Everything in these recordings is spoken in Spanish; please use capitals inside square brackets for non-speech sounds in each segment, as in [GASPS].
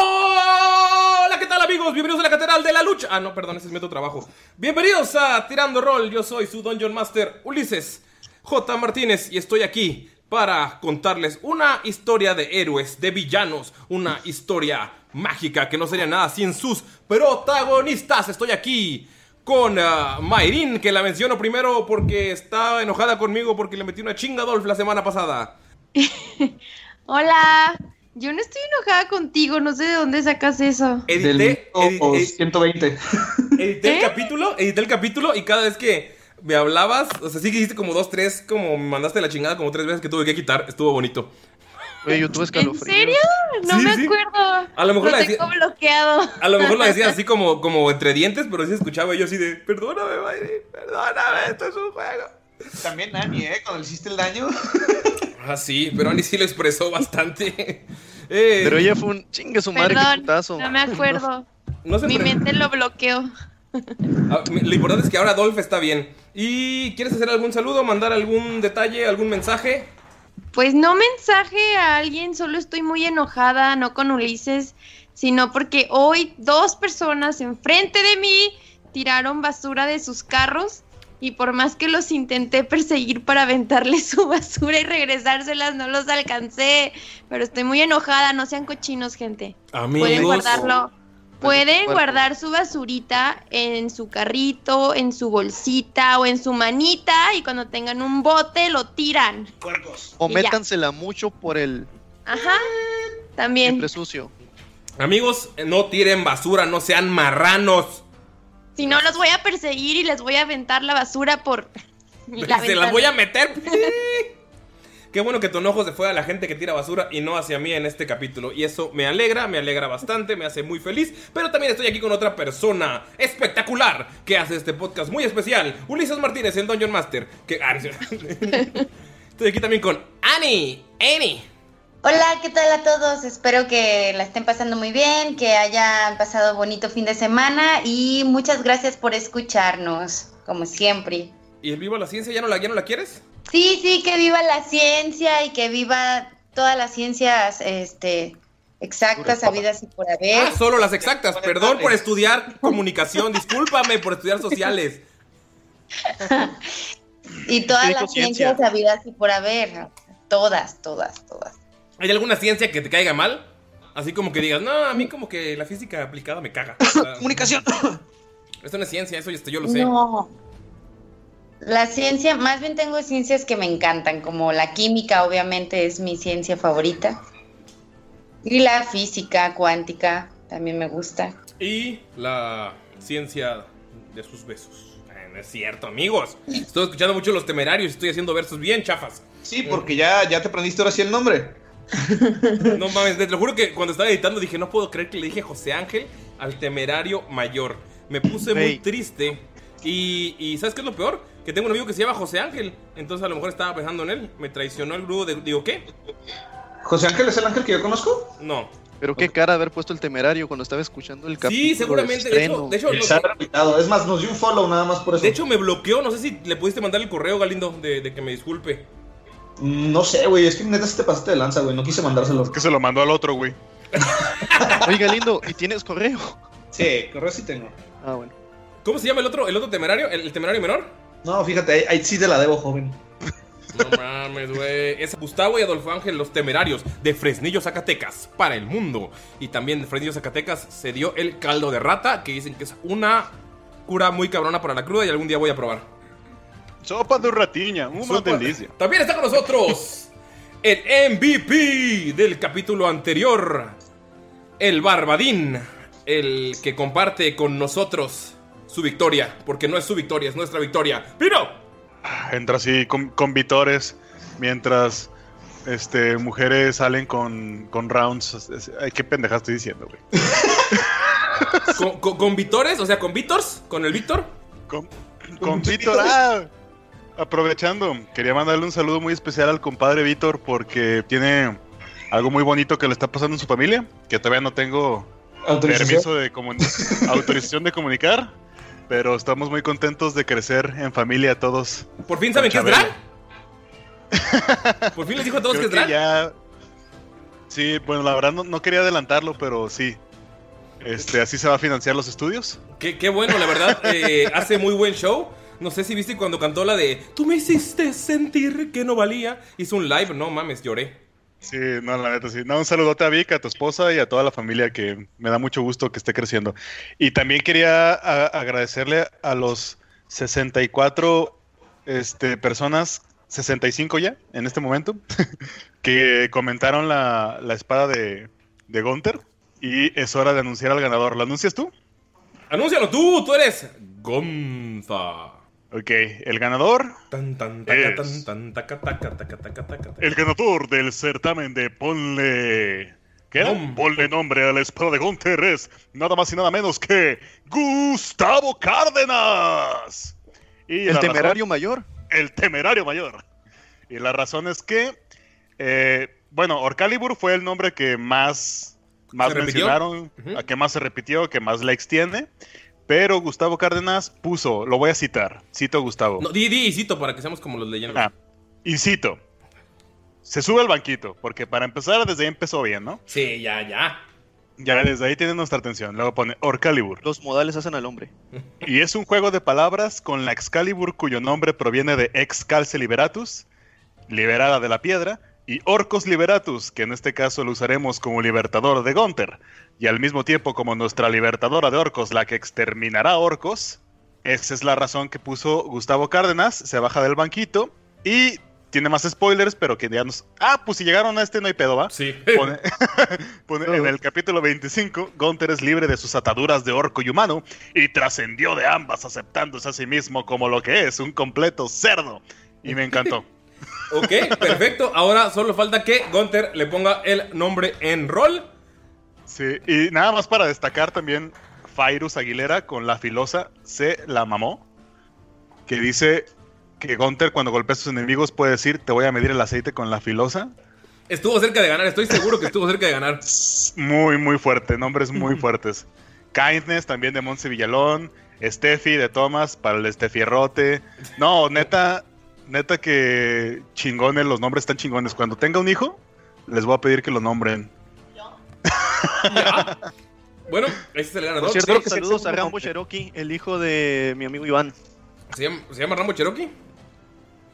¡Hola! ¿Qué tal, amigos? Bienvenidos a la Catedral de la Lucha. Ah, no, perdón, ese es mi otro trabajo. Bienvenidos a Tirando Roll. Yo soy su Dungeon Master Ulises J. Martínez y estoy aquí para contarles una historia de héroes, de villanos, una historia mágica que no sería nada sin sus protagonistas. Estoy aquí con ah, Mayrin, que la menciono primero porque está enojada conmigo porque le metí una chinga a Dolph la semana pasada. Hola, yo no estoy enojada contigo, no sé de dónde sacas eso. Del Edité, minuto edi- edi- 120. Edité ¿Eh? el capítulo, edité el capítulo y cada vez que me hablabas, o sea, sí que hiciste como dos, tres, como me mandaste la chingada como tres veces que tuve que quitar, estuvo bonito. Oye, yo tuve ¿En escalofríos. serio? No Sí, me sí. acuerdo. A lo mejor la lo decía- tengo bloqueado. A lo mejor lo decía así como, como entre dientes, pero sí escuchaba yo así de, perdóname, Mayri, perdóname, esto es un juego. También Nani, ¿eh? Cuando le hiciste el daño. Ah, sí, pero Ani sí lo expresó bastante. [LAUGHS] Eh, Pero ella fue un chingue su madre, qué Perdón, putazo. no me acuerdo. [LAUGHS] no se Mi pre- mente lo bloqueó. Ah, Lo importante es que ahora Dolph está bien. ¿Y quieres hacer algún saludo, mandar algún detalle, algún mensaje? Pues no mensaje a alguien, solo estoy muy enojada, no con Ulises, sino porque hoy dos personas enfrente de mí tiraron basura de sus carros y por más que los intenté perseguir para aventarles [LAUGHS] su basura y regresárselas, no los alcancé. Pero estoy muy enojada, no sean cochinos, gente. Pueden Amigos, guardarlo. Pueden Cuerpo. guardar su basurita en su carrito, en su bolsita o en su manita y cuando tengan un bote lo tiran. O Y ya. métansela mucho por el Ajá. También. siempre sucio. amigos, no tiren basura, no sean marranos. Si no, los voy a perseguir y les voy a aventar la basura por. [LAUGHS] la [LAUGHS] se las ventana. voy a meter. [LAUGHS] Qué bueno que tu enojo se fue a la gente que tira basura y no hacia mí en este capítulo. Y eso me alegra, me alegra bastante, me hace muy feliz. Pero también estoy aquí con otra persona espectacular que hace este podcast muy especial. Ulises Martínez, el Dungeon Master. Que... ah, no es [LAUGHS] cierto. estoy aquí también con Annie. Annie. Hola, ¿qué tal a todos? Espero que la estén pasando muy bien, que hayan pasado bonito fin de semana y muchas gracias por escucharnos, como siempre. ¿Y el Viva la Ciencia ya no la, ya no la quieres? Sí, sí, que viva la ciencia y que viva todas las ciencias este, exactas, sabidas y por haber. Ah, solo las exactas. Vale, Perdón vale. por estudiar comunicación. Discúlpame por estudiar sociales. Y todas Sí, las conciencia. ciencias sabidas y por haber. Todas, todas, todas. ¿Hay alguna ciencia que te caiga mal? Así como que digas, no, a mí como que la física aplicada me caga. O sea, Comunicación. [CLEARS THROAT] Esto no es ciencia, eso yo, yo lo sé. No. La ciencia, más bien tengo ciencias que me encantan, como la química, obviamente es mi ciencia favorita. Y la física cuántica también me gusta. Y la ciencia de sus besos. Eh, No es cierto, amigos. Estoy escuchando mucho los temerarios y estoy haciendo versos bien chafas. Sí, porque ya, ya te aprendiste ahora sí el nombre. No mames, te lo juro que cuando estaba editando dije, no puedo creer que le dije José Ángel al temerario mayor. Me puse muy Güey. triste Y, y ¿sabes qué es lo peor? Que tengo un amigo que se llama José Ángel. Entonces a lo mejor estaba pensando en él. Me traicionó el grupo de... Digo, ¿qué? ¿José Ángel es el ángel que yo conozco? No. Pero qué cara haber puesto el temerario cuando estaba escuchando el capítulo. Sí, seguramente. De hecho, de hecho, El lo- Sara invitado. Es más, nos dio un follow nada más por eso. de hecho, me bloqueó. No sé si le pudiste mandar el correo, Galindo, de, de que me disculpe. Mm, No sé, güey. Es que neta sí te pasaste de lanza, güey. No quise mandárselo. Es que se lo mandó al otro, güey. Oiga, lindo, ¿y tienes correo? Sí, correo sí tengo. Ah, bueno. ¿Cómo se llama el otro, el otro temerario? ¿El, el temerario menor? No, fíjate, ahí, ahí sí te la debo, joven. No mames, güey. Es Gustavo y Adolfo Ángel, los temerarios de Fresnillo, Zacatecas, para el mundo. Y también de Fresnillo, Zacatecas se dio el caldo de rata, que dicen que es una cura muy cabrona para la cruda y algún día voy a probar. Sopa de ratinha, una Sopa. delicia. También está con nosotros el MVP del capítulo anterior, el Barbadín, el que comparte con nosotros su victoria, porque no es su victoria, es nuestra victoria. ¡Pino! Entra así con, con vitores, mientras este, mujeres salen con, con rounds. Es- es- ay, ¿Qué pendeja estoy diciendo, güey? ¿Con, con, con Vitores? O sea, con Vítors, con el Víctor. Con, con Víctor. ah. aprovechando, quería mandarle un saludo muy especial al compadre Víctor porque tiene algo muy bonito que le está pasando en su familia, que todavía no tengo permiso de [LAUGHS] comuni- [LAUGHS] autorización de comunicar, pero estamos muy contentos de crecer en familia todos. Por fin saben que es Chabelo. drag. [LAUGHS] Por fin les dijo a todos que Creo es drag. que ya. Sí, bueno, la verdad no, no quería adelantarlo, pero sí. Este, así se va a financiar los estudios. Qué, qué bueno, la verdad. eh, [LAUGHS] hace muy buen show. No sé si viste cuando cantó la de Tú me hiciste sentir que no valía. Hizo un live, no mames, lloré. Sí, no, la neta, sí. No, un saludote a Vic, a tu esposa y a toda la familia que me da mucho gusto que esté creciendo. Y también quería a- agradecerle a los 64 este, personas, 65 ya, en este momento, [LAUGHS] que comentaron la, la espada de, de Gunther. Y es hora de anunciar al ganador. ¿Lo anuncias tú? Anúncialo tú, tú eres Gonza. Ok, el ganador Tan, tan, taca, Es. tan, tan, taca, taca, taca, taca, taca, taca. El ganador del certamen de Ponle. ¿Qué era? Nom- Ponle nombre a la espada de Gunter es nada más y nada menos que Gustavo Cárdenas. Y El la temerario mayor. razón- el temerario mayor. Y la razón es que, eh, bueno, Orcalibur fue el nombre que más, más ¿Se repitió? mencionaron, Ujú. a que más se repitió, que más likes tiene. Pero Gustavo Cárdenas puso, lo voy a citar, cito a Gustavo. No, di, di, y cito para que seamos como los leyendas. Ah, y cito. Se sube al banquito, porque para empezar, desde ahí empezó bien, ¿no? Sí, ya, ya. Ya desde ahí tiene nuestra atención. Luego pone Orcalibur. Los modales hacen al hombre. Y es un juego de palabras con la Excalibur, cuyo nombre proviene de Excalce Liberatus, liberada de la piedra, y Orcos Liberatus, que en este caso lo usaremos como libertador de Gunther, y al mismo tiempo como nuestra libertadora de orcos, la que exterminará a orcos. Esa es la razón que puso Gustavo Cárdenas, se baja del banquito y tiene más spoilers, pero que ya nos. Ah, pues si llegaron a este, no hay pedo, ¿va? Sí. Pone, pone en el capítulo 25, Gunther es libre de sus ataduras de orco y humano y trascendió de ambas aceptándose a sí mismo como lo que es, un completo cerdo. Y me encantó. ok, perfecto. Ahora solo falta que Gunter le ponga el nombre en rol. Sí, y nada más para destacar también, Fairus Aguilera con la filosa se la mamó, que dice que Gunther cuando golpea a sus enemigos puede decir, te voy a medir el aceite con la filosa. Estuvo cerca de ganar, estoy seguro que estuvo cerca de ganar. Muy, muy fuerte, nombres muy fuertes. Kindness también de Monse Villalón, Steffi de Thomas para el Stefierrote. No, neta, neta que chingones, los nombres están chingones. Cuando tenga un hijo, les voy a pedir que lo nombren. Bueno, ese es el ganador. Por cierto, Sí, que sí, saludos sí, a sí, Rambo sí. Cherokee, el hijo de mi amigo Iván. ¿Se, llama, se llama Rambo Cherokee?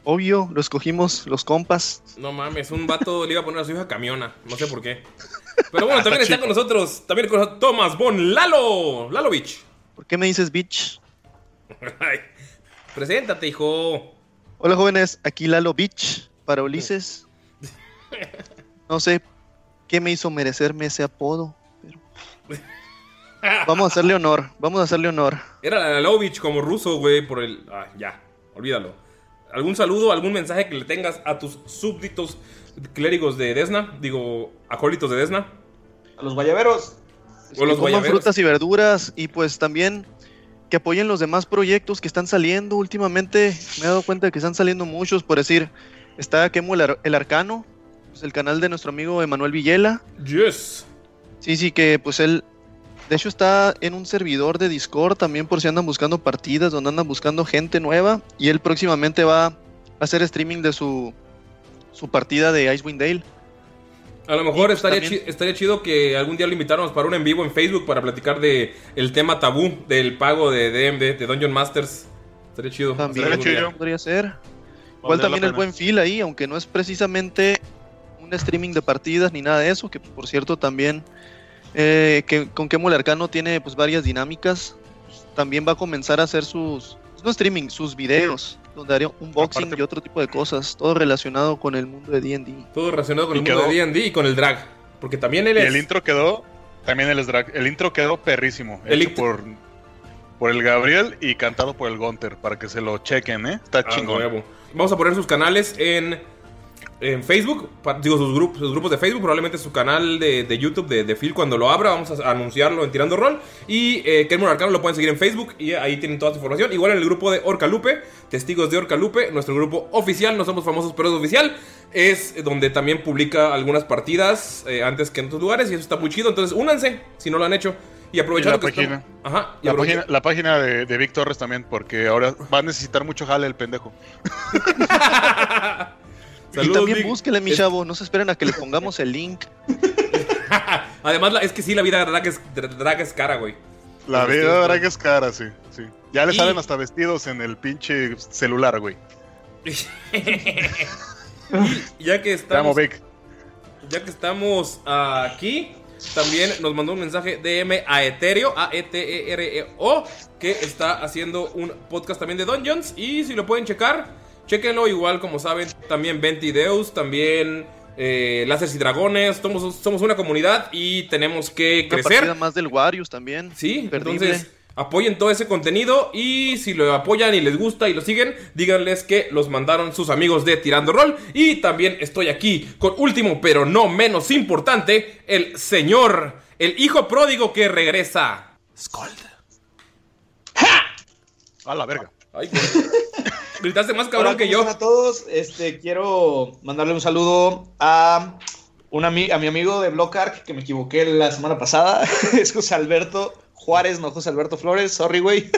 Obvio, lo escogimos, los compas. No mames, un vato le iba a poner a su hija camiona. No sé por qué. Pero bueno, también está Está con nosotros. También con nosotros Tomás Bon Lalo. Lalovich. [LAUGHS] ¿Por qué me dices bitch? Ay, Preséntate, hijo. Hola jóvenes, aquí Lalo Bitch para [LAUGHS] Ulises. No sé qué me hizo merecerme ese apodo, pero vamos a hacerle honor, vamos a hacerle honor. Era Lalovich como ruso, güey, por el. Ah, ya, olvídalo. ¿Algún saludo, algún mensaje que le tengas a tus súbditos clérigos de Desna? Digo, acólitos de Desna. A los guayaberos. O los coman guayaberos. frutas y verduras y pues también que apoyen los demás proyectos que están saliendo. Últimamente me he dado cuenta de que están saliendo muchos, por decir, está Quemo el, Ar- el Arcano, pues el canal de nuestro amigo Emanuel Villela. Yes. Sí, sí, que pues él, de hecho está en un servidor de Discord también por si andan buscando partidas, donde andan buscando gente nueva. Y él próximamente va a hacer streaming de su, su partida de Icewind Dale. A lo mejor estaría, también- chi- estaría chido que algún día lo invitáramos para un en vivo en Facebook para platicar de el tema tabú del pago de DMD, de Dungeon Masters. Estaría chido. También hacer algún día. podría ser. Igual también el buen feel ahí, aunque no es precisamente un streaming de partidas ni nada de eso, que por cierto también eh, que con Kemo el Arcano tiene pues varias dinámicas. pues, También va a comenzar a hacer sus pues, no streaming, sus videos, donde haría unboxing Aparte- y otro tipo de cosas, todo relacionado con el mundo de D&D. Todo relacionado con Y el mundo de quedó- D&D y con el drag. Porque también él Y es... el intro quedó. También el, drag- el intro quedó perrísimo. El hecho int- por, por el Gabriel y cantado por el Gunter. Para que se lo chequen, ¿eh? Está Ah, chingón. huevo. Vamos a poner sus canales en, en Facebook, pa- digo sus grupos, sus grupos de Facebook, probablemente su canal de, de YouTube de, de Phil cuando lo abra, vamos a anunciarlo en Tirando Roll. Y eh, Kermor Arcano lo pueden seguir en Facebook y ahí tienen toda su información. Igual en el grupo de Orcalupe, Testigos de Orcalupe, nuestro grupo oficial, no somos famosos pero es oficial, es donde también publica algunas partidas eh, antes que en otros lugares y eso está muy chido. Entonces únanse si no lo han hecho y aprovechando Y la que página. estamos- Ajá, y La aprovecha- página, la página de, de Vic Torres también, porque ahora va a necesitar mucho jale el [LAUGHS] pendejo. y Saludos, también Vic. búsquele, mi Es- chavo, no se esperen a que le pongamos el link. Además, la- es que sí, la vida de drag es, de drag es cara, güey. La Los vida vestidos, de drag güey. es cara, sí, sí. Ya le Y- salen hasta vestidos en el pinche celular, güey. [LAUGHS] Y ya que Te amo, estamos, Vic. ya que estamos aquí, también nos mandó un mensaje DM a Eterio, a E E-T-E-R-E-O, que está haciendo un podcast también de Dungeons. Y si lo pueden checar, chequenlo igual, como saben, también Venti Deus, también eh, Láseres y Dragones. Somos, somos una comunidad y tenemos que Una crecer. partida más del Warius también. Sí, imperdible. entonces apoyen todo ese contenido y si lo apoyan y les gusta y lo siguen, díganles que los mandaron sus amigos de Tirando Roll. Y también estoy aquí con último, pero no menos importante, el señor, el hijo pródigo que regresa. Scold. A la verga. Ay, güey. Gritaste más cabrón Hola, que ¿cómo yo. están a todos, este, quiero mandarle un saludo a, un ami- a mi amigo de Block Arc, que me equivoqué la semana pasada. [LAUGHS] es José Alberto Juárez, no José Alberto Flores, sorry, güey.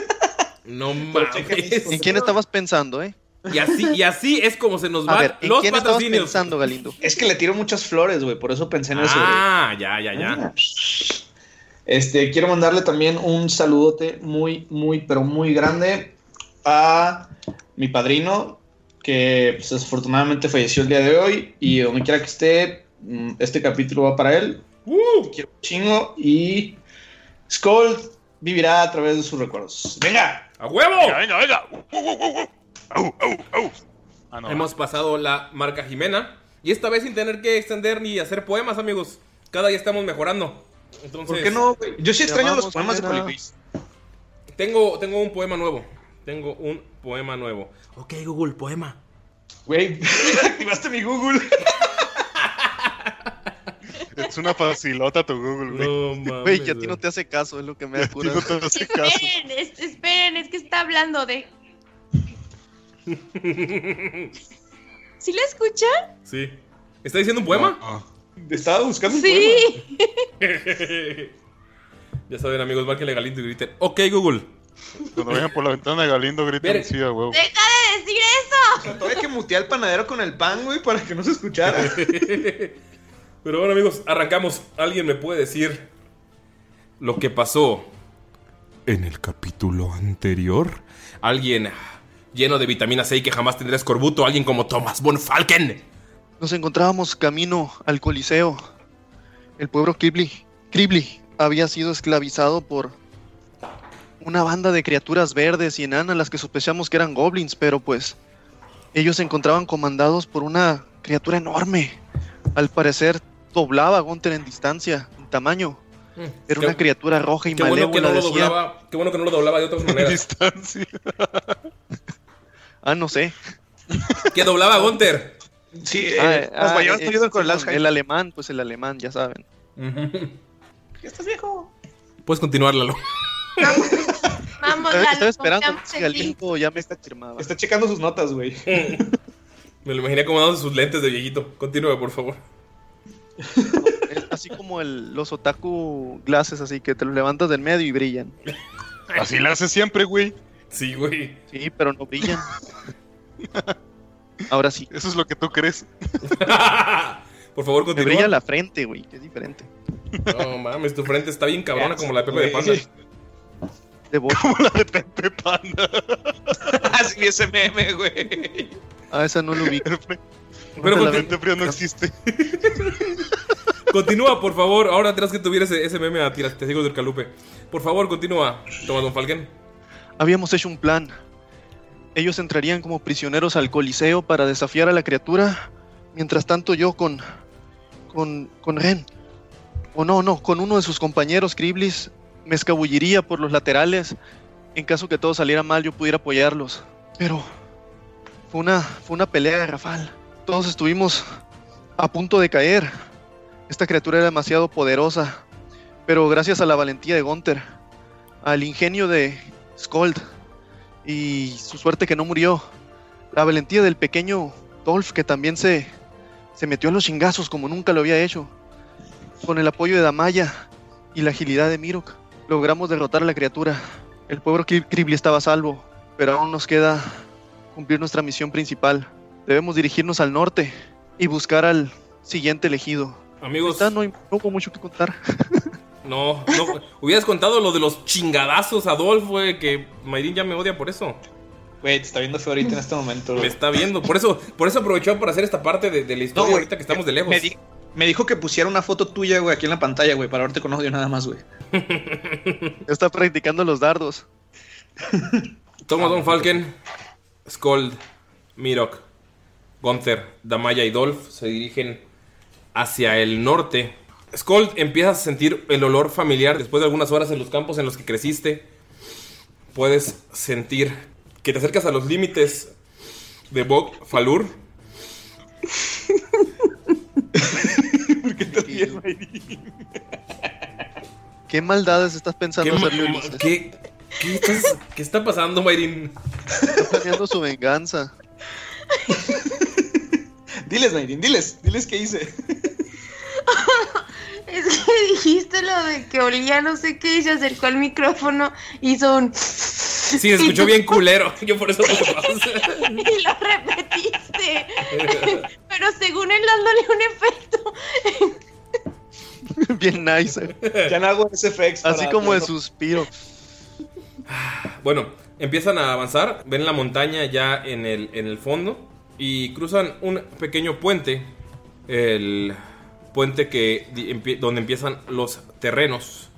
No Pero checa mis mames. ¿En quién estabas pensando, eh? Y así, y así es como se nos A van ver, ¿en los quién estabas patrocinios. pensando, Galindo? Es que le tiro muchas flores, güey, por eso pensé en eso. güey. Ah, ya, ya, ya. Este, quiero mandarle también un saludote muy, muy, pero muy grande a mi padrino, que pues, desafortunadamente falleció el día de hoy. Y donde quiera que esté, mm, este capítulo va para él. Uh, Quiero un chingo. Y Skull vivirá a través de sus recuerdos. ¡Venga! ¡A huevo! Venga, venga, venga. Uh, uh, uh, uh. Au, au, au. Ah, no. Hemos pasado la marca Jimena. Y esta vez sin tener que extender ni hacer poemas, amigos. Cada día estamos mejorando. Entonces, ¿Por qué no, güey? Yo sí extraño los Llamamos, poemas de nena. Coliquis. Tengo, tengo un poema nuevo. Tengo un poema nuevo. Ok, Google, poema. Güey, [LAUGHS] activaste mi Google. Es una facilota tu Google, güey. [LAUGHS] No mames. Güey, que a ti no te hace caso, es lo que me da A ti cura. no te hace caso. Esperen, es- esperen, es que está hablando de. ¿Sí la escuchan? [LAUGHS] Sí. ¿Está diciendo un poema? Ah. Estaba buscando un poema. Sí. [LAUGHS] ya saben, amigos, márquenle a Galindo y griten. Ok, Google. Cuando vayan por la ventana de Galindo, Ver- griten sí, a huevo. Deja de decir eso. eh. Todavía que muteé al panadero con el pan, güey, para que no se escuchara. [LAUGHS] Pero bueno, amigos, arrancamos. ¿Alguien me puede decir lo que pasó en el capítulo anterior? Alguien lleno de vitamina C y que jamás tendrá escorbuto, alguien como Thomas von Falken. Nos encontrábamos camino al Coliseo. El pueblo Kribli, Kribli había sido esclavizado por una banda de criaturas verdes y enanas, las que sospechamos que eran goblins, pero pues ellos se encontraban comandados por una criatura enorme. Al parecer doblaba a Gunther en distancia, en tamaño. Era Qué- una criatura roja y Qué bueno, que malévola. no lo decía- doblaba, qué bueno que no lo doblaba de otras [LAUGHS] [LAUGHS] maneras. Distancia. Ah, no sé. que doblaba a Gunther. Sí, Ah, eh, ah, nos vayamos eh, ayudan con el Alzheimer. el alemán, pues el alemán, ya saben. Ujú. Ya estás viejo. Puedes continuar, Lalo. Vamos, Eh, Estaba, Lalo, estaba esperando confiamos si en ti. Galindo ya me confirmaba. Está checando sus notas, güey. [LAUGHS] Me lo imaginé acomodándose sus lentes de viejito. Continúe, por favor. Es así como el- los otaku glasses, así que te los levantas del medio y brillan. Así la hace siempre, güey. Sí, güey. Sí, pero no brillan. Ahora sí. Eso es lo que tú crees. [LAUGHS] por favor, Me brilla continúa. la frente, güey, que es diferente. No mames, tu frente está bien cabrona como la de Pepe de Güey. Panda. De voz. [LAUGHS] Como la de Pepe Panda. Así Ah, ese meme, güey. Ah, esa no lo vi. El fre- Pero el conti- frente frío no existe. [LAUGHS] continúa, por favor. Ahora tendrás que tuviera ese, ese meme a tiras, te sigo del calupe. Por favor, continúa, Tomás Don Falken. Habíamos hecho un plan. Ellos entrarían como prisioneros al Coliseo para desafiar a la criatura. Mientras tanto yo con... con... con Ren. O no, no, con uno de sus compañeros, Kriblis, me escabulliría por los laterales. En caso que todo saliera mal yo pudiera apoyarlos. Pero... Fue una, fue una pelea de Rafal. Todos estuvimos a punto de caer. Esta criatura era demasiado poderosa. Pero gracias a la valentía de Gunther, al ingenio de Skold y su suerte que no murió. La valentía del pequeño Dolph que también se, se metió a los chingazos como nunca lo había hecho. Con el apoyo de Damaya y la agilidad de Mirok, logramos derrotar a la criatura. El pueblo Kri- Kribli estaba a salvo, pero aún nos queda cumplir nuestra misión principal. Debemos dirigirnos al norte y buscar al siguiente elegido. Amigos, Ahorita No hay no hubo mucho que contar. no, no. Hubieras contado lo de los chingadazos, Adolf, güey, que Mayrin ya me odia por eso. Güey, te está viendo feo ahorita en este momento, Me güey. está viendo. Por eso, por eso aprovechó para hacer esta parte de, de la historia ahorita que estamos de lejos. eh, Me, di- me dijo que pusiera una foto tuya, güey, aquí en la pantalla, güey, para verte con odio nada más, güey. Está practicando los dardos. Toma Don Falken, Skold, Mirok, Gunther, Damaya y Dolph se dirigen hacia el norte. Skold empieza a sentir el olor familiar después de algunas horas en los campos en los que creciste. Puedes sentir que te acercas a los límites de Bog Falur. ¿Qué maldades estás ¿Qué, pensando ma- hacerle ma- Ulises? qué- qué estás- qué está pasando, Mayrin? Está planeando su venganza. [LAUGHS] Diles, Nairin, diles, diles qué hice. Es que dijiste lo de que olía no sé qué y se acercó al micrófono, hizo un... Sí, se escuchó bien culero. [LAUGHS] Yo [LAUGHS] por eso te Y [LAUGHS] lo repetiste. Pero según él dándole un efecto. [LAUGHS] Bien nice. eh. Ya no hago ese FX. Así para- como de suspiro. Bueno, empiezan a avanzar, ven la montaña ya en el, en el fondo y cruzan un pequeño puente, el puente que di- empie- donde empiezan los terrenos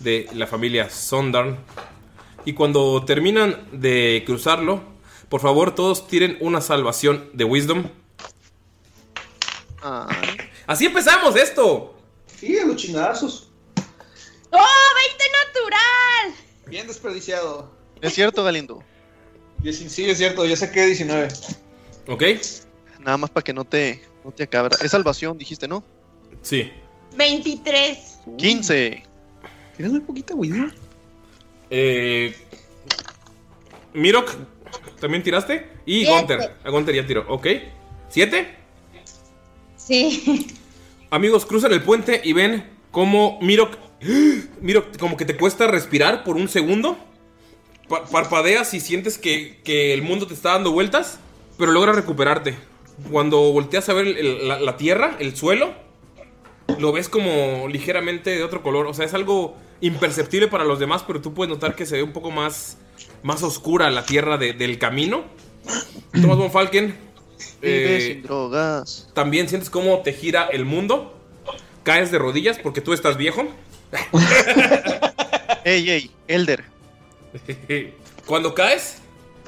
de la familia Sondarn. Y cuando terminan de cruzarlo, por favor todos tiren una salvación de Wisdom. Ay, Así empezamos esto. Sí, a los chingazos. ¡Oh, 20 natural! Bien desperdiciado. es cierto, Galindo. Diecin- Sí, es cierto, yo saqué 19. ¿Ok? Nada más para que no te, no te acabra. Es salvación, dijiste, ¿no? Sí. 23. 15. Tienes muy poquita, güey. ¿no? Eh, Mirok, ¿también tiraste? Y Siete. Gunter. A Gunter ya tiró, ok. ¿Siete? Sí. [LAUGHS] Amigos, cruzan el puente y ven cómo Mirok. [GASPS] Mirok, como que te cuesta respirar por un segundo. Pa- parpadeas y sientes que, que el mundo te está dando vueltas, pero logras recuperarte. Cuando volteas a ver el- el- la, la tierra, el suelo, lo ves como ligeramente de otro color. O sea, es algo imperceptible para los demás, pero tú puedes notar que se ve un poco más, más oscura la tierra de- del camino. Thomas von Falken. Vive eh, sin drogas. también sientes cómo te gira el mundo. Caes de rodillas porque tú estás viejo. [LAUGHS] Ey, ey, Elder. [LAUGHS] Cuando caes,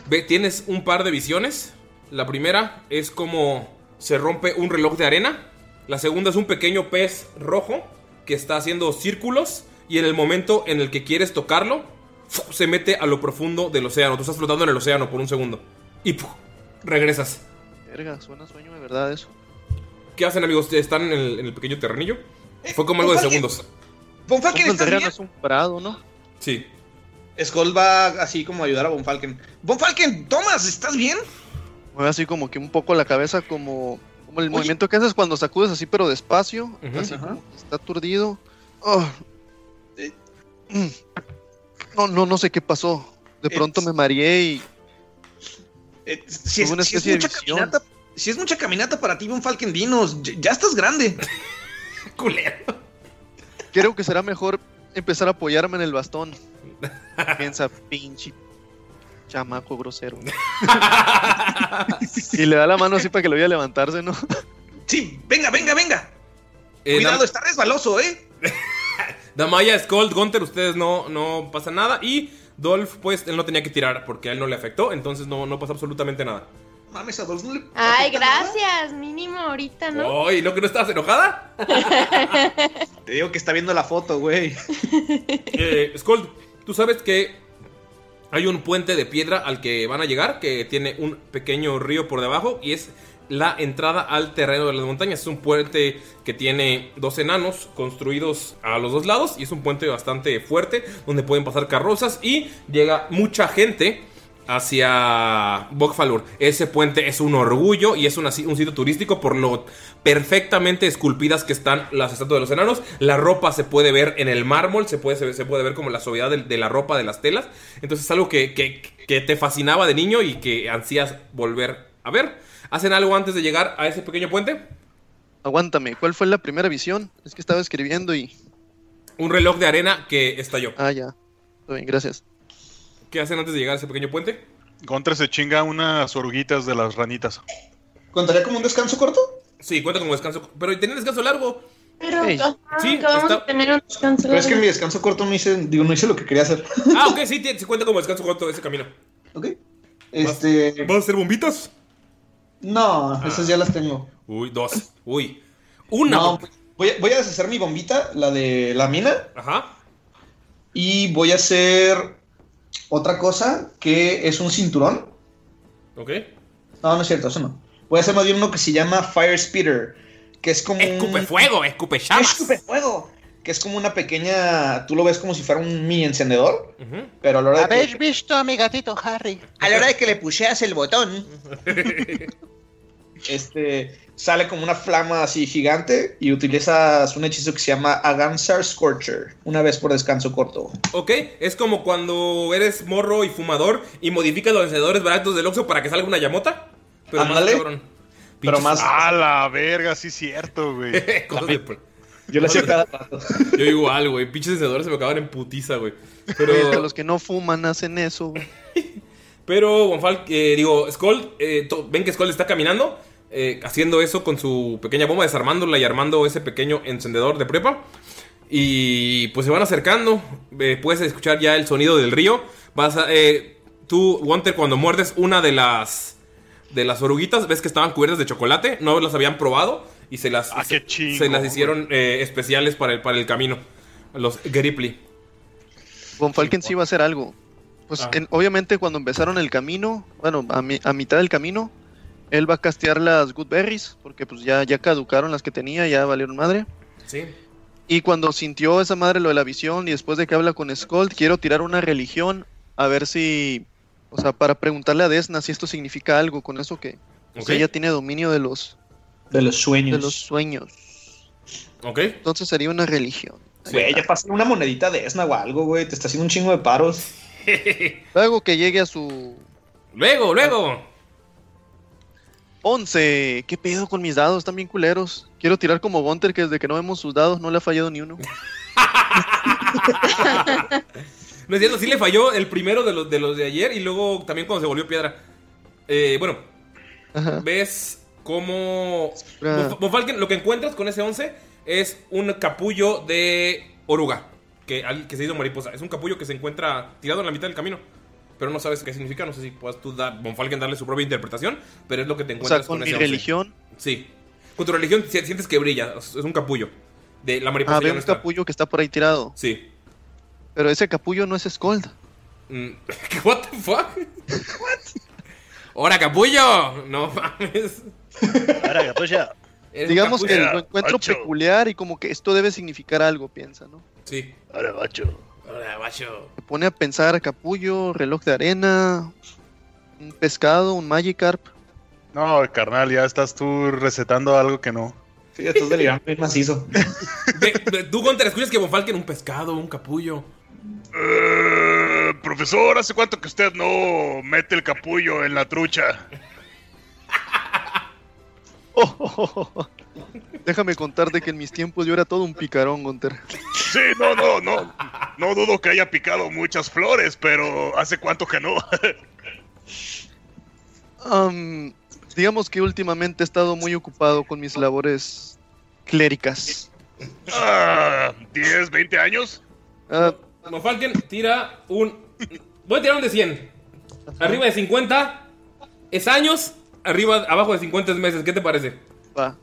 ve- tienes un par de visiones. La primera es como se rompe un reloj de arena. La segunda es un pequeño pez rojo que está haciendo círculos. Y en el momento en el que quieres tocarlo, ¡fu! se mete a lo profundo del océano. Tú estás flotando en el océano por un segundo. Y ¡puf! regresas. Verga, suena sueño de verdad eso. ¿Qué hacen, amigos? ¿Están en el, en el pequeño terrenillo? Fue como algo de segundos. Ponfa, Como que el estás terreno bien. es un prado, ¿no? Sí. Skull va así como a ayudar a Bonfalken. Bonfalken, Thomas, ¿estás bien? Mueve así como que un poco la cabeza, como, como el movimiento que haces cuando sacudes así, pero despacio. así Ajá. Eh. como que está aturdido. Ah. No, no, no sé qué pasó. De Eh, pronto me mareé y Eh, si, es, Tuve una si es especie de mucha visión. caminata, si es mucha caminata para ti, Bonfalken, dinos, ya, ya estás grande. Culero. creo que será mejor empezar a apoyarme en el bastón. Piensa, pinche chamaco grosero. y le da la mano así para que lo vea levantarse, ¿no? Sí, venga, venga, venga. Eh, [LAUGHS] Cuidado, Dam- está resbaloso, ¿eh? [LAUGHS] Damaya, Scold, Gunter, ustedes no, no pasa nada. Y Dolph, pues él no tenía que tirar porque a él no le afectó. Entonces no, no pasa absolutamente nada. Mames, a Dolph no le Ay, afecta nada. gracias. Mínimo ahorita, ¿no? ¡Ay, no que no estabas enojada! [LAUGHS] Te digo que está viendo la foto, güey. [LAUGHS] Eh, Scold, tú sabes que hay un puente de piedra al que van a llegar, que tiene un pequeño río por debajo y es la entrada al terreno de las montañas. Es un puente que tiene dos enanos construidos a los dos lados y es un puente bastante fuerte donde pueden pasar carrozas y llega mucha gente hacia Bokfalur. Ese puente es un orgullo y es una- un sitio turístico por lo perfectamente esculpidas que están las estatuas de los enanos. La ropa se puede ver en el mármol, se puede, se, se puede ver como la suavidad de, de la ropa de las telas. Entonces es algo que, que- que te fascinaba de niño y que ansías volver a ver. ¿Hacen algo antes de llegar a ese pequeño puente? Aguántame, ¿cuál fue la primera visión? Es que estaba escribiendo y. Un reloj de arena que estalló. Ah, ya. Está bien, gracias. ¿Qué hacen antes de llegar a ese pequeño puente? Gontre se chinga unas oruguitas de las ranitas. ¿Contaría como un descanso corto? Sí, cuenta como descanso. Pero tenían descanso largo. Pero Ey. ajá, Sí, que vamos está- a tener un descanso. Pero es que largo. en mi descanso corto no hice, digo, no hice lo que quería hacer. [LAUGHS] Ah, ok, sí, tiene- se cuenta como descanso corto ese camino. ¿Ok? Este. ¿Vas a hacer bombitas? No, esas ya las tengo. Uy, dos. Uy. Una. No, voy a, voy a deshacer mi bombita, la de la mina, Ajá. y voy a hacer otra cosa que es un cinturón. Ok. No, no es cierto, eso no. Voy a hacer más bien uno que se llama Fire Speeder, que es como. un- Escupe fuego, escupe llamas. ¡Escupe fuego! Que es como una pequeña. Tú lo ves como si fuera un mini encendedor, Ujú. pero a la hora de. que- visto a mi gatito Harry? A la hora de que le puseas el [LAUGHS] botón, este sale como una flama así gigante y utilizas un hechizo que se llama Agansar Scorcher, una vez por descanso corto. Ok, es como cuando eres morro y fumador y modificas los encendedores baratos del Oxxo para que salga una llamota. Pero Ándale. más cabrón. Pero Pinches- Ah, más- ¡A la verga! Sí, cierto, [LAUGHS] güey. Cosas de pro- Yo lo hacía cada rato. Yo igual, güey. Pinches encendedores se me acaban en putiza, güey. Hasta Pero, los que no fuman hacen eso. güey. pero Bonfal, eh, digo, Skull, eh, to- ven que Skull está caminando, eh, haciendo eso con su pequeña bomba, desarmándola y armando ese pequeño encendedor de prepa. Y pues se van acercando. eh, puedes escuchar ya el sonido del río. Vas a, eh, tú, Wanter, cuando muerdes una de las de las oruguitas, ves que estaban cubiertas de chocolate. No las habían probado y se las, Ah, se, qué chingón, se las güey. hicieron eh, especiales para el, para el camino. Los Gripli. Von Falken sí iba a hacer algo. Pues Ah. en- obviamente cuando empezaron el camino, bueno, a, mi- a mitad del camino, él va a castear las Good Berries, porque pues ya, ya caducaron las que tenía, ya valieron madre. Sí. Y cuando sintió esa madre lo de la visión y después de que habla con Skold, quiero tirar una religión a ver si, o sea, para preguntarle a Desna si esto significa algo con eso que o sea, Ok. ella tiene dominio de los, De los sueños. de los sueños. Ok. Entonces sería una religión. Güey, ya pasé una monedita de Esna o algo, güey. Te está haciendo un chingo de paros. Luego que llegue a su Luego, luego. 11. ¿Qué pedo con mis dados? Están bien culeros. Quiero tirar como Gunter, que desde que no vemos sus dados no le ha fallado [LAUGHS] ni uno. No es cierto, sí le falló el primero de los de, los de ayer y luego también cuando se volvió piedra. Eh, bueno, Ah. Ajá. ves cómo... Ah. Von- Von Falken, lo que encuentras con ese 11 es un capullo de oruga que, al- que se hizo mariposa. Es un capullo que se encuentra tirado en la mitad del camino. Pero no sabes qué significa, no sé si puedas tú dar, Von Falken darle su propia interpretación, pero es lo que te O encuentras sea, con mi ese 11. religión. Sí. Con tu religión si- sientes que brilla, es un capullo. De la mariposa Ah, pues ya veo un no está. capullo que está por ahí tirado. Sí. Pero ese capullo no es Scold. Mm, [LAUGHS] What the fuck? What? ¡Hora, capullo! No mames. Ahora, pues ya. Eres Digamos un que capullo. capullo. lo encuentro Ocho. peculiar y como que esto debe significar algo, piensa, ¿no? Sí. Ahora, macho. Hola, guacho. Te pone a pensar a capullo, reloj de arena, un pescado, un Magikarp. No, carnal, ya estás tú recetando algo que no. Sí, [LAUGHS] estás delirando bien macizo. Ve- ve- Tú, Gunter, escuchas que Von Falken un pescado, un capullo. Eh, profesor, ¿hace cuánto que usted no mete el capullo en la trucha? Oh, oh, oh, oh. Déjame contarte que en mis tiempos yo era todo un picarón, Gunter. Sí, no, no, no. No dudo que haya picado muchas flores, pero ¿hace cuánto que no? [LAUGHS] Am, digamos que últimamente he estado muy ocupado con mis labores cléricas. Ah, ¿10, 20 años? Ah, Von Falken tira un. Voy a tirar un de 100. Arriba de 50 es años, arriba, abajo de 50 es meses. ¿Qué te parece? va.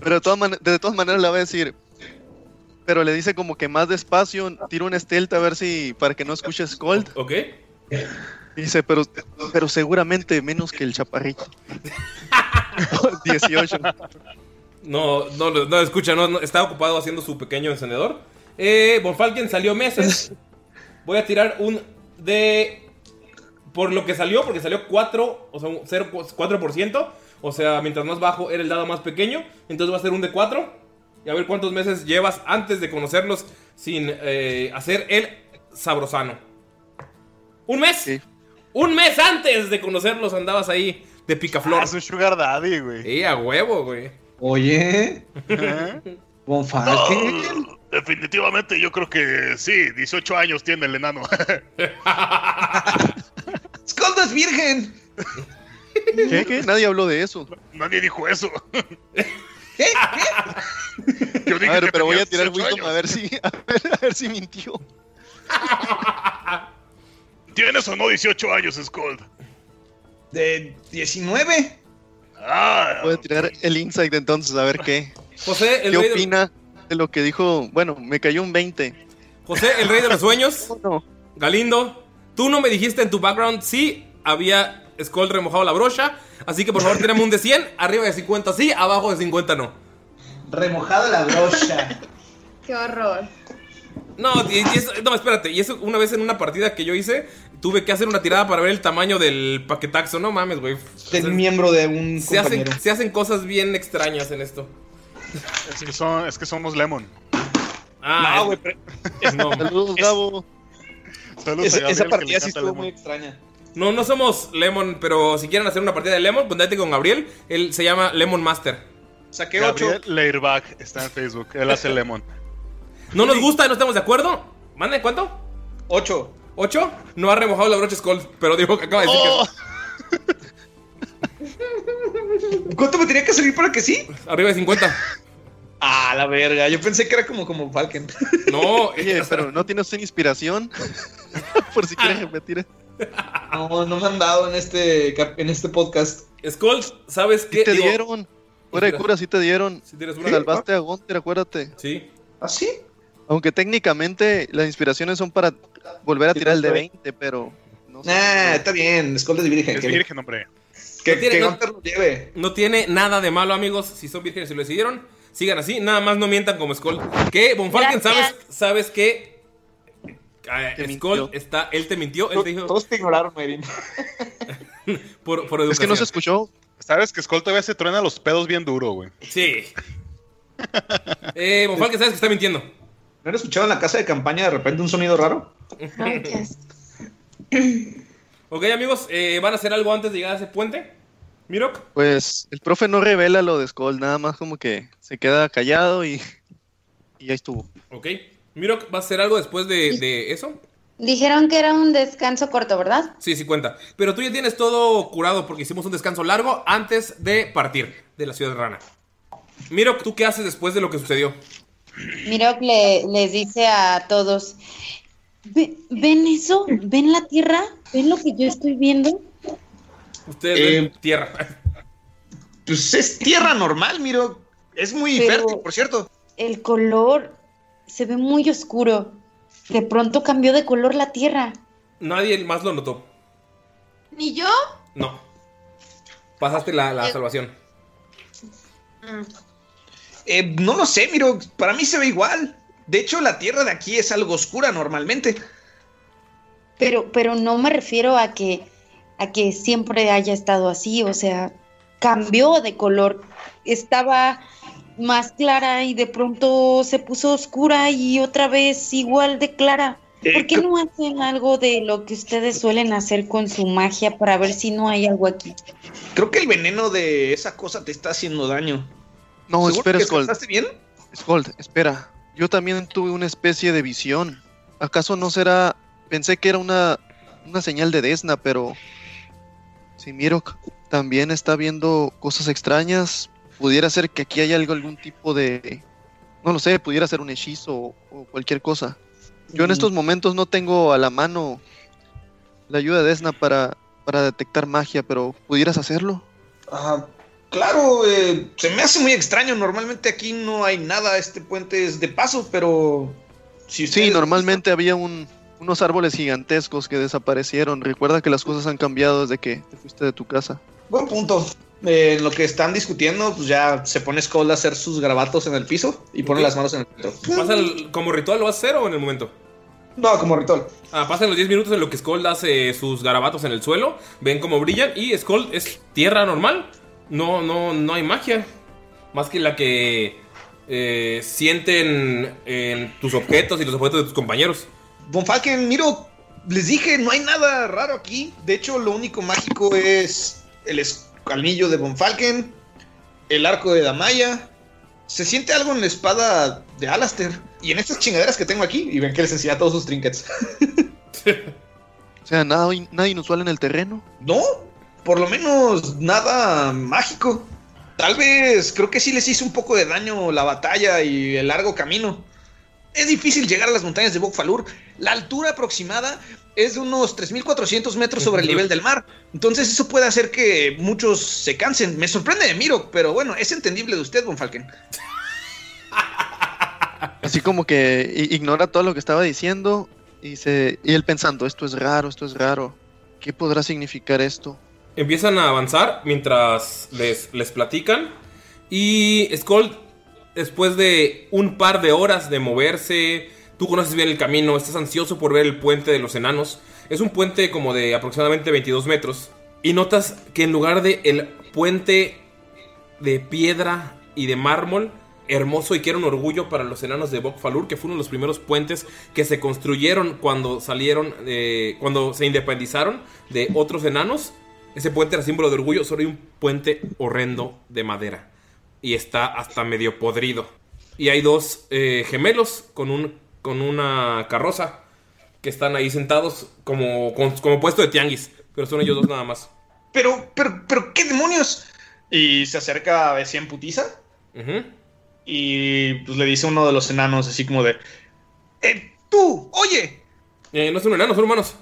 Pero de todas, man- de todas maneras la voy a decir. Pero le dice como que más despacio, tira un stealth a ver si, para que no escuches cold. ¿Ok? Dice, pero, pero seguramente menos que el chaparrito. 18. No, no, lo- no, escucha, no, no, está ocupado haciendo su pequeño encendedor. Eh, Von Falken salió meses. Voy a tirar un de. Por lo que salió, porque salió 4, o sea, un 0, 4%. O sea, mientras más bajo era el dado más pequeño. Entonces va a ser un de 4. Y a ver cuántos meses llevas antes de conocerlos sin eh, hacer el sabrosano. ¿Un mes? Sí. Un mes antes de conocerlos andabas ahí de picaflor. Es un Ah, sugar daddy, güey. Sí, a huevo, güey. Oye, Von Falken. No, definitivamente yo creo que sí, 18 años tiene el enano. [LAUGHS] ¡Escolta es virgen! ¿Qué? ¿Qué? Nadie habló de eso. Nadie dijo eso. ¿Qué? Yo dije A ver, que pero voy tenía a tirar 18 Wisdom a años. ver si, a ver, a ver si mintió. ¿Tienes o no 18 años, Scold? De 19. Ah, Voy a tirar el insight entonces, a ver qué. José, el ¿Qué rey de- opina de lo que dijo? Bueno, me cayó un 20. José, el rey de [LAUGHS] los sueños. No. Galindo, tú no me dijiste en tu background si había Skull remojado la brocha. Así que por favor, tírame un de 100. [LAUGHS] Arriba de 50 sí, abajo de 50 no. Remojada la brocha. Qué horror. No, y- y eso- no, espérate. Y eso una vez en una partida que yo hice, tuve que hacer una tirada para ver el tamaño del paquetaxo. No mames, güey. Del miembro de un Se hacen, compañero. se hacen cosas bien extrañas en esto. es, que son, es que somos Lemon. Ah, No, güey, pero [LAUGHS] no, Saludos, Gabo. Saludos esa, a Gabriel, que esa le partida sí encanta estuvo Lemon. muy extraña. no, no somos Lemon, pero si quieren hacer una partida de Lemon, contacte con Gabriel. Él se llama Lemon Master. Saqué 8. Gabriel Leirbach está en Facebook. Él [LAUGHS] hace Lemon. ¿No nos gusta? ¿No estamos de acuerdo? ¿Manden cuánto? 8. ¿Ocho? No ha remojado la brocha Skull, pero digo que acaba de decir ¡Oh! [LAUGHS] ¿Cuánto me tenía que salir para que sí? que arriba de 50. [LAUGHS] Ah, la verga. Yo pensé que era como, como Falken. [LAUGHS] No, eh, Oye, pero ¿no tienes una inspiración? [LAUGHS] Por si quieres repetir. No, no me han dado en este, cap- en este podcast. Skull, ¿sabes qué? Sí te Digo, dieron. Fuera de cura, sí te dieron. Si tienes una. Salvaste a Gunter, acuérdate. Sí. ¿Ah, sí? Aunque técnicamente las inspiraciones son para volver a tirar el de 20, pero no sé. Nah, está bien. Escolta de virgen. Es que virgen, hombre. que, No tiene- que no- Gunther lo lleve. No tiene nada de malo, amigos. Si son vírgenes y lo decidieron, sigan así. Nada más no mientan como Skull. Que, Bonfalken, Gracias. ¿sabes, ¿sabes qué? Te Eh, mintió. Skull está. Él te mintió, él te dijo Todos te ignoraron, Mayrin. [LAUGHS] por, por Es que no se educación. escuchó. Sabes que Skull todavía se truena los pedos bien duro, güey. Sí. Eh, [LAUGHS] Bonfalken, ¿sabes que está mintiendo? ¿No han escuchado en la casa de campaña de repente un sonido raro? Ay, qué asco. Ok, amigos, eh, ¿van a hacer algo antes de llegar a ese puente? Mirok. Pues el profe no revela lo de Skull, nada más como que se queda callado y, y ahí estuvo. Ok. Mirok, ¿va a hacer algo después de, de eso? Dijeron que era un descanso corto, ¿verdad? Sí, sí cuenta. Pero tú ya tienes todo curado porque hicimos un descanso largo antes de partir de la ciudad de Rana. Mirok, ¿tú qué haces después de lo que sucedió? Miro que le- les dice a todos, "Ve- ¿ven eso? ¿Ven la tierra? ¿Ven lo que yo estoy viendo? Ustedes Eh, ven tierra. Pues es tierra normal, miro. Es muy Pero- fértil, por cierto. El color se ve muy oscuro. De pronto cambió de color la tierra. Nadie más lo notó. ¿Ni yo? No. Pasaste la, la salvación. Eh, no lo sé, miro. Para mí se ve igual. De hecho, la tierra de aquí es algo oscura normalmente. Pero, pero no me refiero a que, a que siempre haya estado así, o sea, cambió de color. Estaba más clara y de pronto se puso oscura y otra vez igual de clara. Eh, ¿Por qué no hacen algo de lo que ustedes suelen hacer con su magia para ver si no hay algo aquí? Creo que el veneno de esa cosa te está haciendo daño. No, ¿Seguro espera, que Skull. ¿Estás bien? Scold, espera. Yo también tuve una especie de visión. ¿Acaso no será.? Pensé que era una, una señal de Desna, pero. Si Mirok también está viendo cosas extrañas, pudiera ser que aquí haya algo, algún tipo de. No lo sé, pudiera ser un hechizo o, o cualquier cosa. Yo en estos momentos no tengo a la mano la ayuda de Desna para, para detectar magia, pero ¿pudieras hacerlo? Ah, claro, eh, se me hace muy extraño. Normalmente aquí no hay nada. Este puente es de paso, pero. Si Sí, ustedes- normalmente había un- unos árboles gigantescos que desaparecieron. Recuerda que las cosas han cambiado desde que te fuiste de tu casa. Buen punto. Eh, en lo que están discutiendo, pues ya se pone Skull a hacer sus grabatos en el piso y pone Ok. las manos en el piso. ¿Pasa el- como ritual lo vas a hacer o en el momento? No, como ritual. Ah, pasan los 10 minutos en lo que Skull hace sus garabatos en el suelo. Ven cómo brillan. Y Skull es tierra normal. No, no, no hay magia. Más que la que eh, sienten eh, en tus objetos y los objetos de tus compañeros. Von Falken, miro, les dije, no hay nada raro aquí. De hecho, lo único mágico es el escalmillo de Von Falken, el arco de Damaya. Se siente algo en la espada de Alastair y en estas chingaderas que tengo aquí. Y ven que les enseña todos sus trinkets. O sea, nada, in- nada inusual en el terreno. No, por lo menos nada mágico. Tal vez creo que sí les hizo un poco de daño la batalla y el largo camino. Es difícil llegar a las montañas de Bokfalur. La altura aproximada es de unos 3.400 metros sobre el nivel del mar. Entonces eso puede hacer que muchos se cansen. Me sorprende de Miro, pero bueno, es entendible de usted, Bonfalken. Así como que i- ignora todo lo que estaba diciendo y, se, y él pensando, esto es raro, esto es raro. ¿Qué podrá significar esto? Empiezan a avanzar mientras les, les platican. Y Skull, después de un par de horas de moverse, tú conoces bien el camino, estás ansioso por ver el puente de los enanos. Es un puente como de aproximadamente 22 metros. Y notas que en lugar de el puente de piedra y de mármol, hermoso y que era un orgullo para los enanos de Bokfalur, que fueron los primeros puentes que se construyeron cuando salieron, eh, cuando se independizaron de otros enanos. Ese puente era símbolo de orgullo, solo hay un puente horrendo de madera. Y está hasta medio podrido. Y hay dos eh, gemelos con, un, con una carroza que están ahí sentados como, con- como puesto de tianguis. Pero son ellos dos nada más. Pero, pero, pero, ¿qué demonios? Y se acerca a Bessie en putiza. Ujú. Y pues, le dice uno de los enanos así como de... "Eh, tú, oye, Eh, no son enanos, son humanos.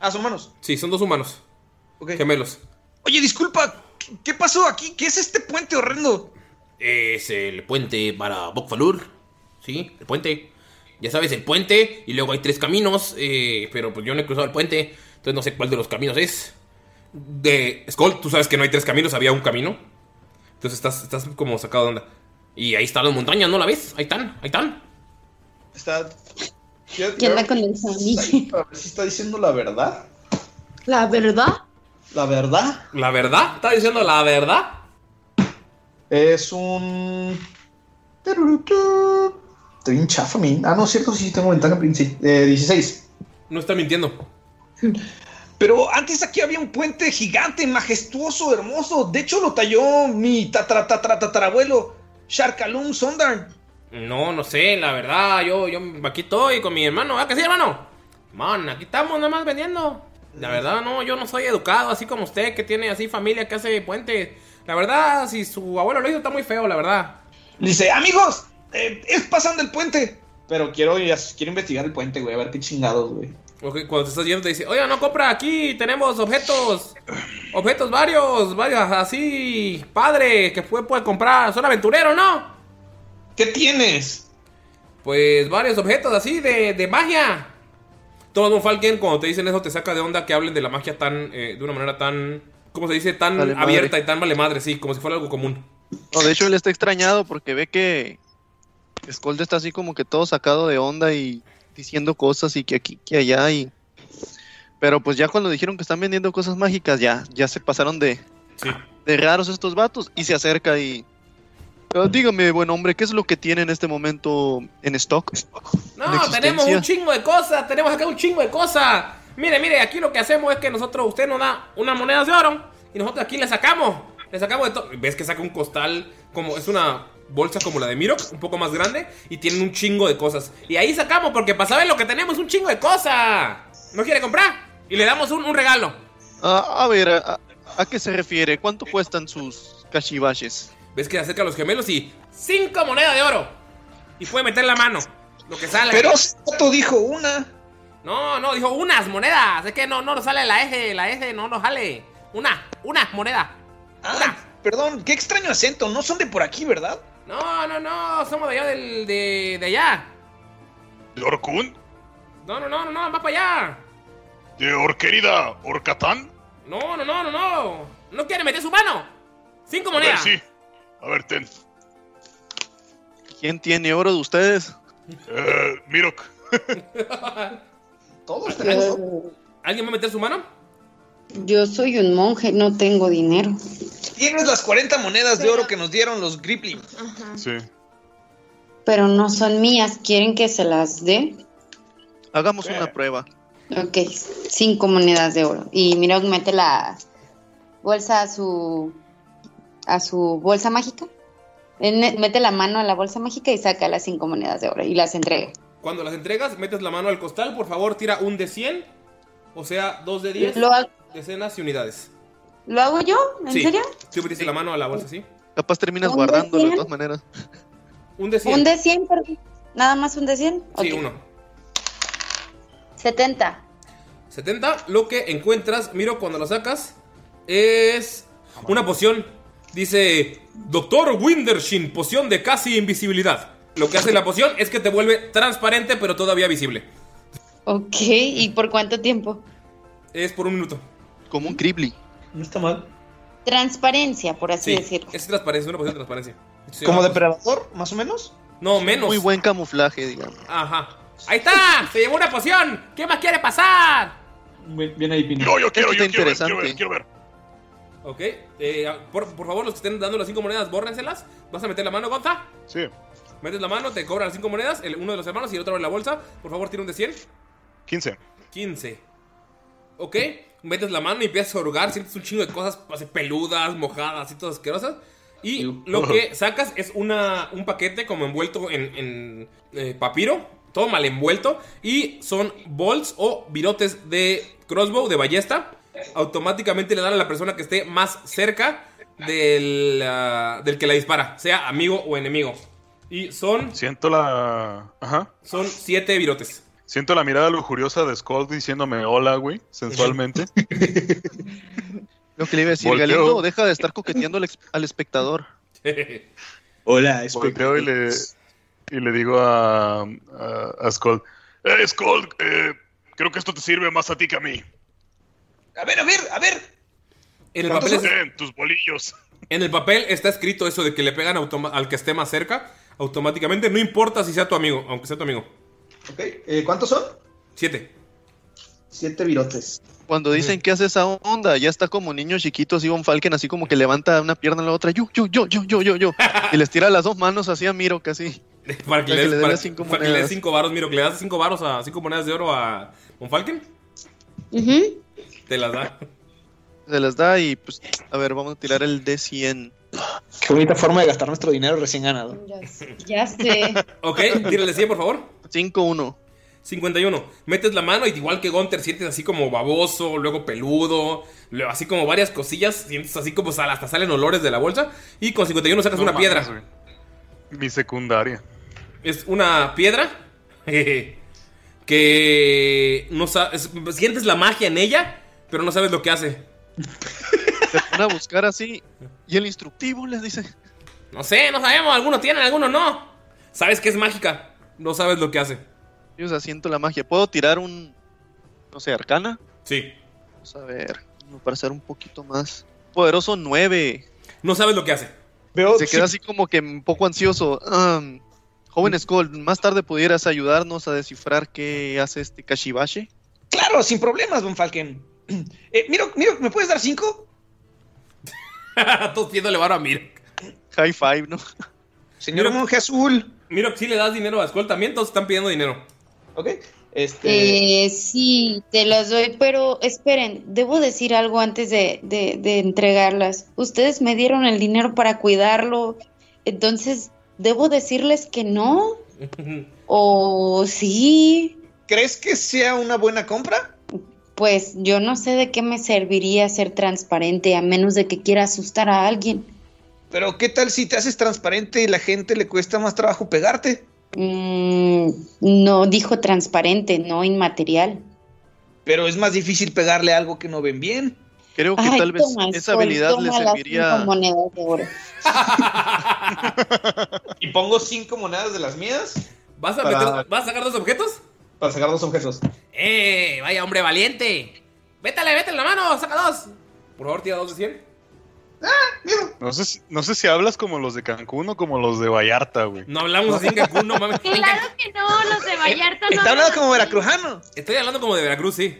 a sus manos. Sí, son dos humanos. Ok. Gemelos. Oye, disculpa, ¿qué- ¿qué pasó aquí? ¿Qué es este puente horrendo? Es el puente para Bokfalur. Sí, el puente. Ya sabes, el puente. Y luego hay tres caminos. eh, pero pues yo no he cruzado el puente. Entonces no sé cuál de los caminos es. De Skull, tú sabes que no hay tres caminos, había un camino. Entonces estás, estás como sacado de onda. Y ahí están las montañas, ¿no la ves? Ahí están, ahí están. Está. ¿Qué onda con el sonido? A ver si está diciendo la verdad. [LAUGHS] La verdad. La verdad ¿La verdad? ¿Estás diciendo la verdad? es un. Estoy bien chafa, mi. Ah, no, es cierto, sí tengo ventana princi- eh, 16. No está mintiendo. Pero antes aquí había un puente gigante, majestuoso, hermoso. De hecho, lo talló mi tatara, tatara, tatarabuelo, Sharkalum Sondarn. No, no sé, la verdad, yo, yo aquí estoy con mi hermano, ¿ah que sí, hermano? Man, aquí estamos nada más vendiendo. La verdad, no, yo no soy educado, así como usted, que tiene así familia que hace puentes. La verdad, si su abuelo lo hizo, está muy feo, la verdad. Le dice, amigos, eh, es pasando el puente. Pero quiero, quiero investigar el puente, güey, a ver qué chingados, güey. Ok, cuando te estás yendo te dice, oiga, no compra aquí, tenemos objetos, objetos varios, varios así, padre, que puede, puede comprar, son aventurero, ¿no? ¿Qué tienes? Pues varios objetos así de, de magia. Todo Von Falken, cuando te dicen eso, te saca de onda que hablen de la magia tan. eh, de una manera tan. ¿Cómo se dice? Tan Vale madre. abierta y tan vale madre, sí, como si fuera algo común. No, de hecho él está extrañado porque ve que Scold está así como que todo sacado de onda y diciendo cosas y que aquí, que allá y... Pero pues ya cuando dijeron que están vendiendo cosas mágicas, ya, ya se pasaron de, Sí. de raros estos vatos y se acerca y... "Ah, Dígame, buen hombre, ¿qué es lo que tiene en este momento en stock? En No, existencia. tenemos un chingo de cosas, tenemos acá un chingo de cosas. Mire, mire, aquí lo que hacemos es que nosotros, usted nos da unas monedas de oro y nosotros aquí le sacamos, le sacamos de todo. ¿Ves que saca un costal como, es una bolsa como la de Mirok, un poco más grande y tienen un chingo de cosas? Y ahí sacamos porque para saber lo que tenemos un chingo de cosas. ¿No quiere comprar? Y le damos un, un regalo. Ah, a ver, a, a qué se refiere? ¿Cuánto cuestan sus cachivaches? ¿Ves que se acerca a los gemelos y cinco monedas de oro? Y puede meter la mano, lo que sale. Pero Sato dijo una. No, no, dijo unas monedas. Es que no, no nos sale la eje, la eje no nos sale. Una, una moneda. Ah, perdón, qué extraño acento. No son de por aquí, ¿verdad? No, no, no, somos de allá del, de, de allá. ¿De Orkun? No, no, no, no, no, va para allá. ¿De Orquerida? ¿Orcatán? No, no, no, no, no. No quiere meter su mano. Cinco A ver, monedas. sí. A ver, ten. ¿Quién tiene oro de ustedes? Eh, Mirok. [LAUGHS] Todos tenemos. ¿Alguien va a meter su mano? Yo soy un monje, no tengo dinero. Tienes las 40 monedas de oro que nos dieron los Gripling. Sí. Pero no son mías, ¿quieren que se las dé? Hagamos Eh, una prueba. Ok, cinco monedas de oro. Y Mirok mete la bolsa a su, a su bolsa mágica. Él ne- mete la mano a la bolsa mágica y saca las cinco monedas de oro y las entrega. Cuando las entregas, metes la mano al costal. Por favor, tira un de 100. O sea, dos de 10, ¿Lo, ha- decenas y unidades. lo hago yo? ¿En sí. serio? Sí, metiste la mano a la bolsa, ¿sí? Capaz terminas ¿Dónde guardándolo de tiene? todas maneras. Un de 100. Un de 100, perdón. ¿Nada más un de 100? Sí, Ok. uno. 70. 70, lo que encuentras, miro cuando lo sacas, es una poción. Dice, Doctor Windershin, poción de casi invisibilidad. Lo que hace la poción es que te vuelve transparente, pero todavía visible. Ok, ¿y por cuánto tiempo? Es por un minuto. Como un cribli. No está mal. Transparencia, por así Sí, decirlo. es transparencia, una poción de transparencia. Sí, ¿Como una poción. depredador, más o menos? No, menos. Muy buen camuflaje, digamos. Ajá. Ahí está, se llevó una poción. ¿Qué más quiere pasar? Bien, ahí, Pino. No, yo quiero, está yo quiero ver, quiero ver, interesante. quiero ver. Ok, eh, por, por favor, los que estén dando las cinco monedas, bórrenselas. ¿Vas a meter la mano, Gonza? Sí. Metes la mano, te cobran las cinco monedas, el, uno de los hermanos y el otro abre la bolsa. Por favor, tira un de 100. 15. 15. Ok, metes la mano y empiezas a hurgar, sientes un chingo de cosas así peludas, mojadas y todas asquerosas. Y Iu. lo que sacas es una, un paquete como envuelto en, en, eh, papiro, todo mal envuelto. Y son bolts o virotes de crossbow, de ballesta. Automáticamente le dan a la persona que esté más cerca del, ah, del que la dispara, sea amigo o enemigo. Y son, Siento la. Ajá. son siete virotes. Siento la mirada lujuriosa de Skull diciéndome hola, güey, [LAUGHS] sensualmente. Lo que le iba a decir, Volteo. Galindo, deja de estar coqueteando al, ex- al [LAUGHS] espectador. Hola, es Volteo y le, y le digo a, a, a Skull: ¡Eh, Skull! eh, creo que esto te sirve más a ti que a mí. A ver, a ver, a ver. En el papel ¿Cuántos es- Ten Eh, tus bolillos. En el papel está escrito eso de que le pegan automa- al que esté más cerca automáticamente, no importa si sea tu amigo, aunque sea tu amigo. Ok, eh, ¿cuántos son? Siete. [LAUGHS] Siete virotes. Cuando dicen que hace esa onda, ya está como niño chiquito, así un falken, así como que levanta una pierna a la otra, yo, yo, yo, yo, yo, yo, yo. Y les tira las dos manos así a Miro, casi. Para que Para le que des, le dé para- las cinco para que le des monedas. cinco varos, miro, que le das cinco varos a cinco monedas de oro a Monfalken, Ujú. te las [LAUGHS] da. Se las da y pues, a ver, vamos a tirar el D100. Qué bonita forma de gastar nuestro dinero recién ganado. Ya sé- Ya sé. Ok, tírale 100, por favor. 5-1. 51. Metes la mano y igual que Gunter sientes así como baboso, luego peludo, luego así como varias cosillas, sientes así como sal- hasta salen olores de la bolsa y con 51 sacas No una mames, piedra. güey. Mi secundaria. Es una piedra [LAUGHS] jeje, que no sabes, sientes la magia en ella, pero no sabes lo que hace. Se pone a buscar así y el instructivo les dice, No sé, no sabemos, algunos tienen, algunos no. Sabes que es mágica, [LAUGHS] no sabes lo que hace. yo o sea, siento la magia, ¿puedo tirar un, no sé, arcana? Sí. Vamos a ver, uno para ser un poquito más poderoso, 9. No sabes lo que hace. Veo, Se queda así como que un poco ansioso. Ah, Mm. Joven Skull, más tarde pudieras ayudarnos a descifrar qué hace este Kashibashi. Claro, sin problemas, Don Falken. [CLEARS THROAT] Eh, miro, miro, ¿me puedes dar cinco? Todos pidiéndole varo a Mirok. High five, ¿no? Señor Miro- monje azul. Mirok, si le das dinero a Skull también, todos están pidiendo dinero. Ok. Este. Eh, sí, te las doy, pero esperen, debo decir algo antes de, de- de entregarlas. Ustedes me dieron el dinero para cuidarlo, entonces, ¿debo decirles [LAUGHS] que no? ¿O sí? ¿Crees que sea una buena compra? Pues yo no sé de qué me serviría ser transparente a menos de que quiera asustar a alguien. Pero ¿qué tal si te haces transparente y la gente le cuesta más trabajo pegarte? Mm, no dijo transparente, no inmaterial. Pero es más difícil pegarle a algo que no ven bien. Creo que Ay, tal vez toma, esa Sol, habilidad toma le las serviría. cinco monedas de oro. Y pongo cinco monedas de las mías ¿Vas a, Para- meter- ¿Vas a sacar dos objetos? para sacar dos objetos. ¡Eh! ¡Vaya hombre valiente! ¡Vétale, vétale la mano! ¡Saca dos! Por favor, tira dos de 100. No sé, si- no sé si hablas como los de Cancún o como los de Vallarta, güey. No hablamos así en Cancún, no mames. En Can- Claro que no, los de Eh, Vallarta no. Está hablando hablan como así. veracrujano. Estoy hablando como de Veracruz, sí.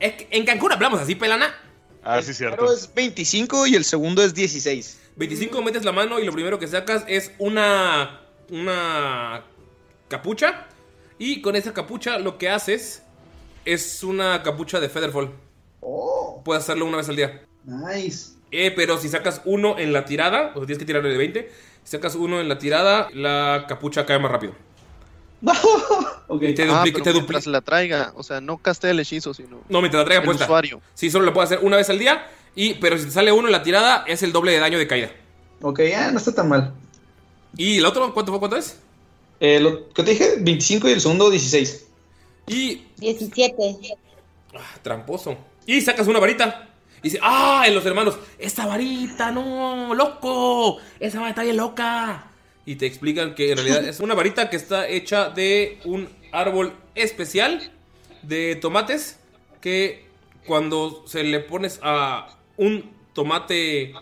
Es que en Cancún hablamos así, pelana. Ah, sí, Pero cierto. es 25 y el segundo es 16. 25 metes la mano y lo primero que sacas es una. Una. Capucha. Y con esa capucha lo que haces es una capucha de Featherfall. Oh, Puedes hacerlo una vez al día. nice. Eh, pero si sacas uno en la tirada, o sea, tienes que tirarle de 20. Si sacas uno en la tirada, la capucha cae más rápido. [LAUGHS] ok. Te Ah, pero duplica, te mientras duplica. la traiga, o sea, no castea el hechizo, sino No, mientras la traiga el puesta. usuario. Sí, solo lo puedes hacer una vez al día. Y, pero si te sale uno en la tirada, es el doble de daño de caída. Ok, ah, no está tan mal. ¿Y el otro cuánto, cuánto es? Eh, lo que te dije, 25 y el [LAUGHS] segundo 16. Y. 17. ah, tramposo. Y sacas una varita. Y dice, ¡ah! En los hermanos, ¡esa varita, no! ¡Loco! ¡Esa varita está bien loca! Y te explican que [LAUGHS] en realidad es una varita que está hecha de un árbol especial de tomates. Que cuando se le pones a un tomate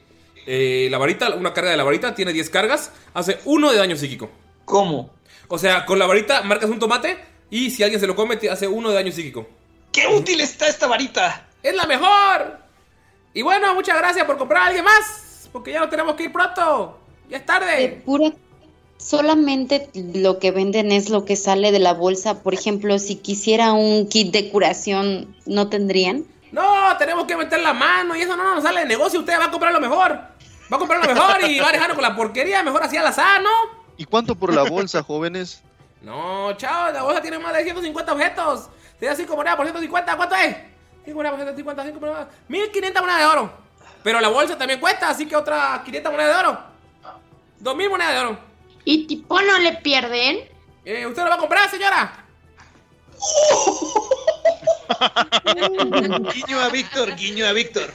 eh, la varita, una carga de la varita, tiene 10 cargas, hace uno de daño psíquico. ¿Cómo? O sea, con la varita marcas un tomate y si alguien se lo come te hace uno de daño psíquico. ¡Qué útil está esta varita! ¡Es la mejor! Y bueno, muchas gracias por comprar a alguien más, porque ya nos tenemos que ir pronto. Ya es de tarde. pura- solamente lo que venden es lo que sale de la bolsa. Por ejemplo, si quisiera un kit de curación, ¿no tendrían? No, tenemos que meter la mano y eso no nos sale de negocio. Usted va a comprar lo mejor. Va a comprar lo mejor y va a dejarlo con la porquería. Mejor así al azar, ¿no? ¿Y cuánto por [LAUGHS] la bolsa, jóvenes? No, chao, la bolsa tiene más de 150 objetos. Te da 5 monedas por 150, ¿cuánto es? 5 monedas por 150, 5 monedas. 1500 monedas de oro. Pero la bolsa también cuesta, así que otras 500 monedas de oro. 2000 monedas de oro. ¿Y tipo no le pierden? Eh, ¿Usted lo va a comprar, señora? Guiño a Víctor, guiño a Víctor.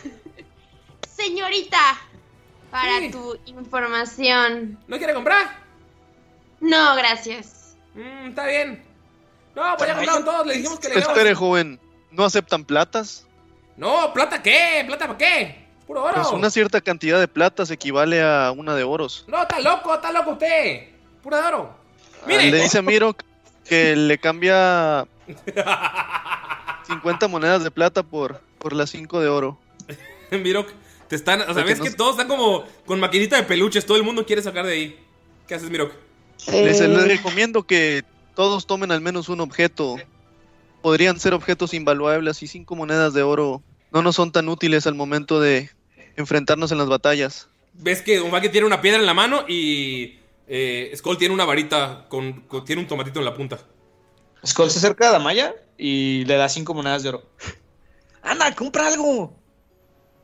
Señorita, para Sí. tu información. ¿No quiere comprar? No, gracias. Mm, está bien. No, pues ya compraron todos, le dijimos que le Espere, damos. joven, ¿no aceptan platas? No, plata qué, plata para qué. Puro oro. Pues una cierta cantidad de platas equivale a una de oros. Ah, No, está loco, está loco usted. Pura de oro. Mire. Le dice a Miro que le [LAUGHS] cambia 50 monedas de plata por, por las 5 de oro. [LAUGHS] Mirok, te están. O sea, Porque ves no que sé. todos están como con maquinita de peluches, todo el mundo quiere sacar de ahí. ¿Qué haces, Mirok? Les, Eh, les recomiendo que todos tomen al menos un objeto. Podrían ser objetos invaluables y cinco monedas de oro no nos son tan útiles al momento de enfrentarnos en las batallas. Ves que Don Vaque tiene una piedra en la mano y. Eh, Skull tiene una varita con, con- Tiene un tomatito en la punta. Skull se acerca a Damaya y le da cinco monedas de oro. Anda, compra algo.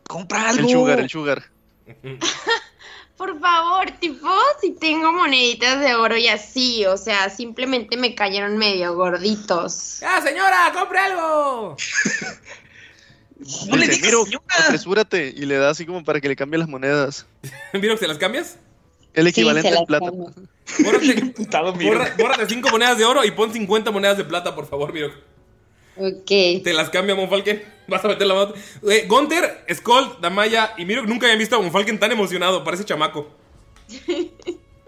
Compra algo. El sugar, el sugar. Por favor, tipo, si tengo moneditas de oro y así, o sea, simplemente me cayeron medio gorditos. ¡Ah, señora! ¡Compre algo! no le Dice, digas, "Miro, señora. apresúrate y le da así como para que le cambie las [LAUGHS] monedas. Mirok, ¿se las cambias? El sí, equivalente se en las plata. cambio. [LAUGHS] Bórrate, Putado, Mirok. borra- bórrate cinco monedas de oro y pon 50 monedas de plata, por favor, Mirok. Ok. Te las cambia Monfalken. [LAUGHS] Vas a meter la mano. Eh, Gunther, Skull, Damaya y Mirok nunca habían visto a Monfalken tan emocionado. Parece chamaco.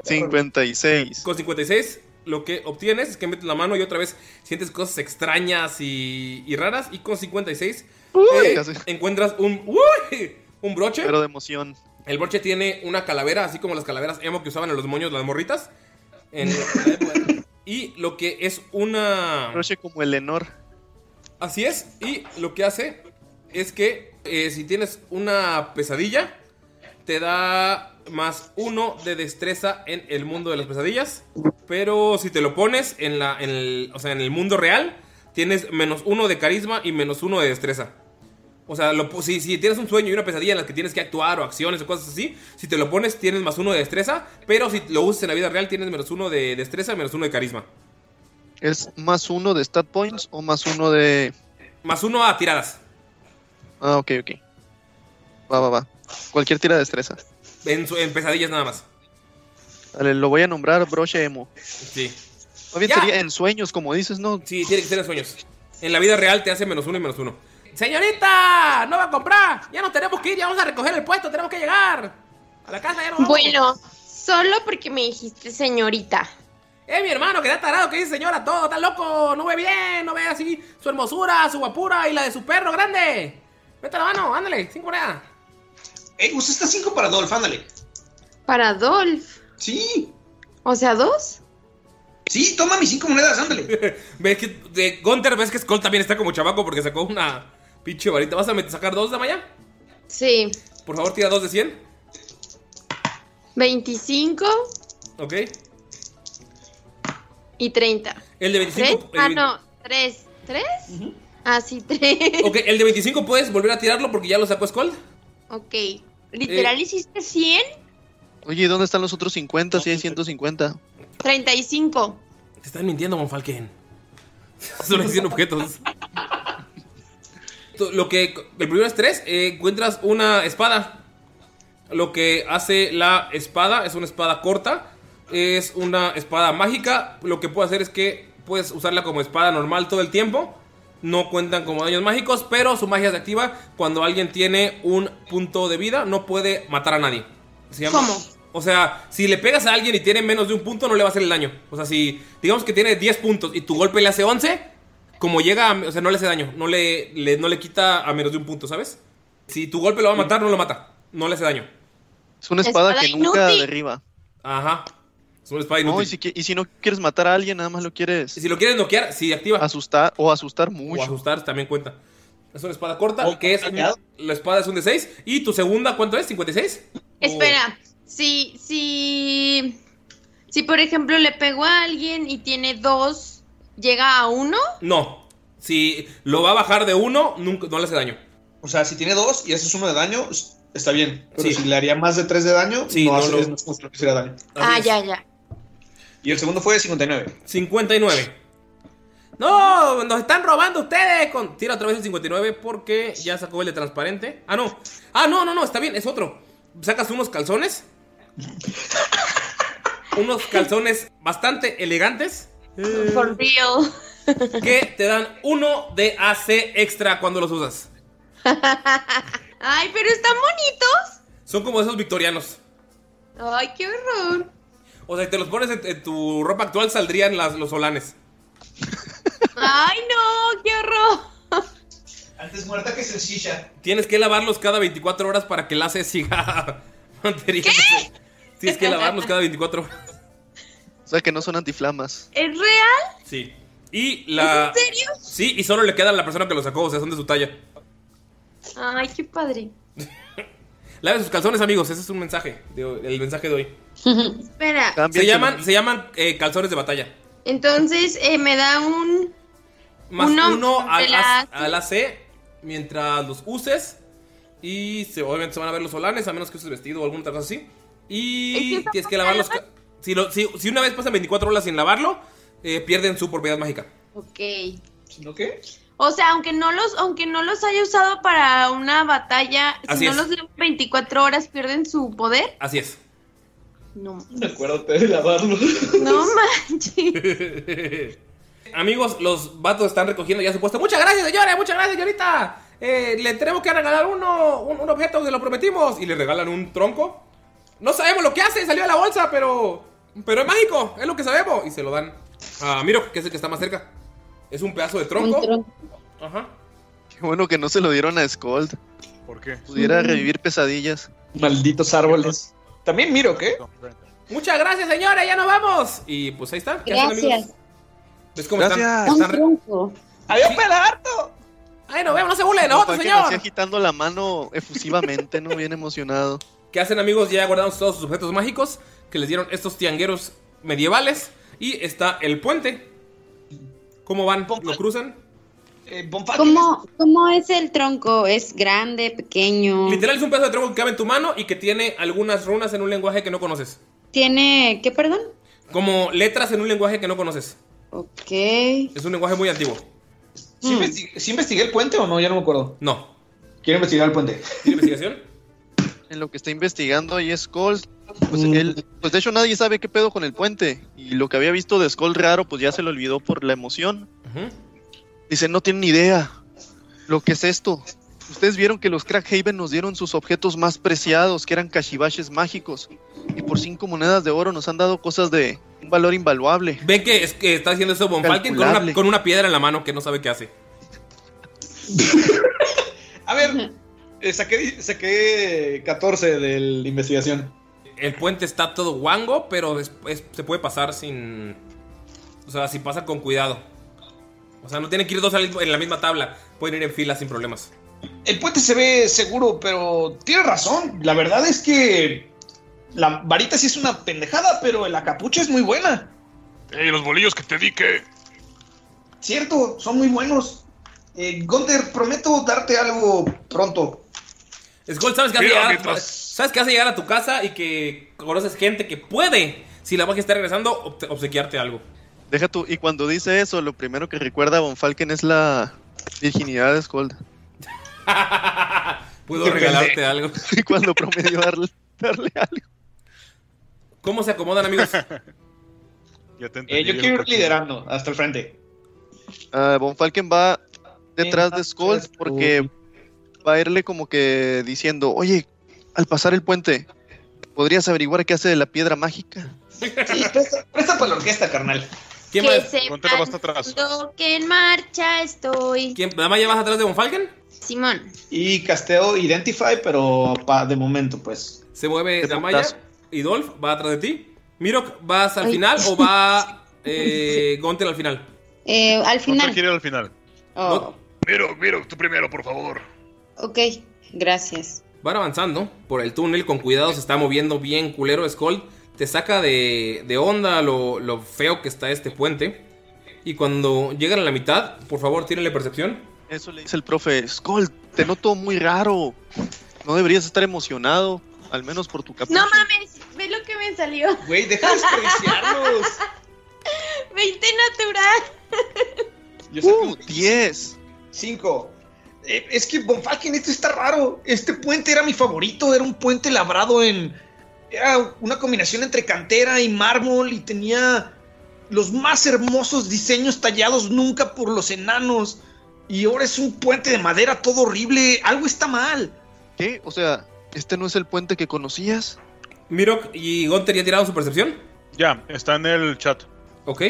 56. Con 56, lo que obtienes es que metes la mano y otra vez sientes cosas extrañas y, y raras. Y con 56, eh, casi. encuentras un, ¡Uy! un broche. Pero de emoción. El broche tiene una calavera, así como las calaveras emo que usaban en los moños las morritas. [LAUGHS] En la época. y lo que es una. Broche como el Lenor. Así es, y lo que hace es que eh, si tienes una pesadilla, te da más uno de destreza en el mundo de las pesadillas. Pero si te lo pones en, la, en, el, o sea, en el mundo real, tienes menos uno de carisma y menos uno de destreza. O sea, lo, po- si, si tienes un sueño y una pesadilla en la que tienes que actuar o acciones o cosas así, si te lo pones tienes más uno de destreza, pero si lo usas en la vida real tienes menos uno de destreza y menos uno de carisma. ¿Es más uno de stat points o más uno de.? Más uno a tiradas. Ah, ok, ok. Va, va, va. Cualquier tira de destreza. En, su- en pesadillas nada más. Dale, lo voy a nombrar broche emo. Sí. Más bien Ya. sería en sueños, como dices, ¿no? Sí, tiene que ser en sueños. En la vida real te hace menos uno y menos uno. Señorita, no va a comprar. Ya nos tenemos que ir, ya vamos a recoger el puesto, tenemos que llegar. A la casa ya nos vamos. Bueno, solo porque me dijiste señorita. Eh, mi hermano, que da tarado, que dice señora todo, está loco, no ve bien, no ve así su hermosura, su guapura y la de su perro grande. Vete a la mano, ándale, cinco monedas. Ey, usa estas Eh, cinco para Dolph, ándale. Para Dolph. Sí, O sea, dos. sí, toma mis cinco monedas, ándale. [LAUGHS] Ves que de Gunter, ves que Skull también está como chavaco porque sacó una pinche varita. ¿Vas a met- sacar dos, Damaya? Sí. Por favor, tira dos de 100. 25 Ok. y 30. El de 25. ¿Tres? el Ah, vein- no. ¿Tres? ¿Tres? Ah, sí, tres. Ok, el de 25 puedes volver a tirarlo porque ya lo sacó Skull. Ok. ¿Literal Eh. hiciste 100? Oye, ¿y ¿dónde están los otros 50? Si hay 150. 35. pues, Te están mintiendo, Monfalken. [LAUGHS] Solo diciendo objetos. Tú, Lo que. El primero es 3. encuentras una espada. Lo que hace la espada es una espada corta. Es una espada mágica. Lo que puedo hacer es que puedes usarla como espada normal todo el tiempo. No cuentan como daños mágicos, pero su magia se activa cuando alguien tiene un punto de vida. No puede matar a nadie. Se llama- ¿Cómo? O sea, si le pegas a alguien y tiene menos de un punto, no le va a hacer el daño. O sea, si digamos que tiene 10 puntos y tu golpe le hace 11, como llega, a- o sea, no le hace daño. No le, le- no le quita a menos de un punto, ¿sabes? Si tu golpe lo va a matar, no lo mata. No le hace daño. Es una espada, Espada que nunca inútil. derriba. Ajá. Es una espada No, inútil. y, si, qui- y si no quieres matar a alguien, nada más lo quieres Y si lo quieres noquear, sí, activa. asustar o asustar O mucho. ajustar, también cuenta. Es una espada corta, O que es... un- dañado. la espada es un de 6. ¿Y tu segunda cuánto es? ¿56? Espera. Si, si. Si, por ejemplo, le pego a alguien y tiene dos, ¿llega a uno? O- no. Si lo va a bajar de 1, nunca, no le hace daño. O sea, si tiene dos y haces uno de daño, s- está bien. Pero Sí. si le haría más de tres de daño, Sí, no, no, hace, no. es- no es considerado que hiciera daño. ah, Así es. ya, ya. Y el segundo fue 59. 59. No, nos están robando ustedes. Con... Tira otra vez el 59 porque ya sacó el de transparente. Ah, no. Ah, no, no, no, está bien, es otro. Sacas [LAUGHS] unos calzones. unos calzones bastante elegantes Por real. que te dan uno de AC extra cuando los usas. Ay, pero están bonitos. Son como esos victorianos. Ay, qué horror. O sea, si te los pones en, en tu ropa actual saldrían las- los solanes. Ay, no, qué horror. Antes muerta que sencilla. Tienes que lavarlos cada 24 horas para que el AC siga [LAUGHS] manteniéndose. Tienes que lavarlos cada 24 horas. O sea, que no son antiflamas. ¿Es real? Sí. Y la. ¿En serio? Sí, y solo le queda a la persona que lo sacó, o sea, son de su talla. Ay, qué padre. Lave sus calzones, amigos, ese es un mensaje. de hoy- el mensaje de hoy. Espera. Se Cámbianselo. llaman, se llaman eh, calzones de batalla. Entonces eh, me da un. Más uno, Uno al, de la- AC, al AC mientras los uses. Y se, obviamente se van a ver los solanes, a menos que uses vestido o alguna otra cosa así. ¿Es que Y esa tienes que cosa lavarlos. la- ca- Si, lo- si, si una vez pasan 24 horas sin lavarlo, eh, pierden su propiedad mágica. Ok. ¿Sino qué? O sea, aunque no los, aunque no los haya usado para una batalla, Así si no es. los leo 24 horas, ¿pierden su poder? Así es. No. Acuérdate de lavarlo. [LAUGHS] No manches. [LAUGHS] Amigos, los vatos están recogiendo ya su puesto. Muchas gracias, señores, muchas gracias, señorita. Eh, le tenemos que regalar uno, un, un objeto que lo prometimos. Y le regalan un tronco. No sabemos lo que hace, salió de la bolsa, pero Pero es mágico, es lo que sabemos. Y se lo dan a Miro, que es el que está más cerca. Es un pedazo de tronco. Ajá. Qué bueno que no se lo dieron a Scold. ¿Por qué? Pudiera Mm. revivir pesadillas. Malditos árboles. También miro, ¿qué? Muchas gracias, señora, ya nos vamos. Y pues ahí está. ¿Qué hacen, Gracias. amigos? ¿Ves cómo están? Gracias. Están re- tronco. ¡Adiós, pedagarto! Ay, no vemos, no se burle de nosotros, Papá que me señor. hacía agitando la mano efusivamente, ¿no? Bien emocionado. ¿Qué hacen amigos? Ya guardamos todos sus objetos mágicos que les dieron estos tiangueros medievales. Y está el puente. ¿Cómo van? ¿Lo cruzan? Eh, Bon Fati, ¿Cómo, ¿Cómo es el tronco? ¿Es grande, pequeño? Literal es un pedazo de tronco que cabe en tu mano y que tiene algunas runas en un lenguaje que no conoces. ¿Tiene qué, perdón? Como letras en un lenguaje que no conoces. Ok. Es un lenguaje muy antiguo. ¿sí, investi- sí investigué el puente o no? Ya no me acuerdo. No. Quiero investigar el puente. ¿Tiene investigación? En lo que está investigando ahí Skull, pues Mm. él, pues de hecho nadie sabe qué pedo con el puente. Y lo que había visto de Skull raro, pues ya se lo olvidó por la emoción. Ujú. Dice, no tienen ni idea lo que es esto. Ustedes vieron que los Crackhaven nos dieron sus objetos más preciados, que eran cachivaches mágicos. Y por cinco monedas de oro nos han dado cosas de un valor invaluable. Ven que, es, que está haciendo eso Von Falken con una, Calculable. con una piedra en la mano que no sabe qué hace. A ver, eh, saqué, saqué 14 de la investigación. El puente está todo guango, pero es- es- se puede pasar sin. O sea, si pasa con cuidado. O sea, no tienen que ir dos al- en la misma tabla. Pueden ir en fila sin problemas. El puente se ve seguro, pero tiene razón. La verdad es que la varita sí es una pendejada, pero la capucha es muy buena. ¡Ey, Eh, los bolillos que te di que! Cierto, son muy buenos. Eh, Gunter, prometo darte algo pronto. Skull, ¿sabes que, has Mira, llegado a tu, mientras- sabes que has de llegar a tu casa y que conoces gente que puede, si la magia está regresando, obte- obsequiarte algo. Deja tú, y cuando dice eso, lo primero que recuerda a Von Falken es la virginidad de [LAUGHS] Skull. Puedo Qué regalarte pendejo. algo. Y [LAUGHS] cuando prometió darle, darle algo. ¿Cómo se acomodan, amigos? Ya te Eh, entendí, yo quiero ir Joaquín. [LAUGHS] liderando hasta el frente. Ah, Von Falken va detrás de Skull porque va a irle como que diciendo, oye, al pasar el puente, ¿podrías averiguar qué hace de la piedra mágica? [LAUGHS] Sí, presta, presta para la orquesta, carnal. ¿Quién que más? sepan Gunter va hasta atrás. que en marcha estoy. ¿Quién, ¿Nada más llevas atrás de Von Falken? Simón. Y casteo Identify, pero pa- de momento, pues. Se mueve De Damaya putazo. y Dolph va atrás de ti. Mirok, ¿vas al Ay. final o [LAUGHS] va eh, Gonter al final? Eh, al Gunter final. quiere ir al final. Oh, Miro, Miro, tú primero, por favor. ok, gracias. Van avanzando por el túnel con cuidado, se está moviendo bien culero Skull. Te saca de, de onda lo, lo feo que está este puente. Y cuando llegan a la mitad, por favor, tírenle percepción. Eso le dice el profe, Skull, te noto muy raro. No deberías estar emocionado, al menos por tu capucha. No mames, ve lo que me salió. Güey, deja [LAUGHS] de desperdiciarlos. 20 natural. Yo ¡Uh, saco 10! 5. Eh, es que Bonfalken, esto está raro. Este puente era mi favorito. Era un puente labrado en. Era una combinación entre cantera y mármol y tenía los más hermosos diseños tallados nunca por los enanos. Y ahora es un puente de madera todo horrible. Algo está mal. ¿Qué? O sea, ¿este no es el puente que conocías? Mirok y Gonter ya tiraron su percepción. Ya, está en el chat. Ok.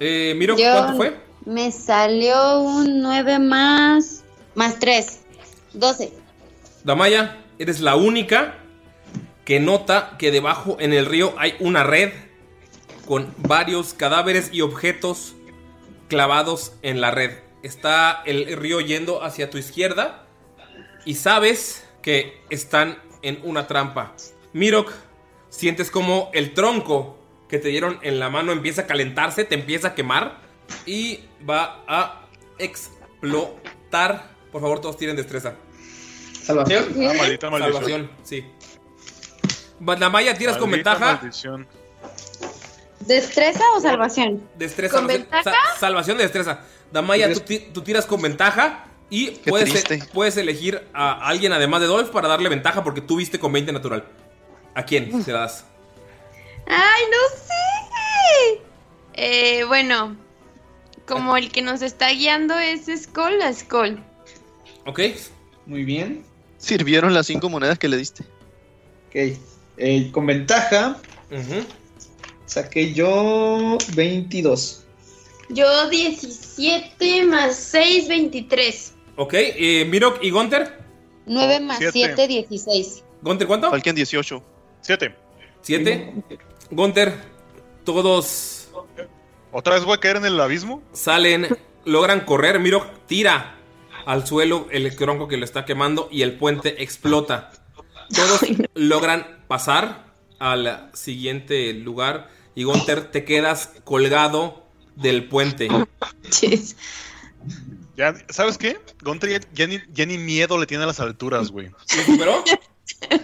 Eh, Mirok, Yo- ¿cuánto fue? Me salió un 9 más. Más 3. 12. Damaya, eres la única que nota que debajo en el río hay una red con varios cadáveres y objetos clavados en la red. Está el río yendo hacia tu izquierda y sabes que están en una trampa. Mirok, sientes como el tronco que te dieron en la mano empieza a calentarse, te empieza a quemar y va a explotar. Por favor, todos tienen destreza. Salvación. Ah, maldita maldición. Salvación, sí. Badlamaya, tiras con Maldita ventaja. maldición. ¿Destreza o salvación? Destreza. ¿Con salvación- ventaja? sa- salvación de destreza. Damaya, tú, ti- tú tiras con ventaja y Qué puedes, e-, triste. puedes elegir a alguien además de Dolph para darle ventaja porque tú viste con 20 natural. ¿A quién se la das? Ay, no sé. Eh, bueno, como el que nos está guiando es Skull, a Skull. ¿Ok? Muy bien. Sirvieron las cinco monedas que le diste. Ok. Eh, con ventaja. Ujú. Saqué yo 22. Yo 17 más 6, 23. Ok, eh, Mirok y Gonter. Oh, 9 más Siete. 7, 16. ¿Gonter cuánto? Falken 18. 7. ¿Siete? Gonter, todos ¿Otra vez voy a caer en el abismo? salen, logran correr. Mirok tira al suelo el tronco que lo está quemando y el puente explota. Todos logran pasar al siguiente lugar y Gonter te quedas colgado del puente. Chis. Ya, ¿Sabes qué? Gontre ya, ya ni, ya ni miedo le tiene a las alturas, güey. ¿Lo superó? [LAUGHS]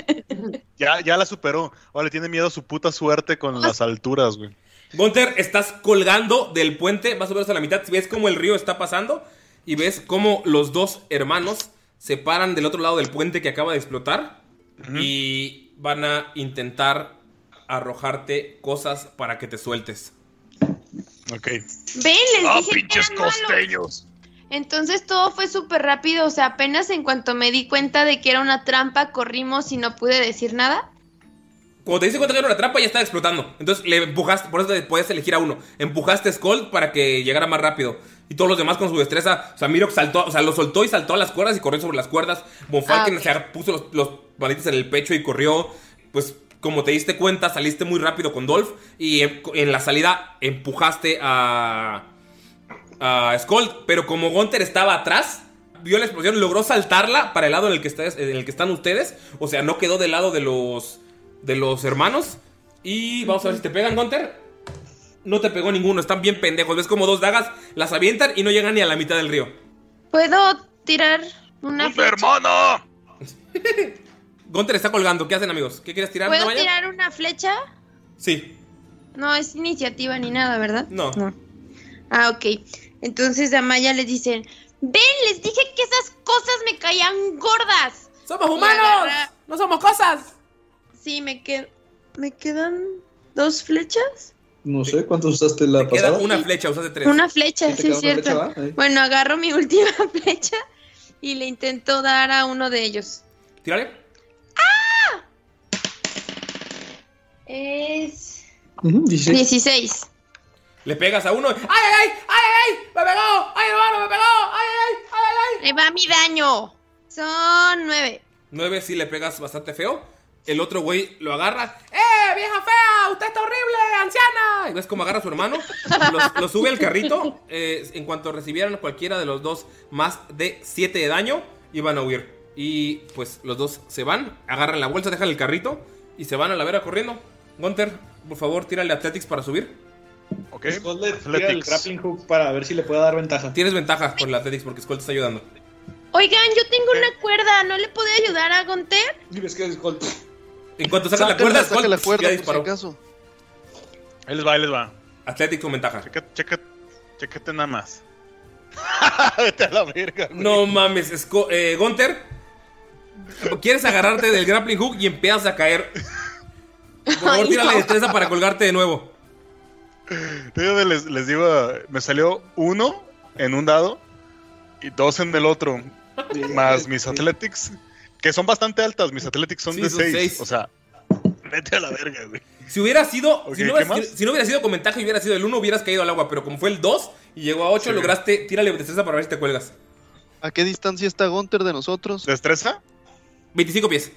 Ya, ya la superó. Ahora le tiene miedo a su puta suerte con las alturas, güey. Gunter, estás colgando del puente, vas a ver hasta la mitad, ves cómo el río está pasando y ves cómo los dos hermanos se paran del otro lado del puente que acaba de explotar y van a intentar arrojarte cosas para que te sueltes. Ok. Ven, les ¡Ah, dije que pinches eran malos. costeños! Entonces todo fue súper rápido, o sea, apenas en cuanto me di cuenta de que era una trampa, corrimos y no pude decir nada. Cuando te diste cuenta que era una trampa ya estaba explotando. Entonces le empujaste, por eso te podías elegir a uno. Empujaste a Skull para que llegara más rápido. Y todos los demás con su destreza. O sea, Mirok saltó, o sea, lo soltó y saltó a las cuerdas y corrió sobre las cuerdas. Bonfalken Ah, ok. se ar- puso los, los palitos en el pecho y corrió. Pues como te diste cuenta, saliste muy rápido con Dolph. Y en, en la salida empujaste a. a Skull. Pero como Gunter estaba atrás. Vio la explosión, logró saltarla para el lado en el que, está- en el que están ustedes. O sea, no quedó del lado de los de los hermanos. Y vamos a ver si te pegan, Gunter. No te pegó ninguno, están bien pendejos. Ves como dos dagas las avientan y no llegan ni a la mitad del río. ¿Puedo tirar una ¡Un flecha? hermano! [LAUGHS] Gunter está colgando. ¿Qué hacen, amigos? ¿Qué quieres tirar? ¿Puedo Damaya? tirar una flecha? Sí. No es iniciativa ni nada, ¿verdad? No. Ah, ok. Entonces a Maya le dicen, ven, les dije que esas cosas me caían gordas. ¡Somos Y humanos! agarra- ¡No somos cosas! Sí, me, qued- me quedan dos flechas. No sé cuántos usaste la Te queda pasada. una flecha, usaste tres. Una flecha, ¿Te sí, queda es una cierto. flecha, va? Ahí. Bueno, agarro mi [LAUGHS] última flecha y le intento dar a uno de ellos. Tírale. Es Ujú, 16. 16. Le pegas a uno. ¡Ay, ay, ay! ¡Ay, ay! ¡Me pegó! ¡Ay, hermano, me pegó! ¡Ay, ay, ay! ¡Ay, ay! Le va mi daño. Son nueve. Nueve sí le pegas bastante feo. El otro güey lo agarra. ¡Eh, vieja fea! ¡Usted está horrible, anciana! Y ves cómo agarra a su hermano. Lo, lo sube al carrito. eh, en cuanto recibieran cualquiera de los dos más de 7 de daño, iban a huir. Y pues los dos se van, agarran la bolsa, dejan el carrito y se van a la vera corriendo. Gunter, por favor, tírale Athletics para subir. Ok. Skull le tira el Athletics. grappling hook para ver si le puede dar ventaja. Tienes ventaja con el Athletics porque Skull te está ayudando. Oigan, yo tengo una cuerda. ¿No le puedo ayudar a Gonter? Y ves que Skull En cuanto saca la Sácala, cuerda, saca Skull la cuerda, ya por si disparó. acaso. Ahí les va, ahí les va. Athletics con ventaja. Checa, checa, chécate [LAUGHS] nada más. Vete a la verga. No mames, Sco- eh, Gunter. Quieres agarrarte del grappling hook y empiezas a caer. Por favor, Ay, tira la no. destreza para colgarte de nuevo. Te digo, Les, les digo, me salió uno en un dado y dos en el otro. Más mis athletics, que son bastante altas. Mis athletics son Sí, de son 6. seis. O sea, Vete a la verga, güey. Si hubiera sido. Ok, si, no hubiera, ¿qué más? si- si no hubiera sido con ventaja y hubiera sido el 1, hubieras caído al agua. Pero como fue el 2 y llegó a 8, Sí. lograste. Tírale destreza para ver si te cuelgas. ¿A qué distancia está Gunter de nosotros? destreza, 25 pies.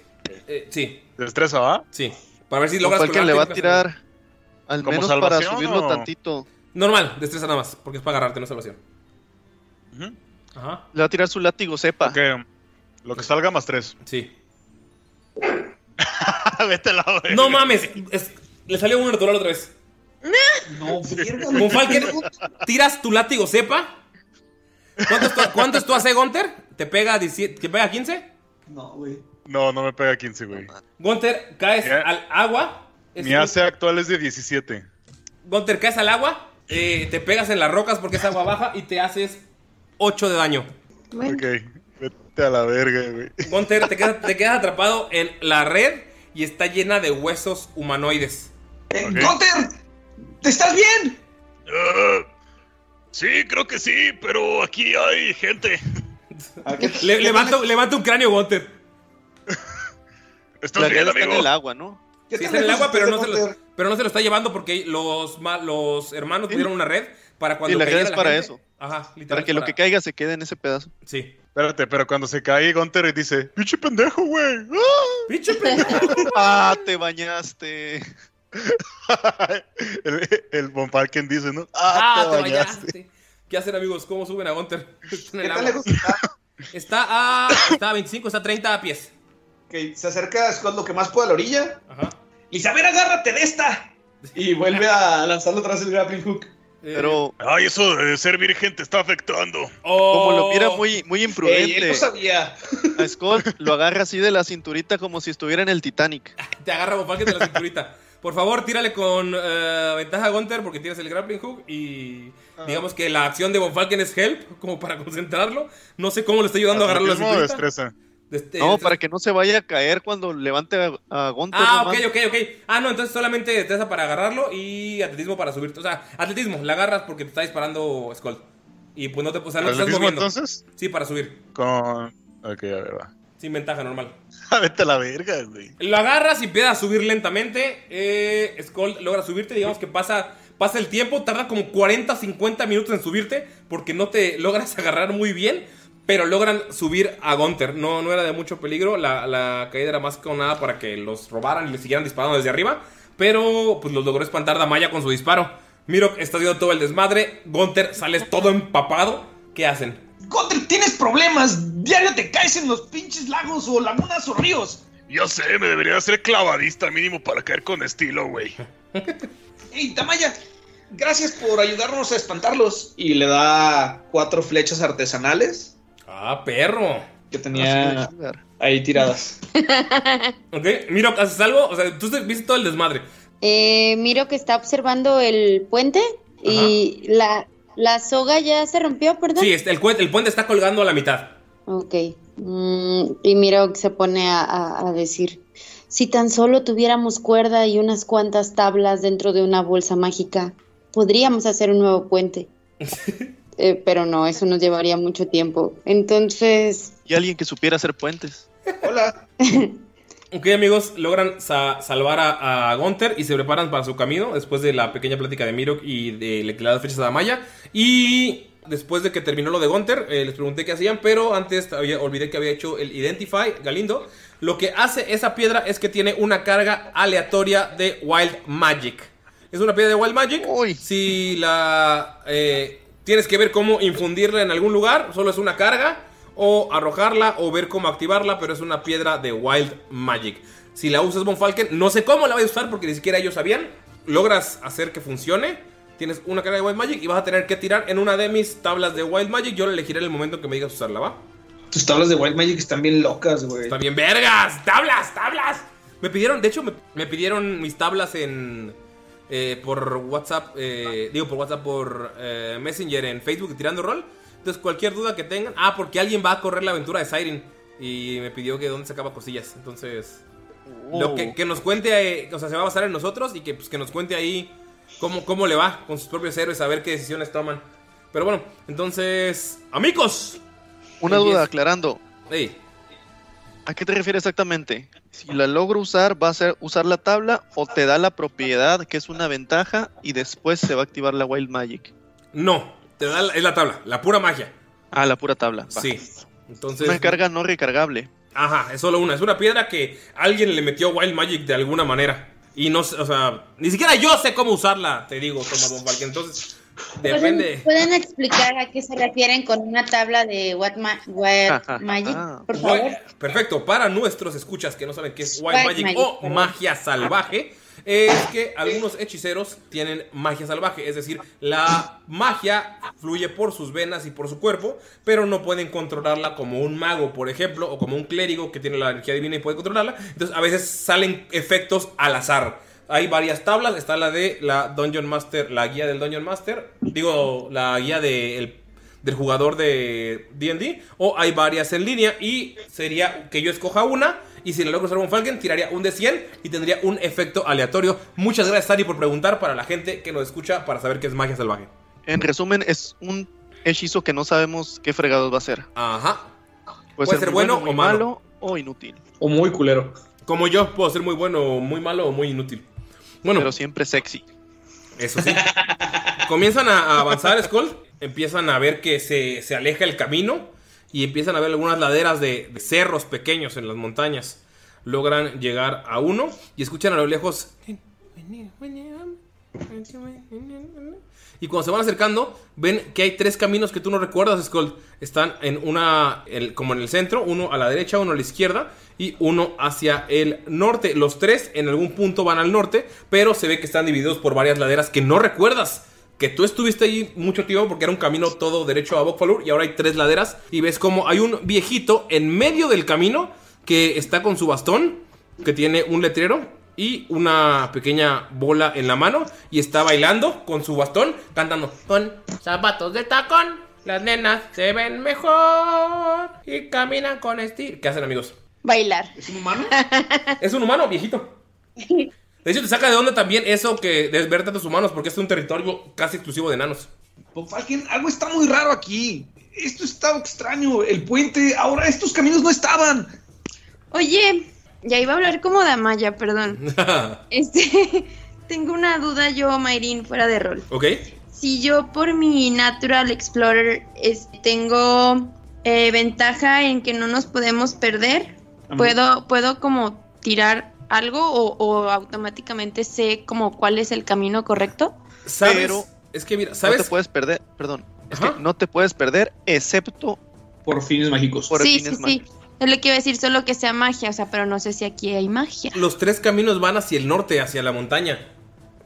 Eh, sí, destreza, ¿va? sí. Para ver si logras Falken le va a colgarte. tirar al ¿Como menos para salvación subirlo o? tantito. Normal, destreza nada más. Porque es para agarrarte, no es salvación. Ujú. Ajá. Le va a tirar su látigo cepa. Ok, lo que salga más 3. Sí. [LAUGHS] Vete a la verga. Eh, No mames. es- le salió uno natural otra vez. No, mierda, Con Falken, tiras tu látigo cepa. ¿Cuánto es tu, cuánto es tu AC, Gunter? ¿Te pega, 17 ¿te pega 15? No, güey. No, no me pega 15, güey. Gunter, caes Ya. al agua. Es Mi un- AC actual es de 17. Gunter, caes al agua. eh, te pegas en las rocas porque es agua baja y te haces 8 de daño. Bueno, Ok, vete a la verga, güey. Gunter, te quedas, te quedas atrapado en la red y está llena de huesos humanoides. Eh, Ok. ¡Gunter! ¿Te estás bien? Ah, sí, creo que sí, pero aquí hay gente. Le- levanto, levanto un cráneo, Gunter. ¿Estás La bien, guerra está en amigo? el agua, ¿no? ¿Qué Sí, tan está en el lejos agua, pero no, estás se de lo, Monterrey? pero no se lo está llevando porque los, ma- los hermanos pusieron una red para cuando Sí, la red cayera es para gente. eso. Ajá, literal. Para que lo que caiga se quede en ese pedazo. Sí. Espérate, pero cuando se cae Gunter dice, pinche pendejo, güey. ¡Ah! ¡Pinche pendejo! [LAUGHS] ¡Ah, te bañaste! el, el Von Falken dice, ¿no? ¡Ah, ¡Ah, te te bañaste! bañaste! ¿Qué hacen, amigos? ¿Cómo suben a Gunter? [LAUGHS] Está en ¿Qué el tan agua. lejos está? [LAUGHS] Está a, está a 25, está a 30 pies. Que se acerca a Scott lo que más pueda a la orilla. Ajá. Y dice, a ver, agárrate de esta. Y vuelve a lanzarlo atrás el grappling hook. Eh, Pero Ay, eso de ser virgen te está afectando. oh. como lo mira muy, muy Ey, él imprudente, no sabía. a Scott lo agarra así de la cinturita como si estuviera en el Titanic. Te agarra Von Falken de la cinturita. Por favor, tírale con eh, ventaja a Gunter porque tienes el grappling hook y Ah. digamos que la acción de Von Falken es help, como para concentrarlo. No sé cómo le está ayudando a agarrar la Atletismo o cinturita. destreza. Este, No, este- para que no se vaya a caer cuando levante a, a [LAUGHS] Gunther, Ah, no ok, mames. ok, ok. Ah, no, entonces solamente destreza para agarrarlo y atletismo para subirte. O sea, atletismo, la agarras porque te está disparando Skull. Y pues no te, o sea, no te estás ¿Atletismo moviendo. entonces? Sí, para subir. Con... Ok, a ver, va. [LAUGHS] Sin ventaja, normal. Vete a la verga, güey. Lo agarras y empieza a subir lentamente. Eh, Skull logra subirte. Digamos que pasa, pasa el tiempo. Tarda como 40, 50 minutos en subirte. Porque no te logras [LAUGHS] agarrar muy bien. Pero logran subir a Gunter. No, no era de mucho peligro. La, la caída era más que nada para que los robaran y le siguieran disparando desde arriba. Pero pues los logró espantar Damaya con su disparo. Miro está haciendo todo el desmadre. Gunter sales todo empapado. ¿Qué hacen? Gunter, tienes problemas. Diario te caes en los pinches lagos o lagunas o ríos. Ya sé, me debería hacer clavadista mínimo para caer con estilo, güey. Ey, Tamaya, gracias por ayudarnos a espantarlos. Y le da cuatro flechas artesanales Ah, perro. que Así tenía de chingar. ahí tiradas. Ok, Miro, ¿haces algo? O sea, tú viste todo el desmadre. Eh, miro que está observando el puente y la, la soga ya se rompió, perdón. Sí, este, el, cuen- el puente está colgando a la mitad. Ok. Mm, y miro que se pone a, a- a decir, si tan solo tuviéramos cuerda y unas cuantas tablas dentro de una bolsa mágica, podríamos hacer un nuevo [LAUGHS] puente. Eh, pero no, eso nos llevaría mucho tiempo. Entonces, Y alguien que supiera hacer puentes. Hola. [LAUGHS] Ok, amigos, logran sa- salvar a, a Gunther y se preparan para su camino después de la pequeña plática de Mirok y de le- las fechas a Damaya. Y después de que terminó lo de Gunther, eh, les pregunté qué hacían, pero antes había- olvidé que había hecho el Identify, Galindo. Lo que hace esa piedra es que tiene una carga aleatoria de Wild Magic. Es una piedra de Wild Magic. Uy. Si la eh, tienes que ver cómo infundirla en algún lugar, solo es una carga, o arrojarla, o ver cómo activarla, pero es una piedra de Wild Magic. Si la usas Von Falken, no sé cómo la vas a usar porque ni siquiera ellos sabían. Logras hacer que funcione. Tienes una carga de Wild Magic y vas a tener que tirar en una de mis tablas de Wild Magic. Yo la elegiré en el momento que me digas usarla, ¿va? Tus tablas de Wild Magic están bien locas, güey. Está bien, vergas, tablas, tablas. Me pidieron, de hecho, me, me pidieron mis tablas en. eh, por WhatsApp, eh, digo por WhatsApp, por eh, Messenger en Facebook tirando rol. Entonces, cualquier duda que tengan. Ah, porque alguien va a correr la aventura de Siren. Y me pidió que dónde sacaba cosillas. Entonces, lo que, que nos cuente, eh, o sea, se va a basar en nosotros y que, pues, que nos cuente ahí cómo, cómo le va con sus propios héroes, a ver qué decisiones toman. Pero bueno, entonces, amigos. Una Empieza. duda, aclarando. Hey, ¿A qué te refieres exactamente? Si la logro usar, ¿va a ser usar la tabla o te da la propiedad que es una ventaja y después se va a activar la Wild Magic? no, te da la- es la tabla, la pura magia. Ah, la pura tabla. va. Sí. Entonces. Una carga no recargable. Ajá, es solo una. Es una piedra que alguien le metió Wild Magic de alguna manera. Y no sé, o sea, ni siquiera yo sé cómo usarla, te digo, toma Von Falken. Entonces, depende. ¿pueden, Pues, pueden explicar a qué se refieren con una tabla de What, Ma- What Magic? Por favor. Wild- Perfecto, para nuestros escuchas que no saben qué es Wild, Wild Magic, Magic, o perdón. magia salvaje, es que algunos hechiceros tienen magia salvaje, es decir, la magia fluye por sus venas y por su cuerpo, pero no pueden controlarla como un mago, por ejemplo, o como un clérigo que tiene la energía divina y puede controlarla. Entonces, a veces salen efectos al azar. Hay varias tablas, está la de la Dungeon Master, la guía del Dungeon Master, digo, la guía del del jugador de D&D o hay varias en línea y sería que yo escoja una y si la logro usar con Falken tiraría un de 100 y tendría un efecto aleatorio. Muchas gracias Tari por preguntar para la gente que nos escucha para saber qué es magia salvaje. En resumen, es un hechizo que no sabemos qué fregados va a ser. Ajá. Puede, ser, muy bueno, o malo o inútil. O muy culero. Como yo, puedo ser muy bueno, o muy malo o muy inútil. Bueno. Pero siempre sexy. Eso sí. Comienzan a a avanzar, Skull. Empiezan a ver que se, se aleja el camino y empiezan a ver algunas laderas de, de cerros pequeños en las montañas. Logran llegar a uno y escuchan a lo lejos. Y cuando se van acercando, ven que hay tres caminos que tú no recuerdas, Skull. Están en una, el- como en el centro, uno a la derecha, uno a la izquierda y uno hacia el norte. Los tres en algún punto van al norte, pero se ve que están divididos por varias laderas que no recuerdas. Que tú estuviste ahí mucho tiempo porque era un camino todo derecho a Bokfalur y ahora hay tres laderas. Y ves como hay un viejito en medio del camino que está con su bastón, que tiene un letrero y una pequeña bola en la mano y está bailando con su bastón, cantando. Con zapatos de tacón, las nenas se ven mejor y caminan con estilo. ¿Qué hacen, amigos? [LAUGHS] Bailar. ¿Es un humano? Es un humano, viejito. De hecho, te saca de onda también eso que de ver tantos humanos, porque es un territorio casi exclusivo [LAUGHS] de enanos. Popalken, "Pues, algo está muy raro aquí. Esto está extraño. El puente, ahora estos caminos no estaban. Oye, ya iba a hablar como Damaya, [LAUGHS] perdón. Este, [LAUGHS] tengo una duda yo, Mayrin, fuera de rol. ¿Ok? Si yo por mi Natural Explorer es- tengo eh, ventaja en que no nos podemos perder, Ajá. ¿puedo, puedo como tirar algo o, o automáticamente sé como cuál es el camino correcto? ¿Sabes? Pero- es que mira, No te ¿sabes? puedes perder, perdón. Es Ajá. que no te puedes perder excepto Por fines mágicos. por sí, sí, fines sí. Es lo que iba a decir, solo que sea magia, o sea, pero no sé si aquí hay magia. Los tres caminos van hacia el norte, hacia la montaña.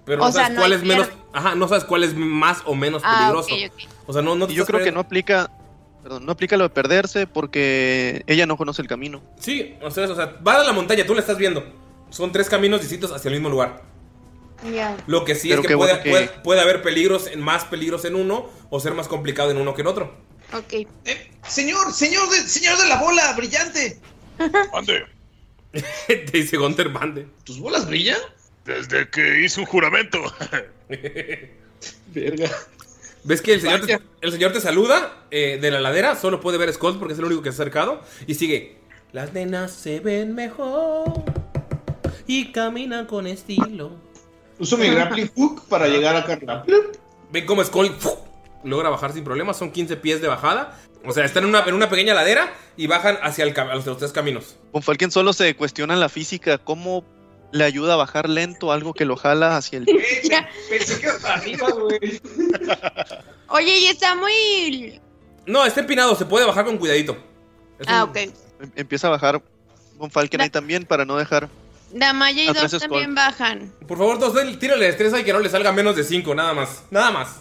Pero O no sea, sabes no cuál hay es menos. pierde. Ajá, no sabes cuál es más o menos Ah, peligroso. ok, ok. O sea, no, no te Y yo estás creo que no perdiendo- aplica, perdón, no aplica lo de perderse porque ella no conoce el camino. Sí, o sea, o sea, va a la montaña, tú la estás viendo. Son tres caminos distintos hacia el mismo lugar. Ya. Lo que sí Pero es que qué puede, bueno que- puede, puede haber peligros, en- más peligros en uno o ser más complicado en uno que en otro. Ok. Eh, señor, señor de, señor de la bola, brillante. Ande, Te [LAUGHS] dice Gunter Bande. ¿Tus bolas brillan? desde que hice un juramento. [LAUGHS] Verga. ¿Ves que el señor, te, Vaya. el señor te saluda eh, de la ladera? Solo puede ver a Skull porque es el único que se ha acercado. Y sigue. [LAUGHS] Las nenas se ven mejor y caminan con estilo. Uso mi [LAUGHS] grappling hook para llegar acá. rápido. Ven cómo Skull ¡fu! logra bajar sin problemas. Son 15 pies de bajada. O sea, están en una, en una pequeña ladera y bajan hacia el, cam- hacia los tres caminos. Con Falken solo se cuestiona la física, cómo le ayuda a bajar lento algo que lo jala hacia el... [LAUGHS] Ya. Pensé que hasta arriba, güey. Oye, y está muy... No, está empinado. Se puede bajar con cuidadito. Es Ah, un- ok. em- Empieza a bajar con Falken ahí también para no dejar... Damaya y Atrás Dos es también Colt. bajan. Por favor, dos, del- tírale destreza y que no le salga menos de 5. Nada más. Nada más.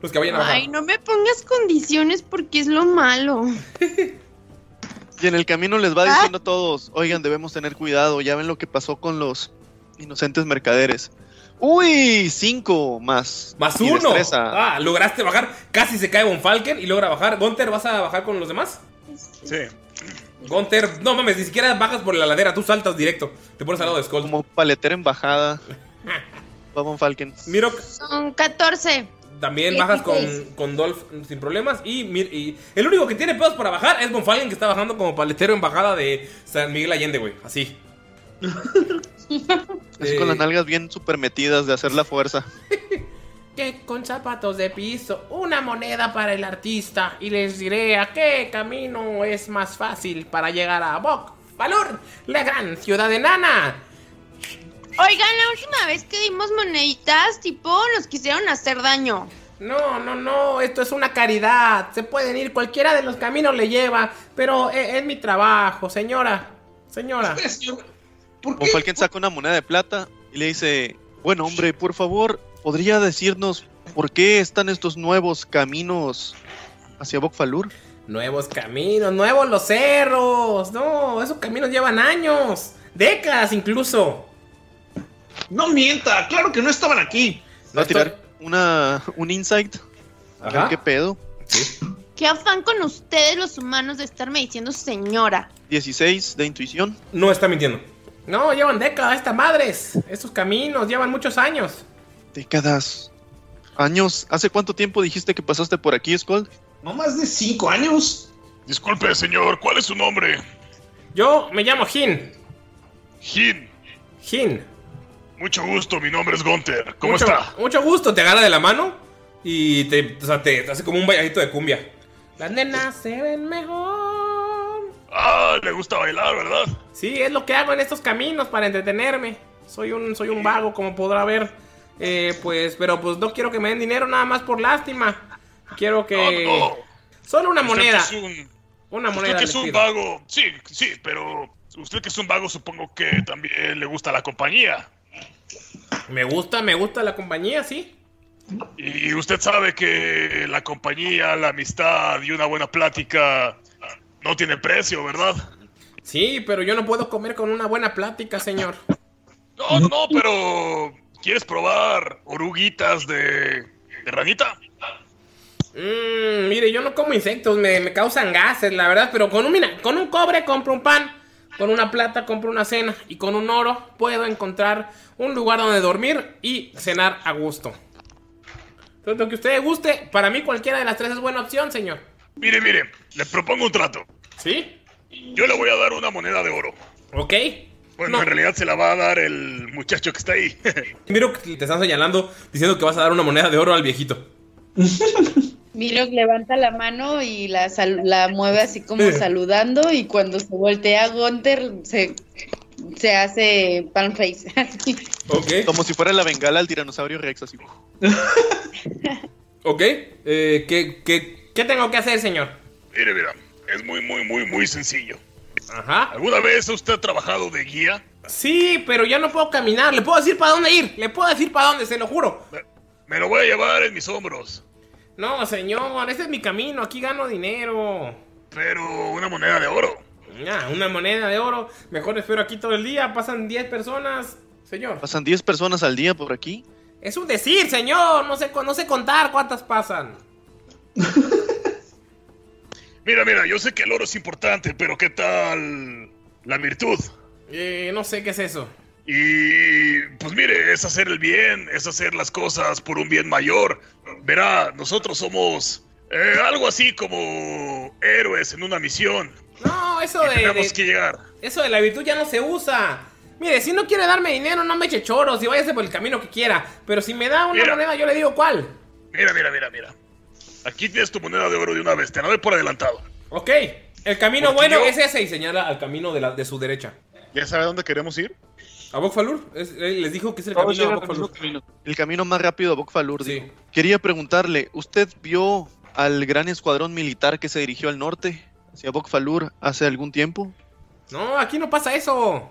Los que vayan a bajar. Ay, no me pongas condiciones porque es lo malo. Y en el camino les Ah. va diciendo a todos, oigan, debemos tener cuidado, ya ven lo que pasó con los inocentes mercaderes. ¡Uy! Cinco más. Más Mi uno. destreza. Ah, lograste bajar. Casi se cae Von Falken y logra bajar. Gunter, ¿vas a bajar con los demás? Sí. Gunter, no mames, ni siquiera bajas por la ladera, tú saltas directo. Te pones al lado de Skull. Como paletera en bajada. Vamos, Falken. Mirok, Son 14. también bajas con, 16. con Dolph sin problemas. Y, Mir- y el único que tiene pedos para bajar es Von Falken, que está bajando como paletero en bajada de San Miguel Allende, güey. Así. Así con las nalgas bien super metidas de hacer la fuerza. Que con zapatos de piso, una moneda para el artista y les diré a qué camino es más fácil para llegar a Bok Valor, la gran ciudad enana. Oigan, la última vez que dimos moneditas, tipo, nos quisieron hacer daño. No, no, no, esto es una caridad. Se pueden ir, cualquiera de los caminos le lleva, pero e- es, mi trabajo, señora. Señora. Espera, señor. ¿Por Von qué? Falken saca una moneda de plata y le dice, bueno hombre, por favor, ¿podría decirnos por qué están estos nuevos caminos hacia Bokfalur? Nuevos caminos, nuevos los cerros. No, esos caminos llevan años, décadas incluso. No mienta, claro que no estaban aquí. Va a tirar una, Ah, un insight. A ver Ajá. qué pedo. Qué afán con ustedes los humanos de estarme diciendo señora. 16 de intuición. No está mintiendo. No, llevan décadas estas madres. Estos caminos llevan muchos años. Décadas. Años. ¿Hace cuánto tiempo dijiste que pasaste por aquí, Skull? No más de cinco años. Disculpe, señor, ¿cuál es su nombre? Yo me llamo Jin. Jin. Jin. Mucho gusto, mi nombre es Gunter. ¿Cómo mucho, está? Mucho gusto, te agarra de la mano y te, o sea, te hace como un bailadito de cumbia. Las nenas se ven mejor. Ah, le gusta bailar, ¿verdad? Sí, es lo que hago en estos caminos para entretenerme. Soy un, soy un vago, como podrá ver. Eh, pues, pero pues no quiero que me den dinero nada más por lástima. Quiero Eh. que. No, no. Solo una Usted moneda. que es un- Una usted moneda. que les es un pido. vago. Sí, sí, pero usted que es un vago, supongo que también le gusta la compañía. Me gusta, me gusta la compañía, sí. Y usted sabe que la compañía, la amistad y una buena plática no tiene precio, ¿verdad? Sí, pero yo no puedo comer con una buena plática, señor. No, no, pero ¿quieres probar oruguitas de, de ranita? Mm, mire, yo no como insectos, me, me causan gases, la verdad, pero con un, mina- con un cobre compro un pan, con una plata compro una cena y con un oro puedo encontrar un lugar donde dormir y cenar a gusto. Entonces, lo que usted guste, para mí cualquiera de las tres es buena opción, señor. Mire, mire, le propongo un trato. ¿Sí? Yo le voy a dar una moneda de oro. ¿Ok? Bueno, No. en realidad se la va a dar el muchacho que está ahí. [LAUGHS] Miro que te están señalando diciendo que vas a dar una moneda de oro al viejito. Miro levanta la mano y la, sal- la mueve así como saludando y cuando se voltea Gunter se, se hace pan face. [LAUGHS] así. Ok, Como si fuera la bengala al tiranosaurio Rex, así. ok. eh, ¿qué, qué, ¿Qué tengo que hacer, señor? mire, mira, es muy, muy, muy, muy sencillo. Ajá. ¿Alguna vez usted ha trabajado de guía? Sí, pero ya no puedo caminar. Le puedo decir para dónde ir. Le puedo decir para dónde, se lo juro. Me- Me lo voy a llevar en mis hombros. No, señor, ese es mi camino. Aquí gano dinero. Pero una moneda de oro. Ah, una moneda de oro. Mejor espero aquí todo el día. Pasan 10 personas. Señor. Pasan 10 personas al día por aquí. Es un decir, señor. No sé, cu- no sé contar cuántas pasan. Mira, mira, yo sé que el oro es importante, pero ¿qué tal la virtud? Eh, no sé qué es eso. Y pues mire, es hacer el bien, es hacer las cosas por un bien mayor. Verá, nosotros somos eh, algo así como héroes en una misión. No, eso Y de, tenemos de- que llegar. eso de la virtud ya no se usa. Mire, si no quiere darme dinero, no me eche choros y váyase por el camino que quiera. Pero si me da una Mira. moneda, yo le digo cuál. Mira, mira, mira, mira. Aquí tienes tu moneda de oro de una vez, te la doy por adelantado. Ok, el camino Porque bueno yo- es ese y señala al camino de, la, de su derecha. ¿Ya sabe a dónde queremos ir? ¿A Bokfalur? Es- él les dijo que es el Todos camino a llegan al mismo Bokfalur. camino. El camino más rápido a Bokfalur. Sí. dijo. Quería preguntarle, ¿usted vio al gran escuadrón militar que se dirigió al norte, hacia Bokfalur, hace algún tiempo? No, aquí no pasa eso.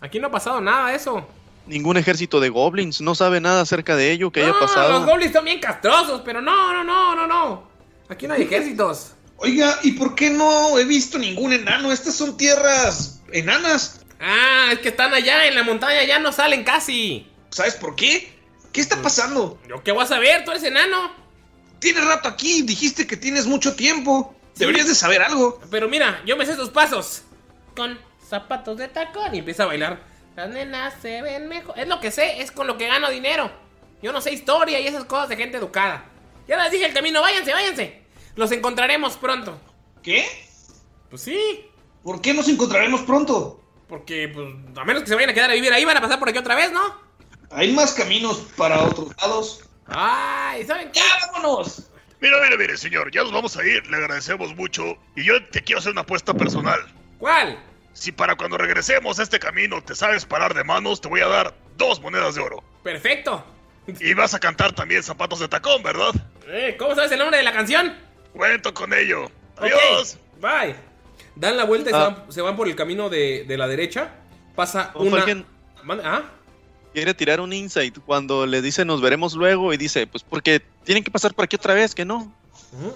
Aquí no ha pasado nada de eso. Ningún ejército de goblins, no sabe nada acerca de ello que haya no, pasado. Ah, los goblins son bien castrosos, pero no, no, no, no, no. Aquí no hay ejércitos. Oiga, ¿y por qué no he visto ningún enano? Estas son tierras enanas. Ah, es que están allá en la montaña, ya no salen casi. Mm. ¿Sabes por qué? ¿Qué está pasando? ¿Yo qué voy a saber? ¿Tú eres enano? Tienes rato aquí, dijiste que tienes mucho tiempo. Deberías de saber algo. Pero mira, yo me sé sus pasos. Con zapatos de tacón y empieza a bailar. Las nenas se ven mejor. Es lo que sé, es con lo que gano dinero. Yo no sé historia y esas cosas de gente educada. Ya les dije el camino, váyanse, váyanse. Los encontraremos pronto. ¿Qué? Pues sí, ¿Por qué nos encontraremos pronto? porque pues, a menos que se vayan a quedar a vivir ahí, van a pasar por aquí otra vez, ¿no? Hay más caminos para otros lados. Ay, ¿saben qué? ¡Ya, vámonos! Mira, mire, mire, señor, ya nos vamos a ir, le agradecemos mucho. Y yo te quiero hacer una apuesta personal. ¿Cuál? Si para cuando regresemos a este camino te sabes parar de manos, te voy a dar dos monedas de oro. Perfecto. Y vas a cantar también zapatos de tacón, ¿verdad? Eh, ¿Cómo sabes el nombre de la canción? Cuento con ello. Ok, Adiós. Bye. Dan la vuelta y se, Ah. van, se van por el camino de, de la derecha. Pasa Don una. Falken. Mande- ¿Ah? Quiere tirar un insight cuando le dice nos veremos luego y dice, pues porque tienen que pasar por aquí otra vez, que no. Ujú.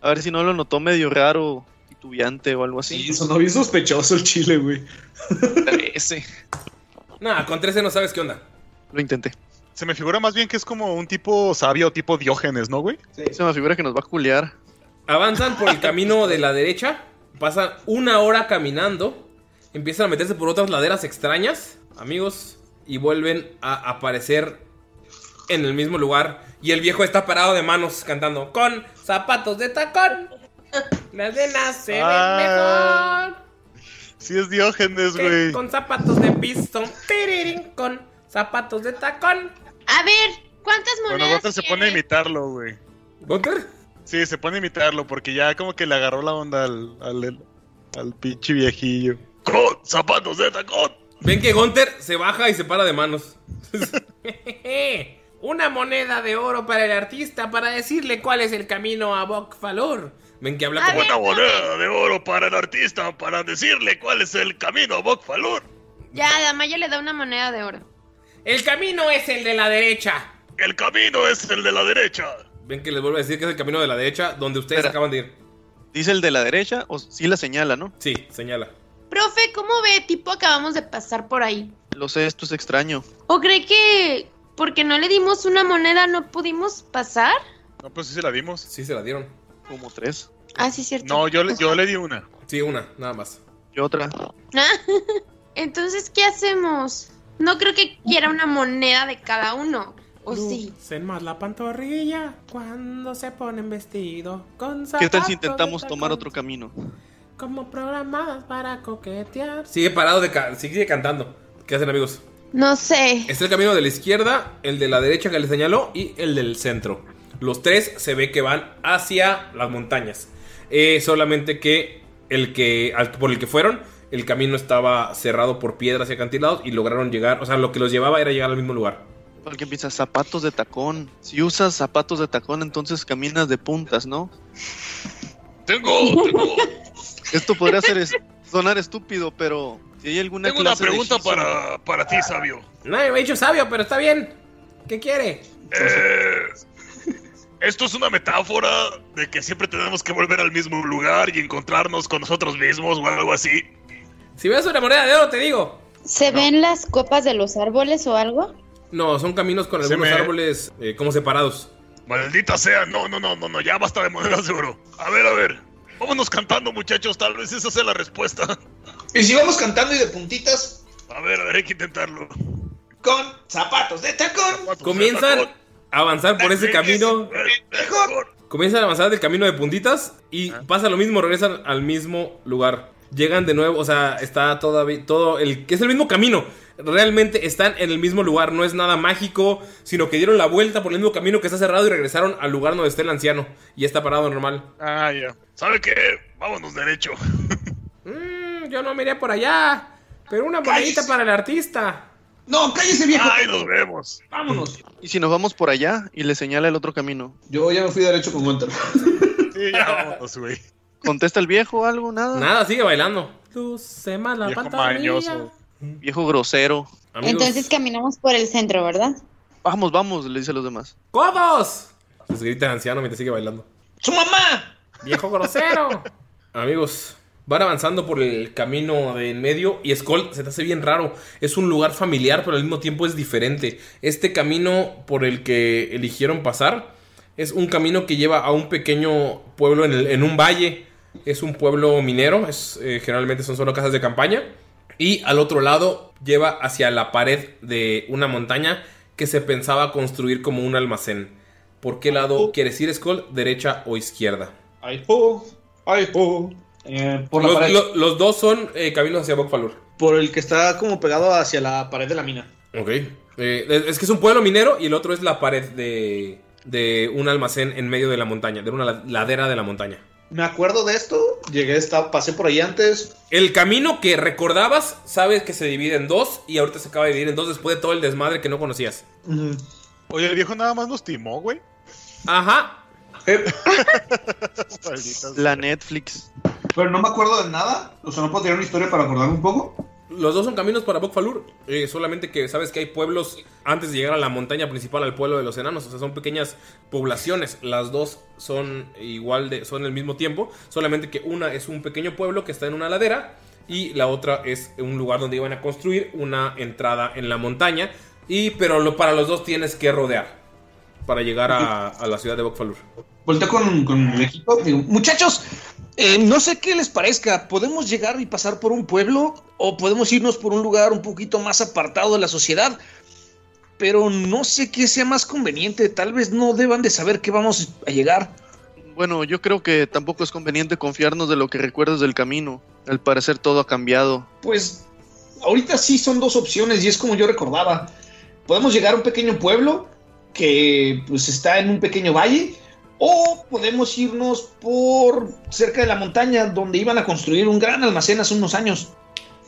A ver si no lo notó medio raro, titubeante o algo así. sonó bien sospechoso el chile, güey. Ese. Nah, con 13 no sabes qué onda. Lo intenté. Se me figura más bien que es como un tipo sabio, tipo Diógenes, ¿no, güey? Se me figura que nos va a culear. Avanzan por el camino de la derecha. Pasan una hora caminando. Empiezan a meterse por otras laderas extrañas, amigos. Y vuelven a aparecer en el mismo lugar. Y el viejo está parado de manos cantando con zapatos de tacón. Las nenas se ven Ah. mejor. Sí es Pues, Diógenes, güey. Con zapatos de piso. Tirirín, con zapatos de tacón. A ver, ¿cuántas Bueno, monedas? Gunther se pone a imitarlo, güey. ¿Gunther? Sí, se pone a imitarlo porque ya como que le agarró la onda al, al, al pinche viejillo. Con zapatos de tacón. Ven que Gunther se baja y se para de manos. Una moneda de oro para el artista para decirle cuál es el camino a Bokfalor. Ven que habla A como... ver, Una no moneda de oro para el artista para decirle cuál es el camino a Bokfalur. Ya, Damaya le da una moneda de oro. El camino es el de la derecha. El camino es el de la derecha. Ven que les vuelvo a decir que es el camino de la derecha donde ustedes Espera. acaban de ir. Dice el de la derecha, o sí la señala, ¿no? Sí, señala. Profe, ¿cómo ve? Tipo, acabamos de pasar por ahí. Lo sé, esto es extraño. ¿O cree que porque no le dimos una moneda no pudimos pasar? [LAUGHS] No, pues sí se la dimos. Sí, se la dieron. Como tres. Ah, sí, cierto. No, yo le, yo le di una. Sí, una, nada más. Y otra. Entonces, ¿qué hacemos? No creo que quiera una moneda de cada uno. ¿O Oh, sí? Lucen más la pantorrilla cuando se ponen vestido con ¿Qué tal si intentamos tomar otro camino? Como programadas para coquetear. Sigue parado de ca- sigue cantando. ¿Qué hacen amigos? No sé. Es el camino de la izquierda, el de la derecha que les señaló y el del centro. Los tres se ve que van hacia las montañas. Eh, solamente que el que al- por el que fueron, el camino estaba cerrado por piedras y acantilados y lograron llegar. O sea, lo que los llevaba era llegar al mismo lugar. Alguien piensa, zapatos de tacón. Si usas zapatos de tacón, entonces caminas de puntas, ¿no? Tengo, tengo, Esto podría ser es- [LAUGHS] sonar estúpido, pero si hay alguna tengo una clase de pregunta hechizo- para, para ti, sabio. Nadie me ha dicho sabio, pero está bien. ¿Qué quiere? Eh, esto es una metáfora de que siempre tenemos que volver al mismo lugar y encontrarnos con nosotros mismos o algo así. Si ves una moneda de oro, te digo. ¿Se ven las copas de los árboles o algo? No, son caminos con Se algunos me- árboles eh, como separados. Maldita sea, no, no, no, no, no, ya basta de monedas de oro. A ver, a ver. Vámonos cantando, muchachos, tal vez esa sea la respuesta. Y si vamos cantando y de puntitas A ver, a ver, hay que intentarlo. con zapatos de tacón. Comienzan a avanzar por ese camino. Comienzan a avanzar del camino de puntitas y Ah. pasa lo mismo, regresan al mismo lugar. Llegan de nuevo, o sea, está todavía todo el que es el mismo camino. Realmente están en el mismo lugar, no es nada mágico, sino que dieron la vuelta por el mismo camino que está cerrado y regresaron al lugar donde está el anciano y está parado normal. Ah, ya. ¿Sabe qué? Vámonos derecho. Mmm, yo no miré por allá, pero una monedita Cállese. para el artista. No, cállese viejo. Ahí nos vemos. Vámonos. ¿Y si nos vamos por allá y le señala el otro camino? Yo ya me fui derecho con Gunter. Sí, ya vámonos, güey. ¿Contesta el viejo algo? ¿Nada? Nada, sigue bailando. Luce más la Viejo pantorrilla. mañoso. Viejo grosero. Amigos, Entonces caminamos por el centro, ¿verdad? Vamos, vamos, le dice a los demás. ¡Codos! Les grita el anciano mientras sigue bailando. ¡Su mamá! ¡Viejo grosero! Amigos, van avanzando por el camino de en medio y Skull se te hace bien raro. Es un lugar familiar, pero al mismo tiempo es diferente. Este camino por el que eligieron pasar es un camino que lleva a un pequeño pueblo en, el- en un valle. Es un pueblo minero, es, eh, generalmente son solo casas de campaña. Y al otro lado lleva hacia la pared de una montaña que se pensaba construir como un almacén. ¿Por qué lado quieres ir, Skull? ¿Derecha o izquierda? Ay, po. Ay, po. Eh, por, la los, pared. lo- los dos son eh, caminos hacia Bokfalur. por el que está como pegado hacia la pared de la mina. Ok. Eh, es que es un pueblo minero y el otro es la pared de, de un almacén en medio de la montaña, de una la- ladera de la montaña. Me acuerdo de esto. Llegué, esta, pasé por ahí antes. El camino que recordabas, sabes que se divide en dos y ahorita se acaba de dividir en dos después de todo el desmadre que no conocías. Mm. Ujú. Oye, el viejo nada más nos timó, güey. Ajá. [LAUGHS] Eh, Malditas. La Netflix. pero no me acuerdo de nada. O sea, no puedo tirar una historia para acordarme un poco. Los dos son caminos para Bokfalur, eh, solamente que sabes que hay pueblos antes de llegar a la montaña principal, al pueblo de los enanos, o sea, son pequeñas poblaciones. Las dos son igual de, son el mismo tiempo, solamente que una es un pequeño pueblo que está en una ladera y la otra es un lugar donde iban a construir una entrada en la montaña. Y pero lo, para los dos tienes que rodear para llegar a, a la ciudad de Bokfalur. Volté con, con el equipo. Digo, muchachos, eh, no sé qué les parezca. ¿Podemos llegar y pasar por un pueblo? ¿O podemos irnos por un lugar un poquito más apartado de la sociedad? Pero no sé qué sea más conveniente. Tal vez no deban de saber que vamos a llegar. Bueno, yo creo que tampoco es conveniente confiarnos de lo que recuerdas del camino. Al parecer todo ha cambiado. Pues ahorita sí son dos opciones y es como yo recordaba. Podemos llegar a un pequeño pueblo que pues está en un pequeño valle o podemos irnos por cerca de la montaña donde iban a construir un gran almacén hace unos años.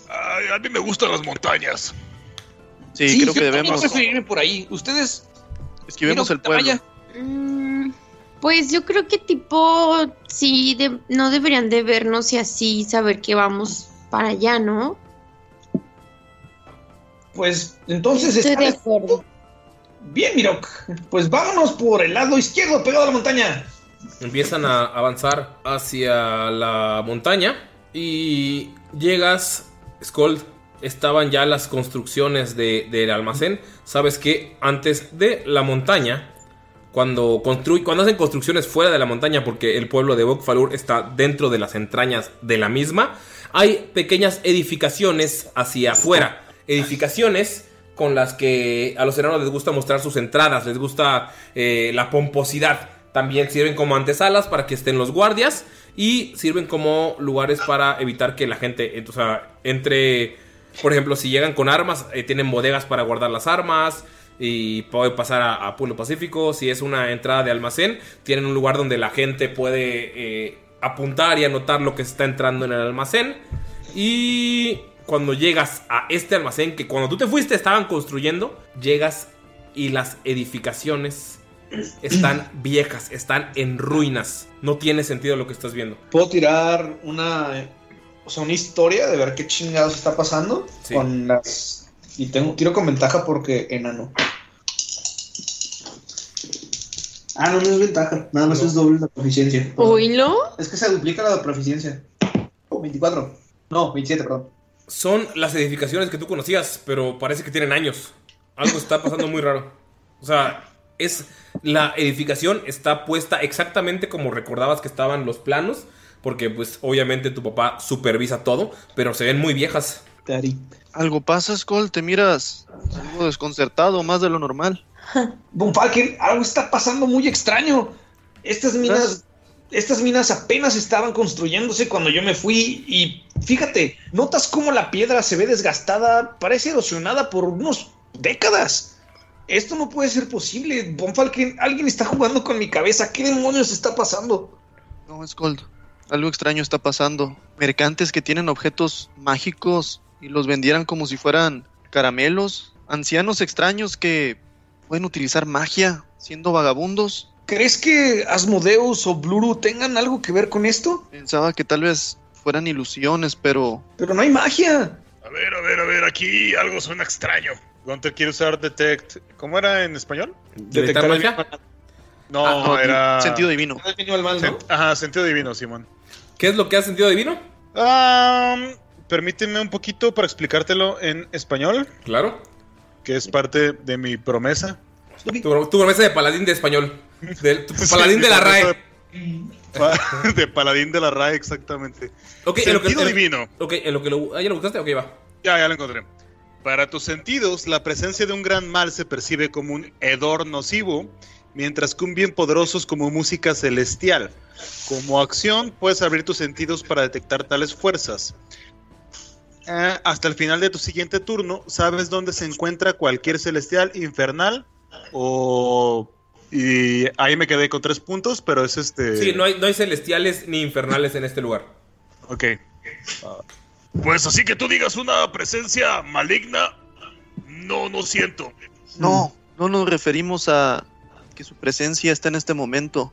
Ay, a mí me gustan las montañas. Sí, creo que yo también debemos preferiría por ahí. Ustedes esquivemos Mira, el pueblo. vaya. Mm, Pues yo creo que tipo, sí, de- no deberían de vernos y así saber que vamos para allá, ¿no? Pues entonces Estoy está de acuerdo. bien, Mirok. Pues vámonos por el lado izquierdo, pegado a la montaña. Empiezan a avanzar hacia la montaña y llegas, Skold. Estaban ya las construcciones de- del almacén. Sabes que antes de la montaña, cuando, construy, cuando hacen construcciones fuera de la montaña, porque el pueblo de Bokfalur está dentro de las entrañas de la misma, hay pequeñas edificaciones hacia afuera. Edificaciones con las que a los enanos les gusta mostrar sus entradas, les gusta eh, la pomposidad. También sirven como antesalas para que estén los guardias y sirven como lugares para evitar que la gente eh, o sea, entre. Por ejemplo, si llegan con armas, eh, tienen bodegas para guardar las armas y puede pasar a, a Pueblo Pacífico. Si es una entrada de almacén, tienen un lugar donde la gente puede eh, apuntar y anotar lo que está entrando en el almacén. Y cuando llegas a este almacén, que cuando tú te fuiste estaban construyendo, llegas y las edificaciones están viejas, están en ruinas. No tiene sentido lo que estás viendo. ¿Puedo tirar una. O sea, una historia de ver qué chingados está pasando? Sí. Con las. Y tengo, tiro con ventaja porque enano. Ah, no, no es ventaja. Nada más No. es doble la proficiencia. Oílo. Es que se duplica la proficiencia. Oh, 24. No, 27, perdón. Son las edificaciones que tú conocías, pero parece que tienen años. Algo está pasando muy raro. O sea, es la edificación está puesta exactamente como recordabas que estaban los planos, porque pues obviamente tu papá supervisa todo, pero se ven muy viejas. Dari. Algo pasa, Skull, te miras algo desconcertado, más de lo [LAUGHS] normal. Von Falken, algo está pasando muy extraño. Estas minas, estas minas apenas estaban construyéndose cuando yo me fui y fíjate, notas cómo la piedra se ve desgastada, parece erosionada por unos décadas. Esto no puede ser posible, Von Falken, alguien está jugando con mi cabeza. ¿Qué demonios está pasando? No, Skull, algo extraño está pasando. Mercantes que tienen objetos mágicos y los vendieran como si fueran caramelos. Ancianos extraños que pueden utilizar magia siendo vagabundos. ¿Crees que Asmodeus o Bluru tengan algo que ver con esto? Pensaba que tal vez fueran ilusiones, pero Pero no hay magia. A ver, a ver, a ver, aquí algo suena extraño. Gunter quiere usar Detect. ¿Cómo era en español? ¿Detectar magia? No, Ah, no, era. sentido divino. Sen- Ajá, sentido divino, Simón. ¿Qué es lo que has sentido divino? Am, permíteme un poquito para explicártelo en español, Claro. que es parte de mi promesa. Tu, tu promesa de paladín de español. Del, tu [LAUGHS] paladín Sí, de la mi promesa RAE. De, pa- [LAUGHS] de paladín de la RAE, exactamente. Ok, en lo que, sentido en- divino. ok, en lo que lo, ah, ya lo buscaste, ok, va. Ya, ya lo encontré. Para tus sentidos, la presencia de un gran mal se percibe como un hedor nocivo, mientras que un bien poderoso es como música celestial. Como acción, puedes abrir tus sentidos para detectar tales fuerzas. Eh, hasta el final de tu siguiente turno, sabes dónde se encuentra cualquier celestial, infernal o... Y ahí me quedé con tres puntos, pero es este... Sí, no hay, no hay celestiales ni infernales en este lugar. Ok. eh, Pues así que tú digas una presencia maligna, no, no siento. No, no nos referimos a que su presencia está en este momento.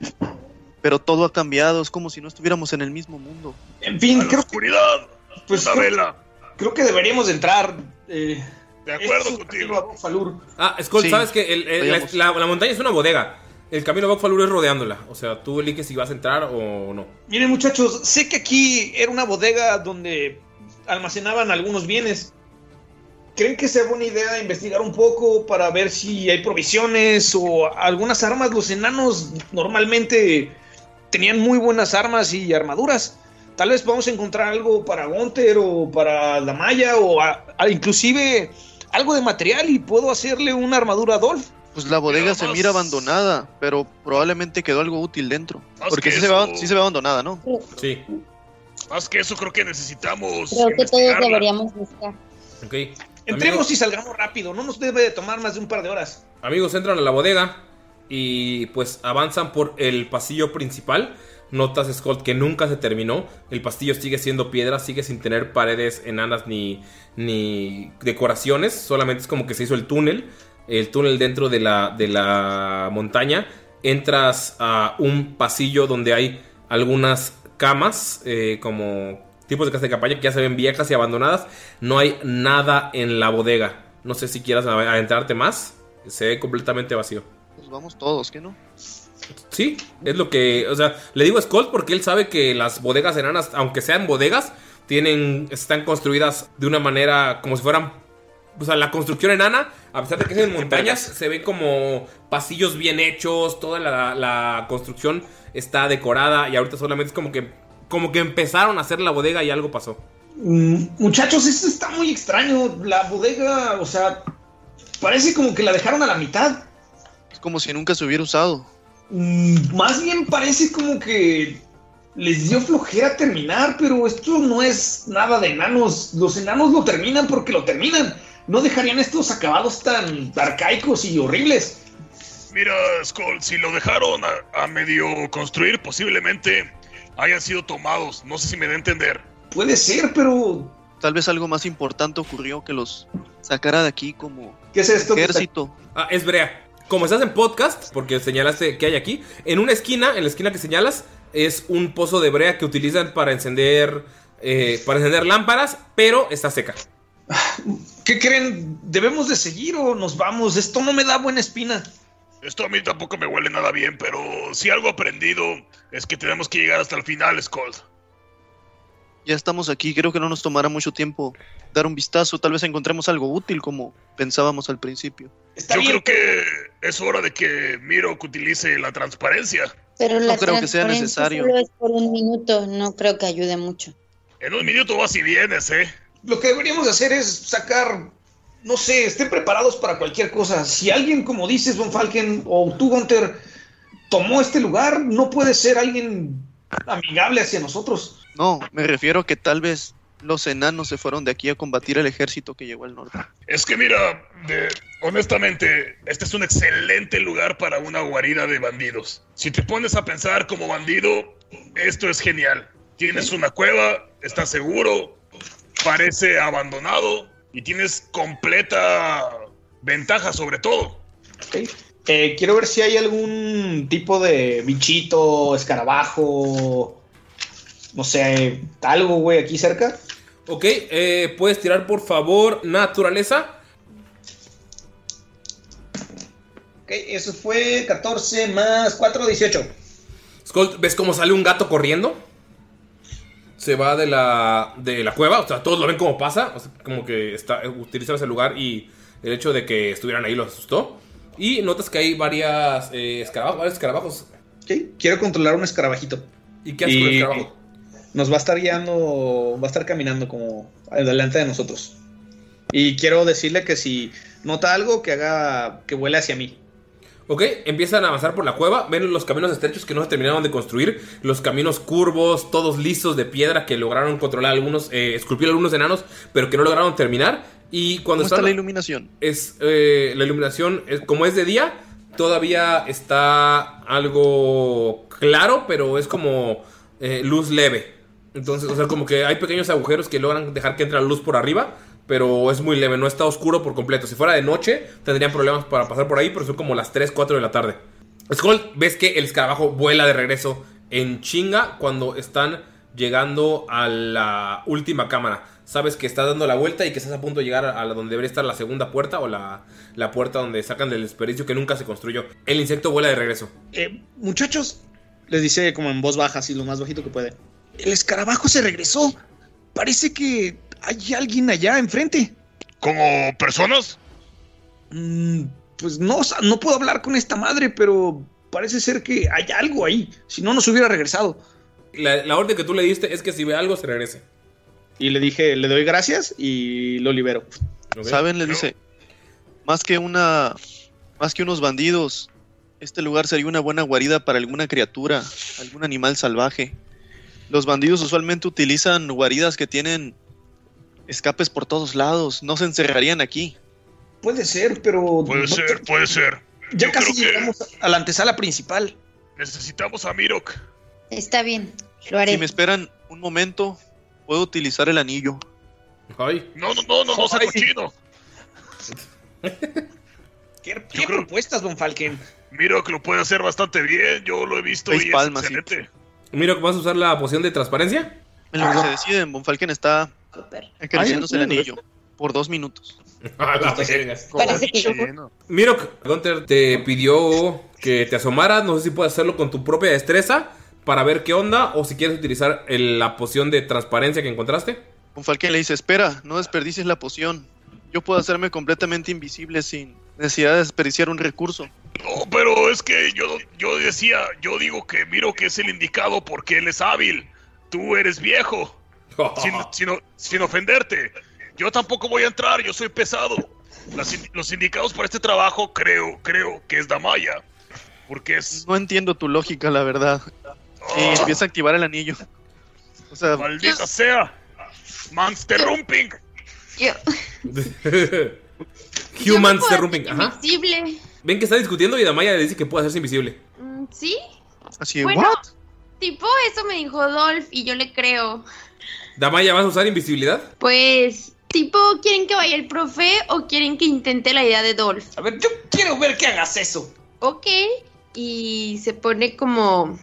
Pero todo ha cambiado, es como si no estuviéramos en el mismo mundo. En A fin, la creo, oscuridad, pues, una vela. creo que deberíamos de entrar. eh, De acuerdo es un contigo. camino a Falur. Ah, Skull, Sí, sabes que el- el- vayamos. la, la montaña es una bodega. El camino a Bokfalur es rodeándola. O sea, tú eliges si vas a entrar o no. Miren muchachos, sé que aquí era una bodega donde almacenaban algunos bienes. ¿Creen que sea buena idea investigar un poco para ver si hay provisiones o algunas armas? Los enanos normalmente tenían muy buenas armas y armaduras. Tal vez podamos encontrar algo para Gunter o para la Maya o a- a- inclusive algo de material y puedo hacerle una armadura a Dolph. Pues la bodega Mira, se más- mira abandonada, pero probablemente quedó algo útil dentro. Más Porque que sí se, ve, eso. ab- sí se ve abandonada, ¿no? Sí, Más que eso, creo que necesitamos. Creo que todos investigarla. deberíamos buscar. ok. Entremos Amigos- y salgamos rápido, no nos debe de tomar más de un par de horas. Amigos entran a la bodega y pues avanzan por el pasillo principal. Notas, Scott, que nunca se terminó. El pasillo sigue siendo piedra, sigue sin tener paredes enanas ni, ni decoraciones. Solamente es como que se hizo el túnel. El túnel dentro de la, de la montaña. Entras a un pasillo donde hay algunas camas, eh, como tipos de casa de campaña que ya se ven viejas y abandonadas. No hay nada en la bodega. No sé si quieras a- adentrarte más. Se ve completamente vacío. Pues vamos todos, ¿qué no? Sí, es lo que. O sea, le digo a Skull porque él sabe que las bodegas enanas, aunque sean bodegas, tienen. están construidas de una manera como si fueran. O sea, la construcción enana, a pesar de que es en montañas, se ven como pasillos bien hechos, toda la, la construcción está decorada y ahorita solamente es como que. Como que empezaron a hacer la bodega y algo pasó. Mm, muchachos, esto está muy extraño. La bodega, o sea, parece como que la dejaron a la mitad. Es como si nunca se hubiera usado. Mm, más bien parece como que les dio flojera terminar, pero esto no es nada de enanos. Los enanos lo terminan porque lo terminan. No dejarían estos acabados tan arcaicos y horribles. Mira, Skull, si lo dejaron a, a medio construir, posiblemente hayan sido tomados. No sé si me da a entender. Puede ser, pero Tal vez algo más importante ocurrió que los sacara de aquí como ¿qué es esto? que está- ejército. Ah, es Brea. Como estás en podcast, porque señalaste que hay aquí, en una esquina, en la esquina que señalas, es un pozo de Brea que utilizan para encender, eh, para encender lámparas, pero está seca. ¿Qué creen? ¿Debemos de seguir o nos vamos? Esto no me da buena espina. Esto a mí tampoco me huele nada bien, pero si algo aprendido es que tenemos que llegar hasta el final, Skull. Ya estamos aquí, creo que no nos tomará mucho tiempo dar un vistazo, tal vez encontremos algo útil como pensábamos al principio. Está Yo bien, creo que es hora de que Mirok utilice la transparencia. Pero la creo que sea transparencia necesario. Solo es por un minuto, no creo que ayude mucho. En un minuto vas y vienes, ¿eh? Lo que deberíamos hacer es sacar, no sé, estén preparados para cualquier cosa. Si alguien, como dices, Von Falken o tú, Gunter, tomó este lugar, no puede ser alguien amigable hacia nosotros. No, me refiero a que tal vez los enanos se fueron de aquí a combatir al ejército que llegó al norte. Es que mira, de- honestamente, este es un excelente lugar para una guarida de bandidos. Si te pones a pensar como bandido, esto es genial. Tienes una cueva, estás seguro, parece abandonado y tienes completa ventaja sobre todo. Eh, quiero ver si hay algún tipo de bichito, escarabajo, no sé, algo, güey, aquí cerca. Ok, eh, puedes tirar por favor naturaleza. Ok, eso fue 14 más 4, 18. Skull, ¿ves cómo sale un gato corriendo? Se va de la, de la cueva, o sea, todos lo ven como pasa, o sea, como que está, utilizan ese lugar y el hecho de que estuvieran ahí los asustó. Y notas que hay varias, eh, escarabajos, varios escarabajos. Ok, quiero controlar un escarabajito. ¿Y qué haces con el Y- escarabajo? nos va a estar guiando, va a estar caminando como delante de nosotros. Y quiero decirle que si nota algo, que haga, que vuele hacia mí. Ok, empiezan a avanzar por la cueva, ven los caminos estrechos que no se terminaron de construir, los caminos curvos, todos lisos de piedra que lograron controlar algunos, eh, esculpir algunos enanos, pero que no lograron terminar. Y ¿Cómo cuando está están, la iluminación? es eh, la iluminación, es- como es de día, todavía está algo claro, pero es como eh, luz leve. Entonces, o sea, como que hay pequeños agujeros que logran dejar que entre la luz por arriba, pero es muy leve, no está oscuro por completo. Si fuera de noche, tendrían problemas para pasar por ahí, pero son como las 3, 4 de la tarde. Skull, ves que el escarabajo vuela de regreso en chinga cuando están llegando a la última cámara. Sabes que estás dando la vuelta y que estás a punto de llegar a la donde debería estar la segunda puerta o la, la puerta donde sacan del desperdicio que nunca se construyó. El insecto vuela de regreso. Eh, muchachos, les dice como en voz baja, así lo más bajito que puede. El escarabajo se regresó. Parece que hay alguien allá enfrente. ¿Como personas? Mm, pues no, o sea, no puedo hablar con esta madre, pero parece ser que hay algo ahí. Si no, nos hubiera regresado. La, la orden que tú le diste es que si ve algo se regrese. Y le dije, le doy gracias y lo libero. ¿Ok? ¿Saben? Les dice, más que una Más que unos bandidos, este lugar sería una buena guarida para alguna criatura, algún animal salvaje. Los bandidos usualmente utilizan guaridas que tienen escapes por todos lados, no se encerrarían aquí. Puede ser, pero. Puede ser, puede ser. Ya Yo casi creo que- llegamos a la antesala principal. Necesitamos a Mirok. Está bien, lo haré. Si me esperan un momento, puedo utilizar el anillo. Ay, No, no, no, no, no, sea [LAUGHS] cochino. ¿Qué, Yo qué creo- propuestas, Don Falken? Mirok lo puede hacer bastante bien. Yo lo he visto Seis y palmas, es excelente. mira, ¿vas a usar la poción de transparencia? En lo que se deciden, Von Falken está Súper. acariciándose el Ay, anillo por dos minutos. [LAUGHS] A la verga. Parece que yo. Mirok, Gunter te pidió que te asomaras. No sé si puedes hacerlo con tu propia destreza para ver qué onda o si quieres utilizar el- la poción de transparencia que encontraste. Von Falken le dice, [LAUGHS] espera, no desperdicies la poción. Yo puedo hacerme completamente invisible sin necesidad de desperdiciar un recurso. No, pero es que yo, yo decía, yo digo que Mirok es el indicado porque él es hábil. Tú eres viejo. Sin, sin o- sin ofenderte. Yo tampoco voy a entrar, yo soy pesado. Las in- los indicados para este trabajo creo, creo que es Damaya. Porque es... No entiendo tu lógica, la verdad. Y Oh. ¡Ah! empieza a activar el anillo. O sea, ¡Maldita sea! ¡Mansterrumping! Yo, Human [LAUGHS] Yo me puedo Serrumping. hacer Ajá. Invisible. Ven que está discutiendo y Damaya le dice que puede hacerse invisible. Mm, Sí, así de, bueno. "What?". Tipo, eso me dijo Dolph y yo le creo. Damaya, ¿vas a usar invisibilidad? Pues, tipo, ¿quieren que vaya el profe o quieren que intente la idea de Dolph? A ver, yo quiero ver que hagas eso. ok, y se pone como,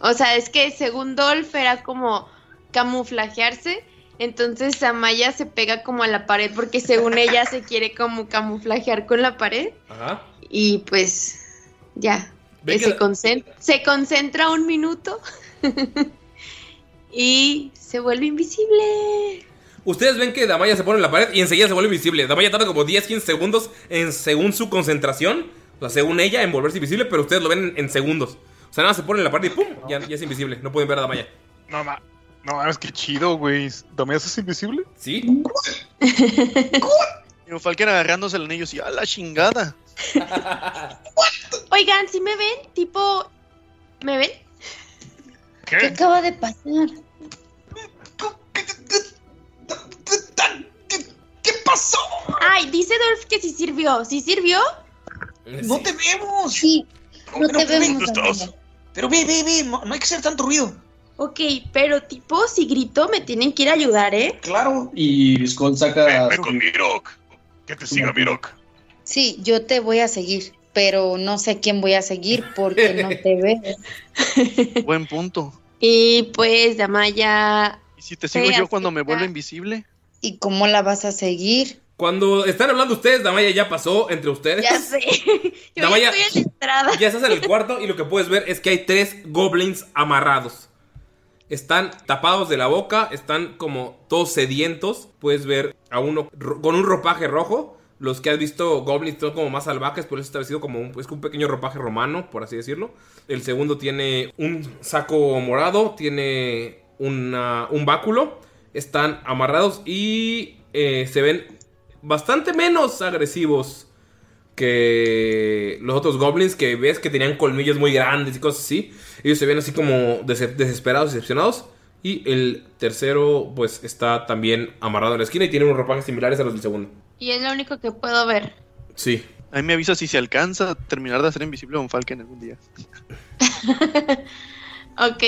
o sea, es que según Dolph era como camuflajearse, entonces Amaya se pega como a la pared porque según ella se quiere como camuflajear con la pared Ajá. y pues ya, Ven que que se, concentra, se concentra un minuto [LAUGHS] y se vuelve invisible. Ustedes ven que Damaya se pone en la pared y enseguida se vuelve invisible. Damaya tarda como 10, 15 segundos en según su concentración. O sea, según ella, en volverse invisible, pero ustedes lo ven en, en segundos. O sea, nada más se pone en la pared y ¡pum! Ya, ya es invisible. No pueden ver a Damaya. No, ma- no mames, qué chido, güey. ¿También haces invisible? [LAUGHS] ¿Sí? Y Von Falken agarrándose el anillo así, a la chingada. Oigan, si me ven? Tipo, ¿me ven? ¿Qué ¿Qué? acaba de pasar? ¿Qué pasó? Ay, dice Dolph que sí sirvió, ¿sí sirvió? No te vemos. Sí, no Pero te ve, vemos. ¿dónde estás? amiga. Pero ve, ve, ve, no, no hay que hacer tanto ruido. Ok, pero tipo, si grito, me tienen que ir a ayudar, ¿eh? Claro. Y Skull saca. Ve con Mirok. Que te siga Mirok. Sí, yo te voy a seguir, pero no sé quién voy a seguir porque [LAUGHS] no te veo. Buen punto. Y pues, Damaya. ¿Y si te sigo Sí, Pues yo así cuando me está. vuelvo invisible? ¿Y cómo la vas a seguir? Cuando están hablando ustedes, Damaya ya pasó entre [LAUGHS] ustedes. Ya sé. [LAUGHS] Yo Damaya- ya estoy en la entrada. Ya estás en el cuarto y lo que puedes ver es que hay tres goblins amarrados. Están tapados de la boca, están como todos sedientos. Puedes ver a uno ro- con un ropaje rojo. Los que has visto goblins son como más salvajes, por eso está vestido como un, es un pequeño ropaje romano, por así decirlo. El segundo tiene un saco morado, tiene una- un báculo. Están amarrados y eh, se ven bastante menos agresivos que los otros goblins que ves que tenían colmillos muy grandes y cosas así. Ellos se ven así como dese- desesperados, decepcionados. Y el tercero, pues está también amarrado en la esquina y tiene unos ropajes similares a los del segundo. Y es lo único que puedo ver. Sí. A mí me avisa si se alcanza a terminar de hacer invisible a Von Falken algún día. Ok.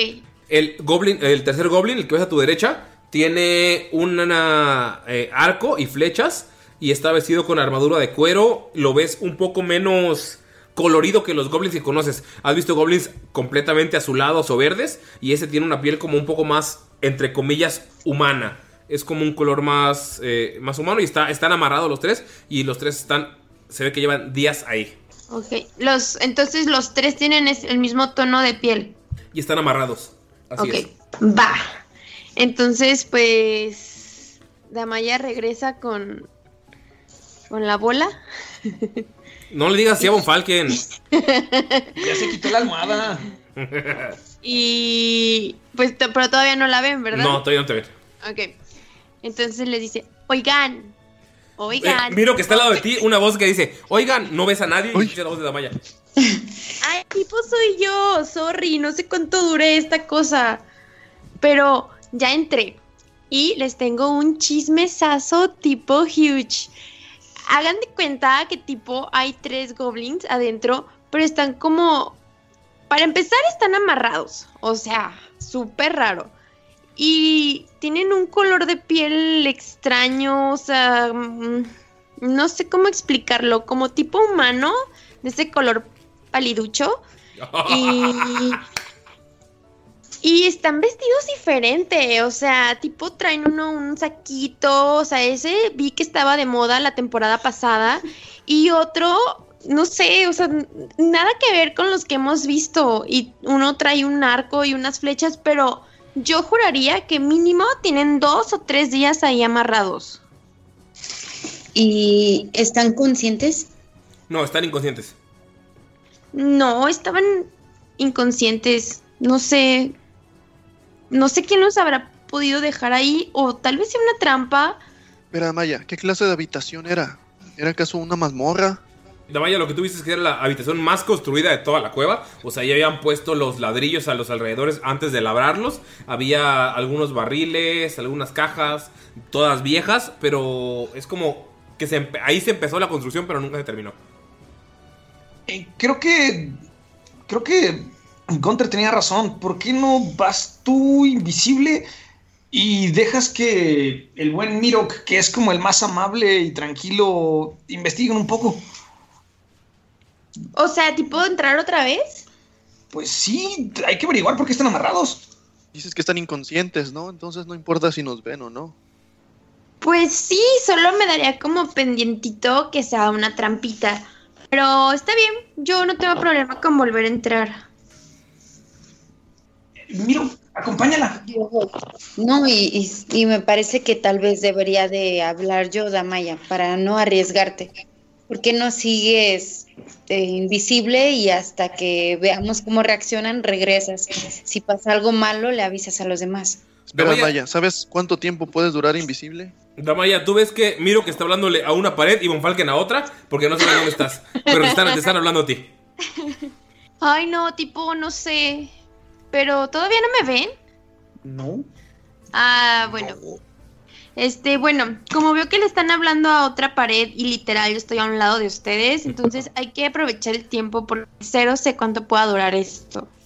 El goblin, el tercer goblin, el que ves a tu derecha, tiene un una, eh, arco y flechas y está vestido con armadura de cuero. Lo ves un poco menos colorido que los goblins que conoces. Has visto goblins completamente azulados o verdes y ese tiene una piel como un poco más, entre comillas, humana. Es como un color más, eh, más humano y está, están amarrados los tres y los tres están, se ve que llevan días ahí Ok. Los, entonces los tres tienen es- el mismo tono de piel. y están amarrados. Así ok. es. Va. Entonces, pues. Damaya regresa con. con la bola. No le digas así a Von Falken. [LAUGHS] Ya se quitó la almohada. Y. Pues, to- pero todavía no la ven, ¿verdad? No, todavía no te ven. Ok. Entonces les dice, oigan, Oigan. Eh, Miro que está al lado de ti una voz que dice, oigan, no ves a nadie. Y escucha la voz de Damaya. Ay, tipo soy yo, sorry, no sé cuánto duré esta cosa. Pero ya entré y les tengo un chismesazo tipo huge. Hagan de cuenta que tipo hay tres goblins adentro, pero están como... Para empezar están amarrados, o sea, súper raro. Y tienen un color de piel extraño, o sea, mm, no sé cómo explicarlo, como tipo humano, de ese color paliducho. Y, y están vestidos diferente, o sea, tipo traen uno un saquito, o sea, ese vi que estaba de moda la temporada pasada y otro, no sé, o sea, n- nada que ver con los que hemos visto y uno trae un arco y unas flechas, pero yo juraría que mínimo tienen dos o tres días ahí amarrados. ¿Y están conscientes? No, están inconscientes. No, estaban inconscientes. No sé. No sé quién los habrá podido dejar ahí. O tal vez sea una trampa. Mira, Maya, ¿qué clase de habitación era? ¿Era acaso una mazmorra? Damaya, lo que tú viste es que era la habitación más construida de toda la cueva. O sea, ya habían puesto los ladrillos a los alrededores antes de labrarlos. Había algunos barriles, algunas cajas, todas viejas, pero es como que se empe- ahí se empezó la construcción, pero nunca se terminó. Creo que. Creo que. Gunter tenía razón. ¿Por qué no vas tú invisible y dejas que el buen Mirok, que es como el más amable y tranquilo, investiguen un poco? O sea, tipo entrar otra vez. Pues sí, hay que averiguar por qué están amarrados. Dices que están inconscientes, ¿no? Entonces no importa si nos ven o no. Pues sí, solo me daría como pendientito que sea una trampita. Pero está bien, yo no tengo problema con volver a [LAUGHS] entrar. Mirok, acompáñala. Yo voy. No, y, y- y me parece que tal vez debería de hablar yo, Damaya, para no arriesgarte. ¿Por qué no sigues eh, invisible y hasta que veamos cómo reaccionan, regresas? Si pasa algo malo, le avisas a los demás. Espera, Damaya. Maya, ¿sabes cuánto tiempo puedes durar invisible? Damaya, tú ves que Miro que está hablándole a una pared y Von Falken a otra, porque no saben dónde estás, pero te están, te están hablando a ti. Ay, no, tipo, no sé. Pero todavía no me ven. No. Ah, bueno. Este, bueno, como veo que le están hablando a otra pared y literal yo estoy a un lado de ustedes, [LAUGHS] entonces hay que aprovechar el tiempo porque cero sé cuánto pueda durar esto. [LAUGHS]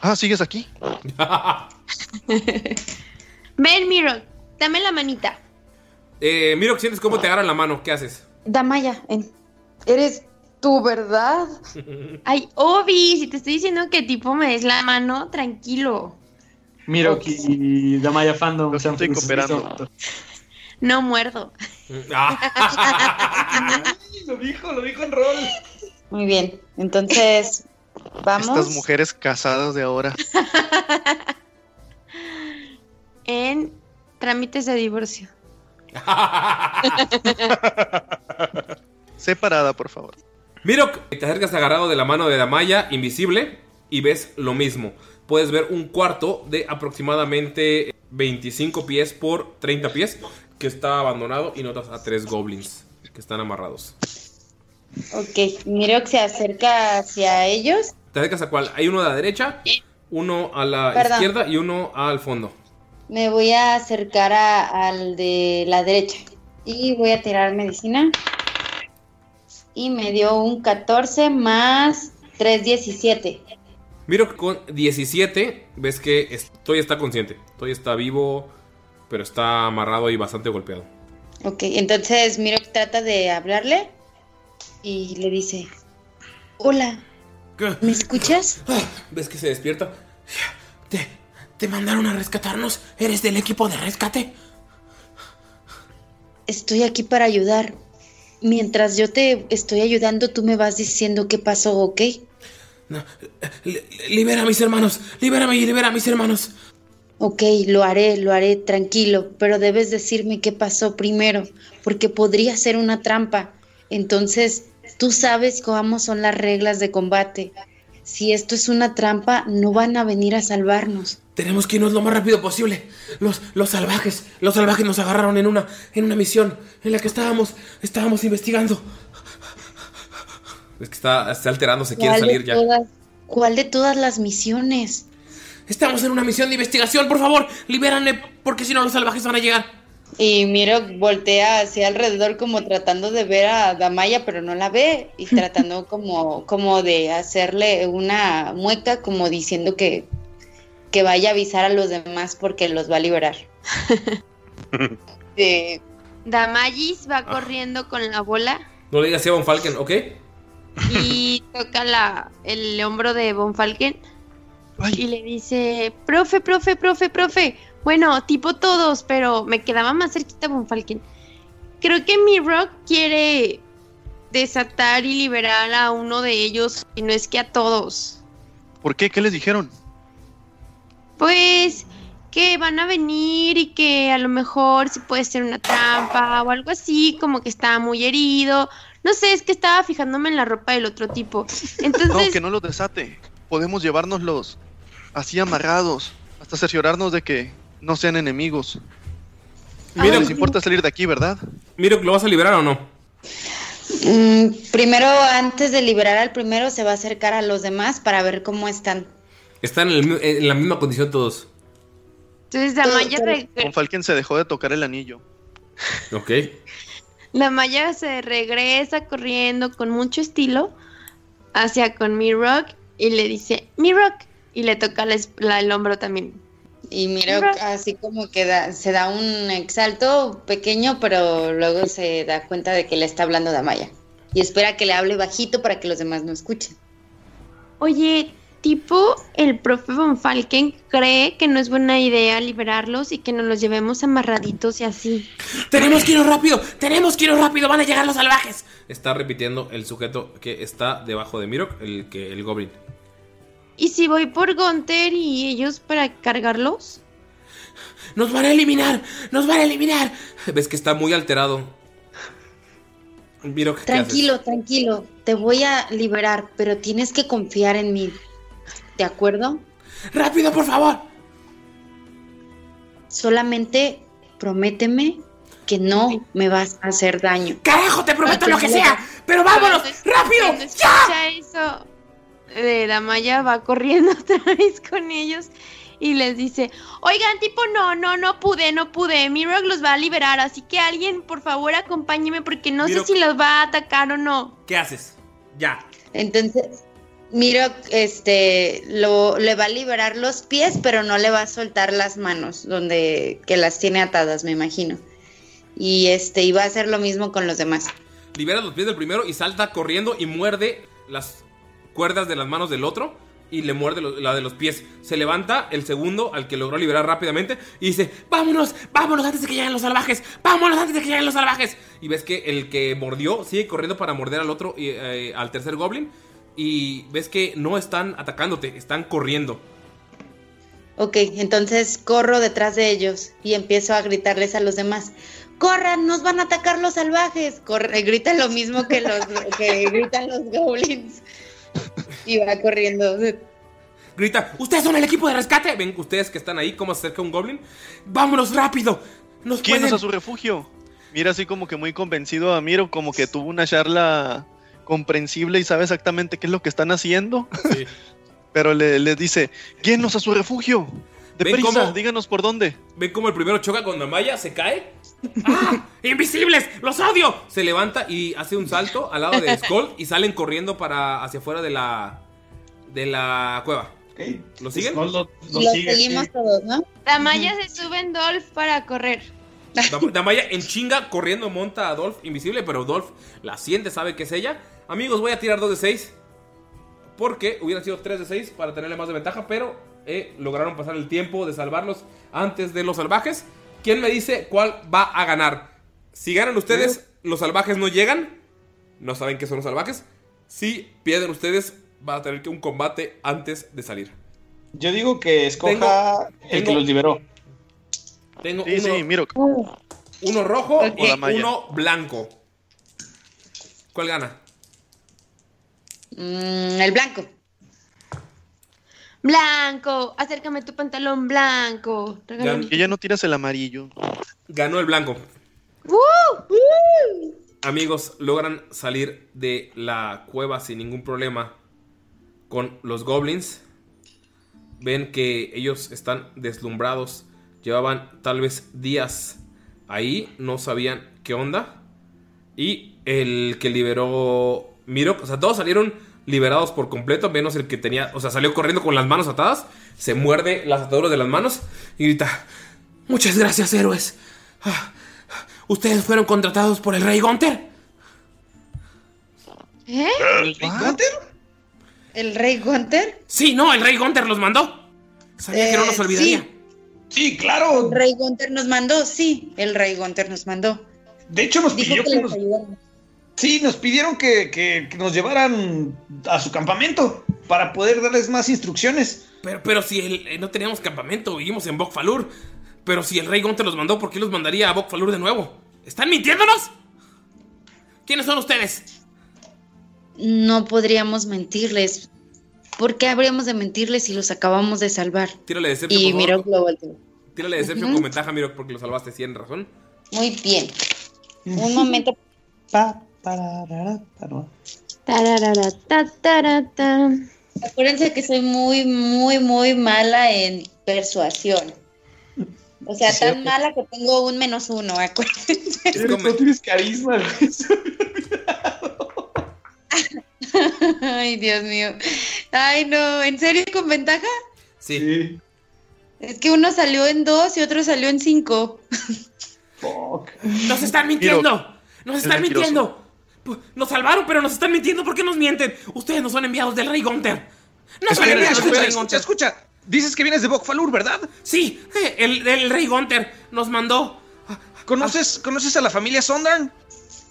Ah, ¿sigues [LAUGHS] aquí? Ven, Miro, dame la manita. eh, Miro, ¿sientes cómo te agarran la mano? ¿Qué haces? Damaya, en- eres tú, ¿verdad? Ay, Obi, si te estoy diciendo que tipo me des la mano, tranquilo. Mirok y Damaya Fandom. Los sean estoy felices. cooperando. No muerdo. Mm, ah. [LAUGHS] [LAUGHS] Lo dijo, lo dijo en rol. Muy bien, entonces, [LAUGHS] Estas vamos. mujeres casadas de ahora. En trámites de divorcio. Separada, por favor. Miro, te acercas agarrado de la mano de Damaya, invisible, y ves lo mismo. Puedes ver un cuarto de aproximadamente 25 pies por 30 pies que está abandonado y notas a tres goblins que están amarrados. Ok, Miro que se acerca hacia ellos. ¿Te acercas a cuál? Hay uno a la derecha, uno a la Perdón. izquierda y uno al fondo. Me voy a acercar a- al de la derecha y voy a tirar medicina. Y me dio un 14 más 3, 17. Miro que con 17 ves que es- todavía está consciente, todavía está vivo, pero está amarrado y bastante golpeado. Ok, entonces Miro trata de hablarle y le dice, hola, ¿Qué? ¿me escuchas? ¿Ves que se despierta? ¿Te, ¿Te mandaron a rescatarnos? ¿Eres del equipo de rescate? Estoy aquí para ayudar. Mientras yo te estoy ayudando, tú me vas diciendo qué pasó, ¿ok? No, li- libera a mis hermanos, libérame y libera a mis hermanos. Ok, lo haré, lo haré, tranquilo, pero debes decirme qué pasó primero, porque podría ser una trampa. Entonces, tú sabes cómo son las reglas de combate. si esto es una trampa, no van a venir a salvarnos. Tenemos que irnos lo más rápido posible. Los, los salvajes, los salvajes nos agarraron en una, en una misión en la que estábamos, estábamos investigando. Es que está, está alterando, se quiere ¿Cuál de salir ya. todas- ¿Cuál de todas las misiones? Estamos en una misión de investigación, por favor, libéranme, porque si no los salvajes van a llegar. Y Miro voltea hacia alrededor como tratando de ver a Damaya, pero no la ve [LAUGHS] y tratando como, como de hacerle una mueca, como diciendo que, que vaya a avisar a los demás porque los va a liberar. Eh, Damayis va corriendo con la bola No le digas sí a Von Falken, ¿ok? y toca la, el hombro de Von Falken y le dice, profe, profe, profe, profe. Bueno, tipo todos, pero me quedaba más cerquita Von Falken. Creo que mi rock quiere desatar y liberar a uno de ellos, y no es que a todos. ¿Por qué? ¿Qué les dijeron? Pues que van a venir y que a lo mejor sí puede ser una trampa o algo así, como que estaba muy herido. No sé, es que estaba fijándome en la ropa del otro tipo. No, Entonces, que no los desate. Podemos llevárnoslos así amarrados hasta cerciorarnos de que no sean enemigos. Mira, Mira- les importa salir de aquí, ¿verdad? Miro, ¿lo vas a liberar o no? mm, primero, antes de liberar al primero, se va a acercar a los demás para ver cómo están. Están en, el mi- en la misma condición todos. entonces Damaya, re- Con Falken se dejó de tocar el anillo. Ok. Damaya se regresa corriendo con mucho estilo hacia con mi rock y le dice, mi rock, y le toca la esp- la- el hombro también. Y Miro Miro. así como que da- se da un exalto pequeño, pero luego se da cuenta de que le está hablando Damaya. Y espera que le hable bajito para que los demás no escuchen. Oye, tipo, el profe Von Falken cree que no es buena idea liberarlos y que nos los llevemos amarraditos y así. ¡Tenemos que irnos rápido! ¡Tenemos que irnos rápido! ¡Van a llegar los salvajes! Está repitiendo el sujeto que está debajo de Mirok, el, que, el goblin. ¿Y si voy por Gunter y ellos para cargarlos? ¡Nos van a eliminar! ¡Nos van a eliminar! Ves que está muy alterado. Mirok, ¿qué haces? Tranquilo, tranquilo, te voy a liberar, pero tienes que confiar en mí. ¿De acuerdo? ¡Rápido, por favor! Solamente prométeme que no me vas a hacer daño. ¡Carajo, te prometo lo que sea! ¡Pero vámonos! Cuando ¡Rápido! ¡Ya! escucha eso, eh, Damaya va corriendo [LAUGHS] otra vez con ellos y les dice, oigan, tipo, no, no, no pude, no pude, Mirok los va a liberar, así que alguien, por favor, acompáñeme porque no Mirok. sé si los va a atacar o no. ¿Qué haces? ¡Ya! Entonces, Miro, este, lo, le va a liberar los pies, pero no le va a soltar las manos, donde que las tiene atadas, me imagino. Y este, y va a hacer lo mismo con los demás. Libera los pies del primero y salta corriendo y muerde las cuerdas de las manos del otro y le muerde lo- la de los pies. Se levanta el segundo al que logró liberar rápidamente y dice, vámonos, vámonos antes de que lleguen los salvajes, vámonos antes de que lleguen los salvajes. Y ves que el que mordió sigue corriendo para morder al otro, y, eh, al tercer goblin y ves que no están atacándote, están corriendo. Ok, entonces corro detrás de ellos y empiezo a gritarles a los demás. ¡Corran! ¡Nos van a atacar los salvajes! Corre, grita lo mismo que los que gritan los goblins. Y va corriendo. Grita, ustedes son el equipo de rescate. Ven ustedes que están ahí, cómo se acerca un goblin. Vámonos rápido. Nos Quírenos pueden- a su refugio. Mira así como que muy convencido a Miro, como que tuvo una charla comprensible y sabe exactamente qué es lo que están haciendo. Sí. [LAUGHS] Pero le, les dice, guíenos a su refugio. Deprisa, cómo- díganos por dónde. Ven como el primero choca con Damaya, se cae. ¡Ah! ¡Invisibles! ¡Los odio! Se levanta y hace un salto al lado de Skull y salen corriendo para hacia afuera de la. de la cueva. Ok. ¿Lo siguen? Skull Lo, lo Los sigue, seguimos sí. todos, ¿no? Damaya se sube en Dolph para correr. [LAUGHS] Dam- Damaya en chinga corriendo monta a Dolph invisible, pero Dolph la siente, sabe que es ella. Amigos, voy a tirar 2 de 6. Porque hubieran sido 3 de 6 para tenerle más de ventaja, pero eh, lograron pasar el tiempo de salvarlos antes de los salvajes. ¿Quién me dice cuál va a ganar? Si ganan ustedes, los salvajes no llegan. No saben qué son los salvajes. Si pierden ustedes, va a tener que un combate antes de salir. Yo digo que escoja el que tengo- los liberó. Tengo Sí, sí, uno, Miro. uno rojo O la y malla. uno blanco. ¿Cuál gana? Mm, el blanco. Blanco, acércame tu pantalón blanco. Regálame Y ya no tiras el amarillo. Ganó el blanco. ¡Uh! Amigos, logran salir de la cueva sin ningún problema con los goblins. Ven que ellos están deslumbrados. Llevaban tal vez días ahí, no sabían qué onda. Y el que liberó Mirok, o sea, todos salieron liberados por completo, menos el que tenía, o sea, salió corriendo con las manos atadas, se muerde las ataduras de las manos y grita, muchas gracias héroes. Ah, Ustedes fueron contratados por el rey Gunter. ¿Eh? ¿El rey Gunter? Sí, no, el rey Gunter los mandó. Sabía que no Eh, nos olvidaría. sí. Sí, claro. El rey Gunter nos mandó, sí, el rey Gunter nos mandó. De hecho, nos Dijo pidió que que les nos, ayudáramos. sí, nos pidieron que, que- que nos llevaran a su campamento para poder darles más instrucciones. Pero, pero si el- eh, no teníamos campamento, vivimos en Bokfalur. Pero si el rey Gunter los mandó, ¿por qué los mandaría a Bokfalur de nuevo? ¿Están mintiéndonos? ¿Quiénes son ustedes? No podríamos mentirles. ¿Por qué habríamos de mentirles si los acabamos de salvar? Tírale Deception, Y por favor. miró lo volteó. Tírale Deception con ventaja, Miro, porque lo salvaste, tienen razón. Muy bien. Un momento. Pa, para, para, para. Tararara, ta, tarata. Acuérdense que soy muy, muy, muy mala en persuasión. O sea, Sí, tan ok. mala que tengo un menos uno, acuérdense. [LAUGHS] Es como- No tienes carisma. güey. Ay, Dios mío. Ay, no, ¿en serio con ventaja? Sí. Sí. Es que uno salió en dos y otro salió en cinco. Fuck. ¡Nos están mintiendo! ¡Nos están mentiroso. mintiendo! Pu- Nos salvaron, pero nos están mintiendo. ¿Por qué nos mienten? Ustedes no son enviados del rey Gunter. No son Espera, enviados del escucha, rey escucha, Gunter. escucha. Dices que vienes de Bokfalur, ¿verdad? Sí, eh, el, el rey Gunter nos mandó. ¿Conoces, ¿conoces a la familia Sondarn?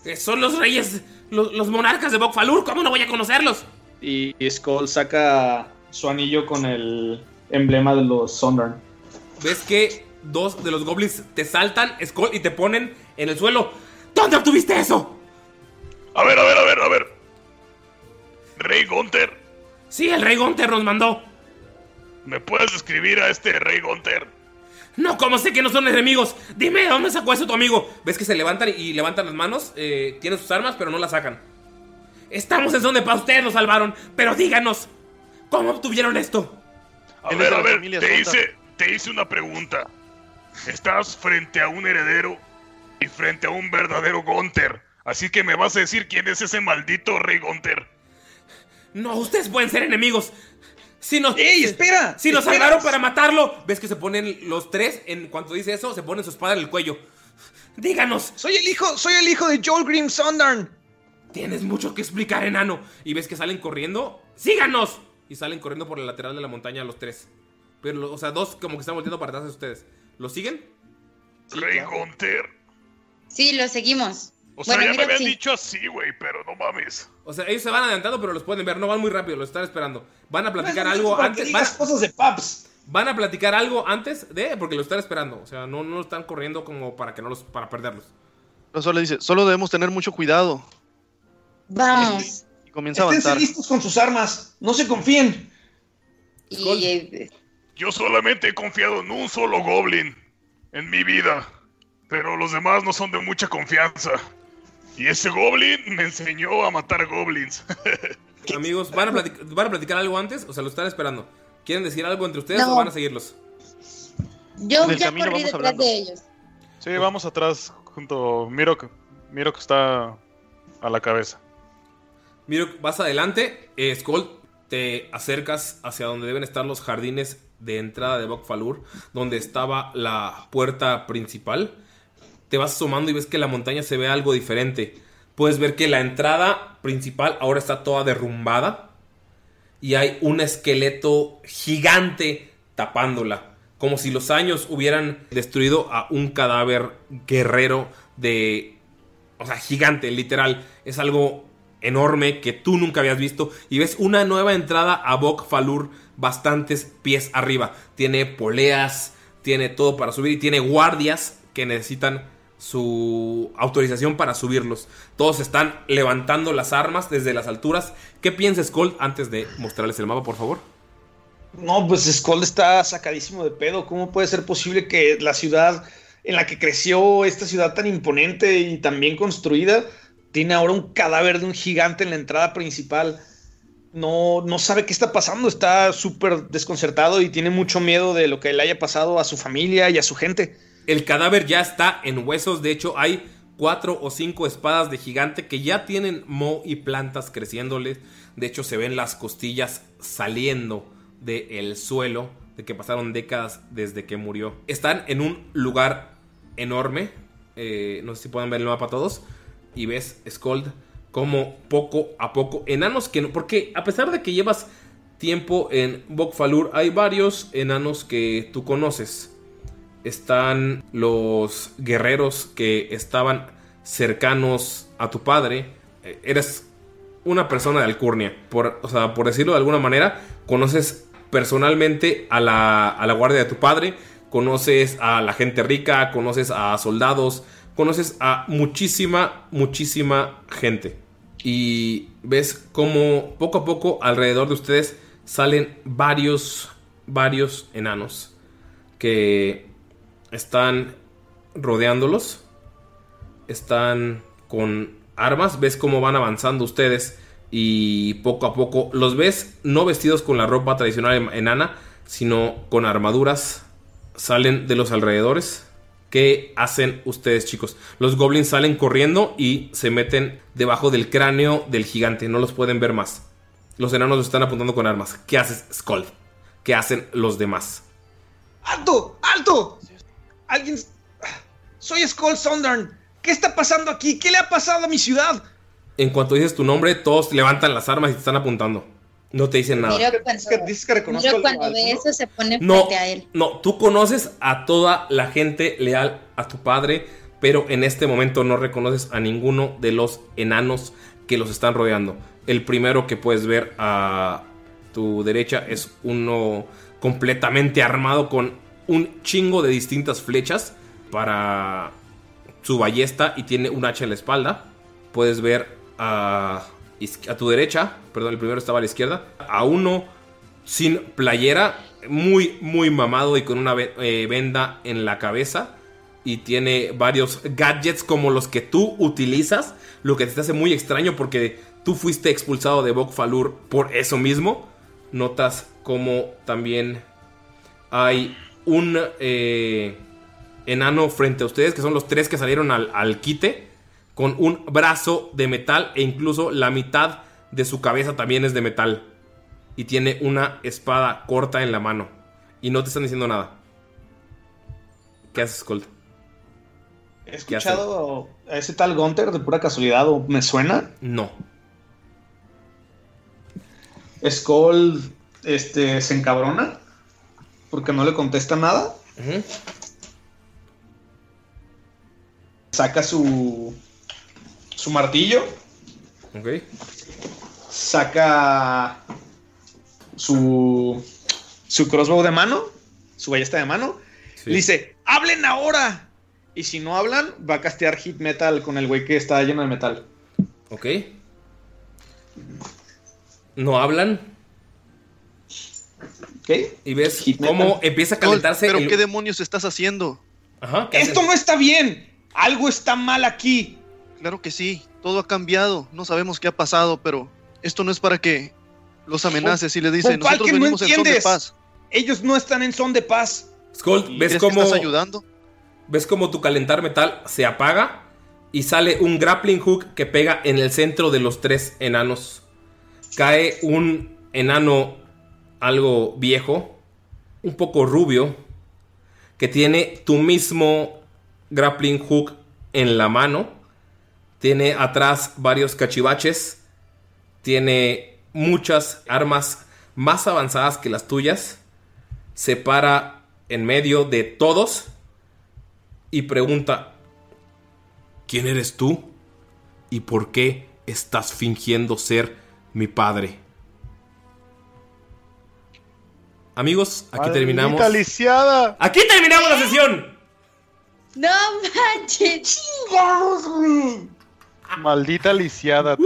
Eh, son los reyes, los, los monarcas de Bokfalur. ¿Cómo no voy a conocerlos? Y, Skull saca su anillo con el emblema de los Sondarn. ¿Ves que dos de los goblins te saltan, Skull, y te ponen en el suelo? ¿Dónde obtuviste eso? A ver, a ver, a ver, a ver. Rey Gunter, Sí, el rey Gunter nos mandó. ¿me puedes describir a este Rey Gunter? No, como sé que no son enemigos. Dime, ¿de dónde sacó eso tu amigo? ¿Ves que se levantan y levantan las manos? Eh, tienen sus armas, pero no las sacan. Estamos en donde para ustedes nos salvaron. Pero díganos, ¿cómo obtuvieron [LAUGHS] esto? A Él es ver, de a la ver, familia te Sonda. hice, te hice una pregunta. Estás frente a un heredero y frente a un verdadero Gunter. Así que me vas a decir quién es ese maldito Rey Gunter. No, ustedes pueden ser enemigos. Si nos, ¡Ey, espera! Si nos ¡Espera! salvaron para matarlo. ¿Ves que se ponen los tres? En cuanto dice eso, se ponen su espada en el cuello. Díganos, Soy el hijo, soy el hijo de Joel Grimm Sondarn. Tienes mucho que explicar, enano. Y ves que salen corriendo. ¡Síganos! Y salen corriendo por el lateral de la montaña los tres. Pero, lo- o sea, dos como que están volteando para atrás de ustedes. ¿Los siguen? Rey Gunter. Sí, lo seguimos. O sea, ya me mira, habían sí. dicho así, güey, pero no mames. O sea, ellos se van adelantando, pero los pueden ver. No van muy rápido, los están esperando. Van a Pues, platicar No es algo para que antes. Van, digas cosas de paps. van a platicar algo antes de. Porque los están esperando. O sea, no, no están corriendo como para que no los. para [LAUGHS] perderlos. No solo dice, solo debemos tener mucho cuidado. Vamos. Y comienza a Esténse avanzar. listos con sus armas. No se confíen. Y eh, Yo solamente he confiado en un solo goblin en mi vida, pero los demás no son de mucha confianza. Y ese goblin me enseñó a matar goblins. Amigos, van a, platic- van a platicar algo antes. O sea, los están esperando. ¿Quieren decir algo entre ustedes No. o van a seguirlos? yo En el ya camino corrí vamos detrás hablando. de ellos. Sí, vamos atrás junto. Miro que, miro que está a la cabeza. Miro, vas adelante. Eh, Skull, te acercas hacia donde deben estar los jardines de entrada de Bokfalur, donde estaba la puerta principal. Te vas asomando y ves que la montaña se ve algo diferente. Puedes ver que la entrada principal ahora está toda derrumbada y hay un esqueleto gigante tapándola, como si los años hubieran destruido a un cadáver guerrero de o sea, gigante, literal. Es algo enorme que tú nunca habías visto. Y ves una nueva entrada a Bok Falur bastantes pies arriba. Tiene poleas, tiene todo para subir y tiene guardias que necesitan su autorización para subirlos. Todos están levantando las armas desde las alturas. ¿Qué piensas, Colt, antes de mostrarles el mapa, por favor? No, pues Skull está sacadísimo de pedo. ¿Cómo puede ser posible que la ciudad en la que creció, esta ciudad tan imponente y tan bien construida, tiene ahora un cadáver de un gigante en la entrada principal? No, no sabe qué está pasando, está súper desconcertado y tiene mucho miedo de lo que le haya pasado a su familia y a su gente. El cadáver ya está en huesos. De hecho, hay cuatro o cinco espadas de gigante que ya tienen mo y plantas creciéndoles. De hecho, se ven las costillas saliendo del suelo de que pasaron décadas desde que murió. Están en un lugar enorme. eh, no sé si pueden ver el mapa todos. Y ves, Scold, como poco a poco. Enanos que no. Porque a pesar de que llevas tiempo en Bokfalur, hay varios enanos que tú conoces están los guerreros que estaban cercanos a tu padre. Eh, Eres una persona de Alcurnia, por, o sea, por decirlo de alguna manera, conoces personalmente a la, a la guardia de tu padre, conoces a la gente rica, conoces a soldados, conoces a muchísima, muchísima gente. Y ves cómo poco a poco alrededor de ustedes salen varios, varios enanos que están rodeándolos. Están con armas. Ves cómo van avanzando ustedes. Y poco a poco los ves no vestidos con la ropa tradicional en- enana, sino con armaduras. Salen de los alrededores. ¿Qué hacen ustedes, chicos? Los goblins salen corriendo y se meten debajo del cráneo del gigante. No los pueden ver más. Los enanos los están apuntando con armas. ¿Qué haces, Skull? ¿Qué hacen los demás? ¡Alto! ¡Alto! Alguien. Soy Skull Sondern. ¿Qué está pasando aquí? ¿Qué le ha pasado a mi ciudad? En cuanto dices tu nombre, todos levantan las armas y te están apuntando. No te dicen nada. Miro cuando, Dices que reconozco Miro al- cuando al- ve eso se pone No, frente a él. no, tú conoces a toda la gente leal a tu padre, pero en este momento no reconoces a ninguno de los enanos que los están rodeando. El primero que puedes ver a tu derecha es uno completamente armado con un chingo de distintas flechas para su ballesta y tiene un hacha en la espalda. Puedes ver a, is- a tu derecha, perdón, el primero estaba a la izquierda, a uno sin playera, muy, muy mamado y con una ve- eh, venda en la cabeza. Y tiene varios gadgets como los que tú utilizas, lo que te hace muy extraño porque tú fuiste expulsado de Bokfalur por eso mismo. Notas como también hay un eh, enano frente a ustedes, que son los tres que salieron al, al quite, con un brazo de metal e incluso la mitad de su cabeza también es de metal. Y tiene una espada corta en la mano. Y no te están diciendo nada. ¿Qué haces, Colt? ¿He escuchado a ese tal Gunter de pura casualidad o me suena? No. Skull este, se encabrona porque no le contesta nada. Saca su, su martillo, Ok. saca su, su crossbow de mano, su ballesta de mano. Sí. Le dice, hablen ahora. Y si no hablan, va a castear hit metal con el güey que está lleno de metal. Ok. No hablan. ¿Ok? Y ves Hitman. cómo empieza a calentarse. ¿Pero el- qué demonios estás haciendo? Ajá, ¿qué haces? Esto no está bien. Algo está mal aquí. Claro que sí, todo ha cambiado, no sabemos qué ha pasado, pero esto no es para que los amenaces y le dicen, Popal, nosotros que no venimos en son de entiendes. paz. Ellos no están en son de paz. Skull, ves ¿Crees cómo. que estás ayudando? Ves como tu calentar metal se apaga y sale un grappling hook que pega en el centro de los tres enanos. Cae un enano algo viejo, un poco rubio, que tiene tu mismo grappling hook en la mano. Tiene atrás varios cachivaches. Tiene muchas armas más avanzadas que las tuyas. Se para en medio de todos y pregunta, ¿quién eres tú? ¿Y por qué estás fingiendo ser mi padre? Amigos, aquí terminamos. Maldita lisiada. Aquí terminamos la sesión. No manches. Maldita lisiada.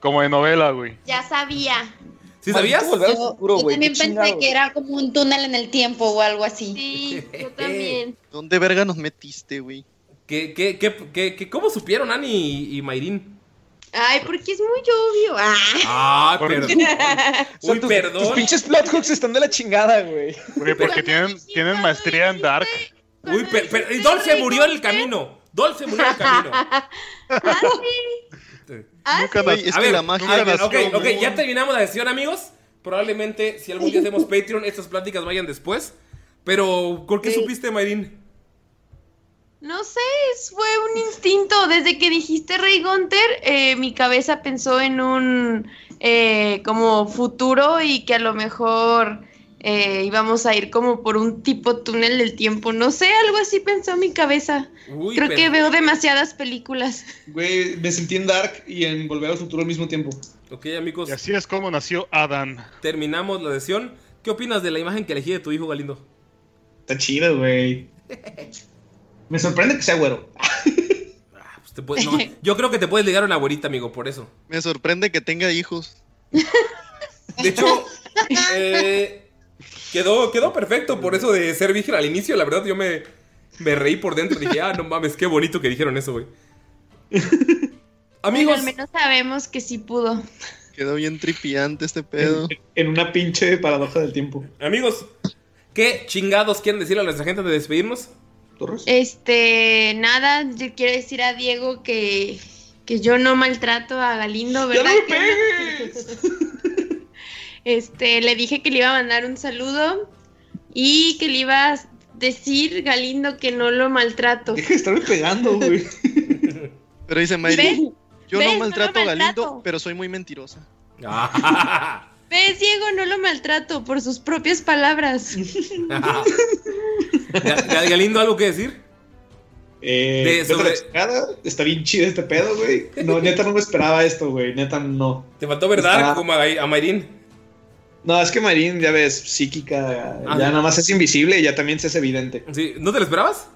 Como de novela, güey. Ya sabía. ¿Sí sabías? Yo, yo también pensé que era como un túnel en el tiempo o algo así. [LAUGHS] Sí, yo también. ¿Dónde verga nos metiste, güey? ¿Qué, qué, qué, qué, qué- cómo supieron Ani y, y Mayrin? Ay, porque es muy obvio. Ah. Ah, perdón. Son Uy, tus- perdón. Tus pinches plot hooks están de la chingada, güey. Güey, porque tienen, tienen maestría en Dark. Uy, per- per- y Dol se murió en el camino. Dol se murió en el camino. Ah, sí. Nunca güey, es a que ver, la a magia ver, nació, ok, ok, güey. ya terminamos la sesión, amigos. Probablemente si algún día hacemos Patreon, estas pláticas vayan después. Pero, ¿por qué supiste, Mayrin? No sé, es- fue un instinto. Desde que dijiste Rey Gunter, eh, mi cabeza pensó en un eh, como futuro y que a lo mejor eh, íbamos a ir como por un tipo túnel del tiempo. No sé, algo así pensó mi cabeza. Uy, Creo per- que veo demasiadas películas. Güey, me sentí en Dark y en Volver al Futuro al mismo tiempo. Ok, amigos, Y así es como nació Adán. terminamos la sesión. ¿Qué opinas de la imagen que elegí de tu hijo, Galindo? Está chido, güey. Me sorprende que sea güero. Ah, pues te puedes- no, yo creo que te puedes ligar a una abuelita, amigo, por eso. Me sorprende que tenga hijos. De hecho, eh, quedó, quedó perfecto por eso de ser virgen al inicio. La verdad, yo me, me reí por dentro. Dije, ah, no mames, qué bonito que dijeron eso, güey. Bueno, Amigos, al menos sabemos que sí pudo. Quedó bien tripiante este pedo. En una pinche paradoja del tiempo. amigos, ¿qué chingados quieren decirle a nuestra gente antes [LAUGHS] de despedirnos? ¿Torres? Este, nada, yo quiero decir a Diego que, que yo no maltrato a Galindo, ¡Ya ¿verdad? no me que pegues! Este, le dije que le iba a mandar un saludo y que le iba a decir Galindo que no lo [LAUGHS] maltrato. [LAUGHS] Deja de estarme pegando, güey. Pero dice ¿Ves? Mayrin, yo ¿Ves? no No lo maltrato a Galindo, maltrato. pero soy muy mentirosa. ¿Ves, Diego? No lo maltrato por sus propias [LAUGHS] palabras. [LAUGHS] Ga- Ga- Galindo, ¿algo que decir? Eh, De vete a la sobre- chingada. Está bien chido este pedo, güey. No, neta no me esperaba esto, güey. Neta no. Te faltó verdad Ah. como a, a Mayrin. No, es que Marín, ya ves, psíquica. Ah. ya nada más es invisible y ya también se hace evidente. Sí, ¿No te lo esperabas?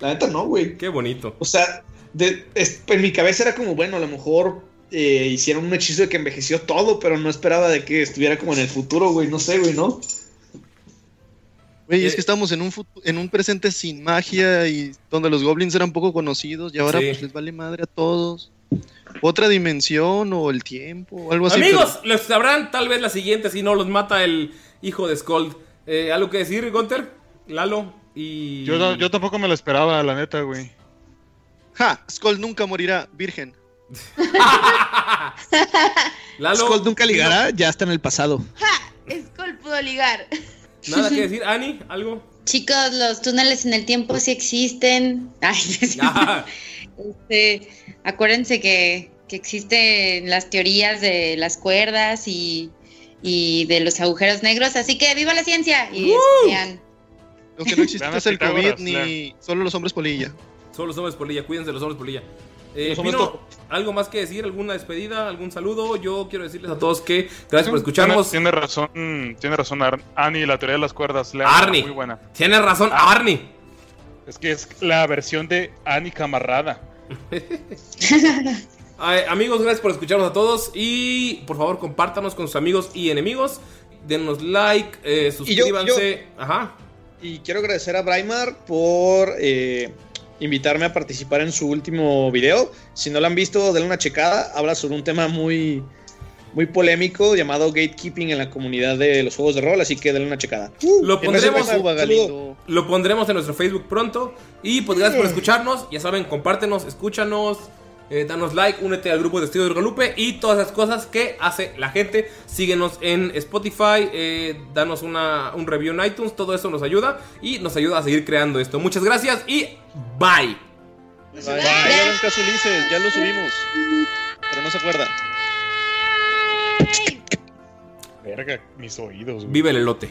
La neta no, güey. Qué bonito. O sea, de- es- en mi cabeza era como, bueno, a lo mejor eh, hicieron un hechizo de que envejeció todo, pero no esperaba de que estuviera como en el futuro, güey. No sé, güey, ¿no? Güey, es Eh. que estamos en un futu- en un presente sin magia y donde los goblins eran poco conocidos y ahora Sí. pues les vale madre a todos. Otra dimensión o el tiempo o algo así. Amigos, los sabrán tal vez la siguiente si no los mata el hijo de Scold. Eh, ¿Algo que decir, Gunter? Lalo y... Yo, no- yo tampoco me lo esperaba, la neta, güey. pero- Ja, Skull nunca morirá, virgen. Lalo, Skull nunca ligará, ya está en el pasado. ¡Ja! Skull pudo ligar. Nada que decir, Ani, algo. Chicos, los túneles en el tiempo sí existen. [LAUGHS] Ay, no es cierto. Ah, Este, acuérdense que, que existen las teorías de las cuerdas y, y de los agujeros negros, así que viva la ciencia y sean Lo [LAUGHS] que no existe Vean a Este es el Pitágoras, COVID ni solo los hombres polilla. solo los hombres polilla, cuídense los hombres polilla. Eh, Los hombres Pino, to- ¿algo más que decir? ¿Alguna despedida? ¿Algún saludo? Yo quiero decirles a todos que gracias por Tiene- escucharnos. Tiene, razón, tiene razón Ar- Ani, la teoría de las cuerdas. Lean, Arnie. Muy buena. Ah. Tienes razón, Arnie. Es que es la versión de Ani camarada. [LAUGHS] Ay, amigos, gracias por escucharnos a todos y por favor compártanos con sus amigos y enemigos. Denos like, eh, yo- suscríbanse. Ajá. Y quiero agradecer a Braimar por eh, invitarme a participar en su último video. Si no lo han visto, denle una checada. Habla sobre un tema muy, muy polémico llamado gatekeeping en la comunidad de los juegos de rol, así que denle una checada. Uh, Lo pondremos, Gracias, Cuba, saludo. Galindo. lo pondremos en nuestro Facebook pronto. Y pues gracias por escucharnos. Ya saben, compártenos, escúchanos, eh, danos like, únete al grupo de Estudio de Guadalupe y todas esas cosas que hace la gente. Síguenos en Spotify, eh, danos una, un review en iTunes, todo eso nos ayuda y nos ayuda a seguir creando esto. Muchas gracias y bye. Bye. Ya hagan caso, Ulises, ya lo subimos. Pero no se acuerda. Verga, mis oídos, güey. Vive el elote.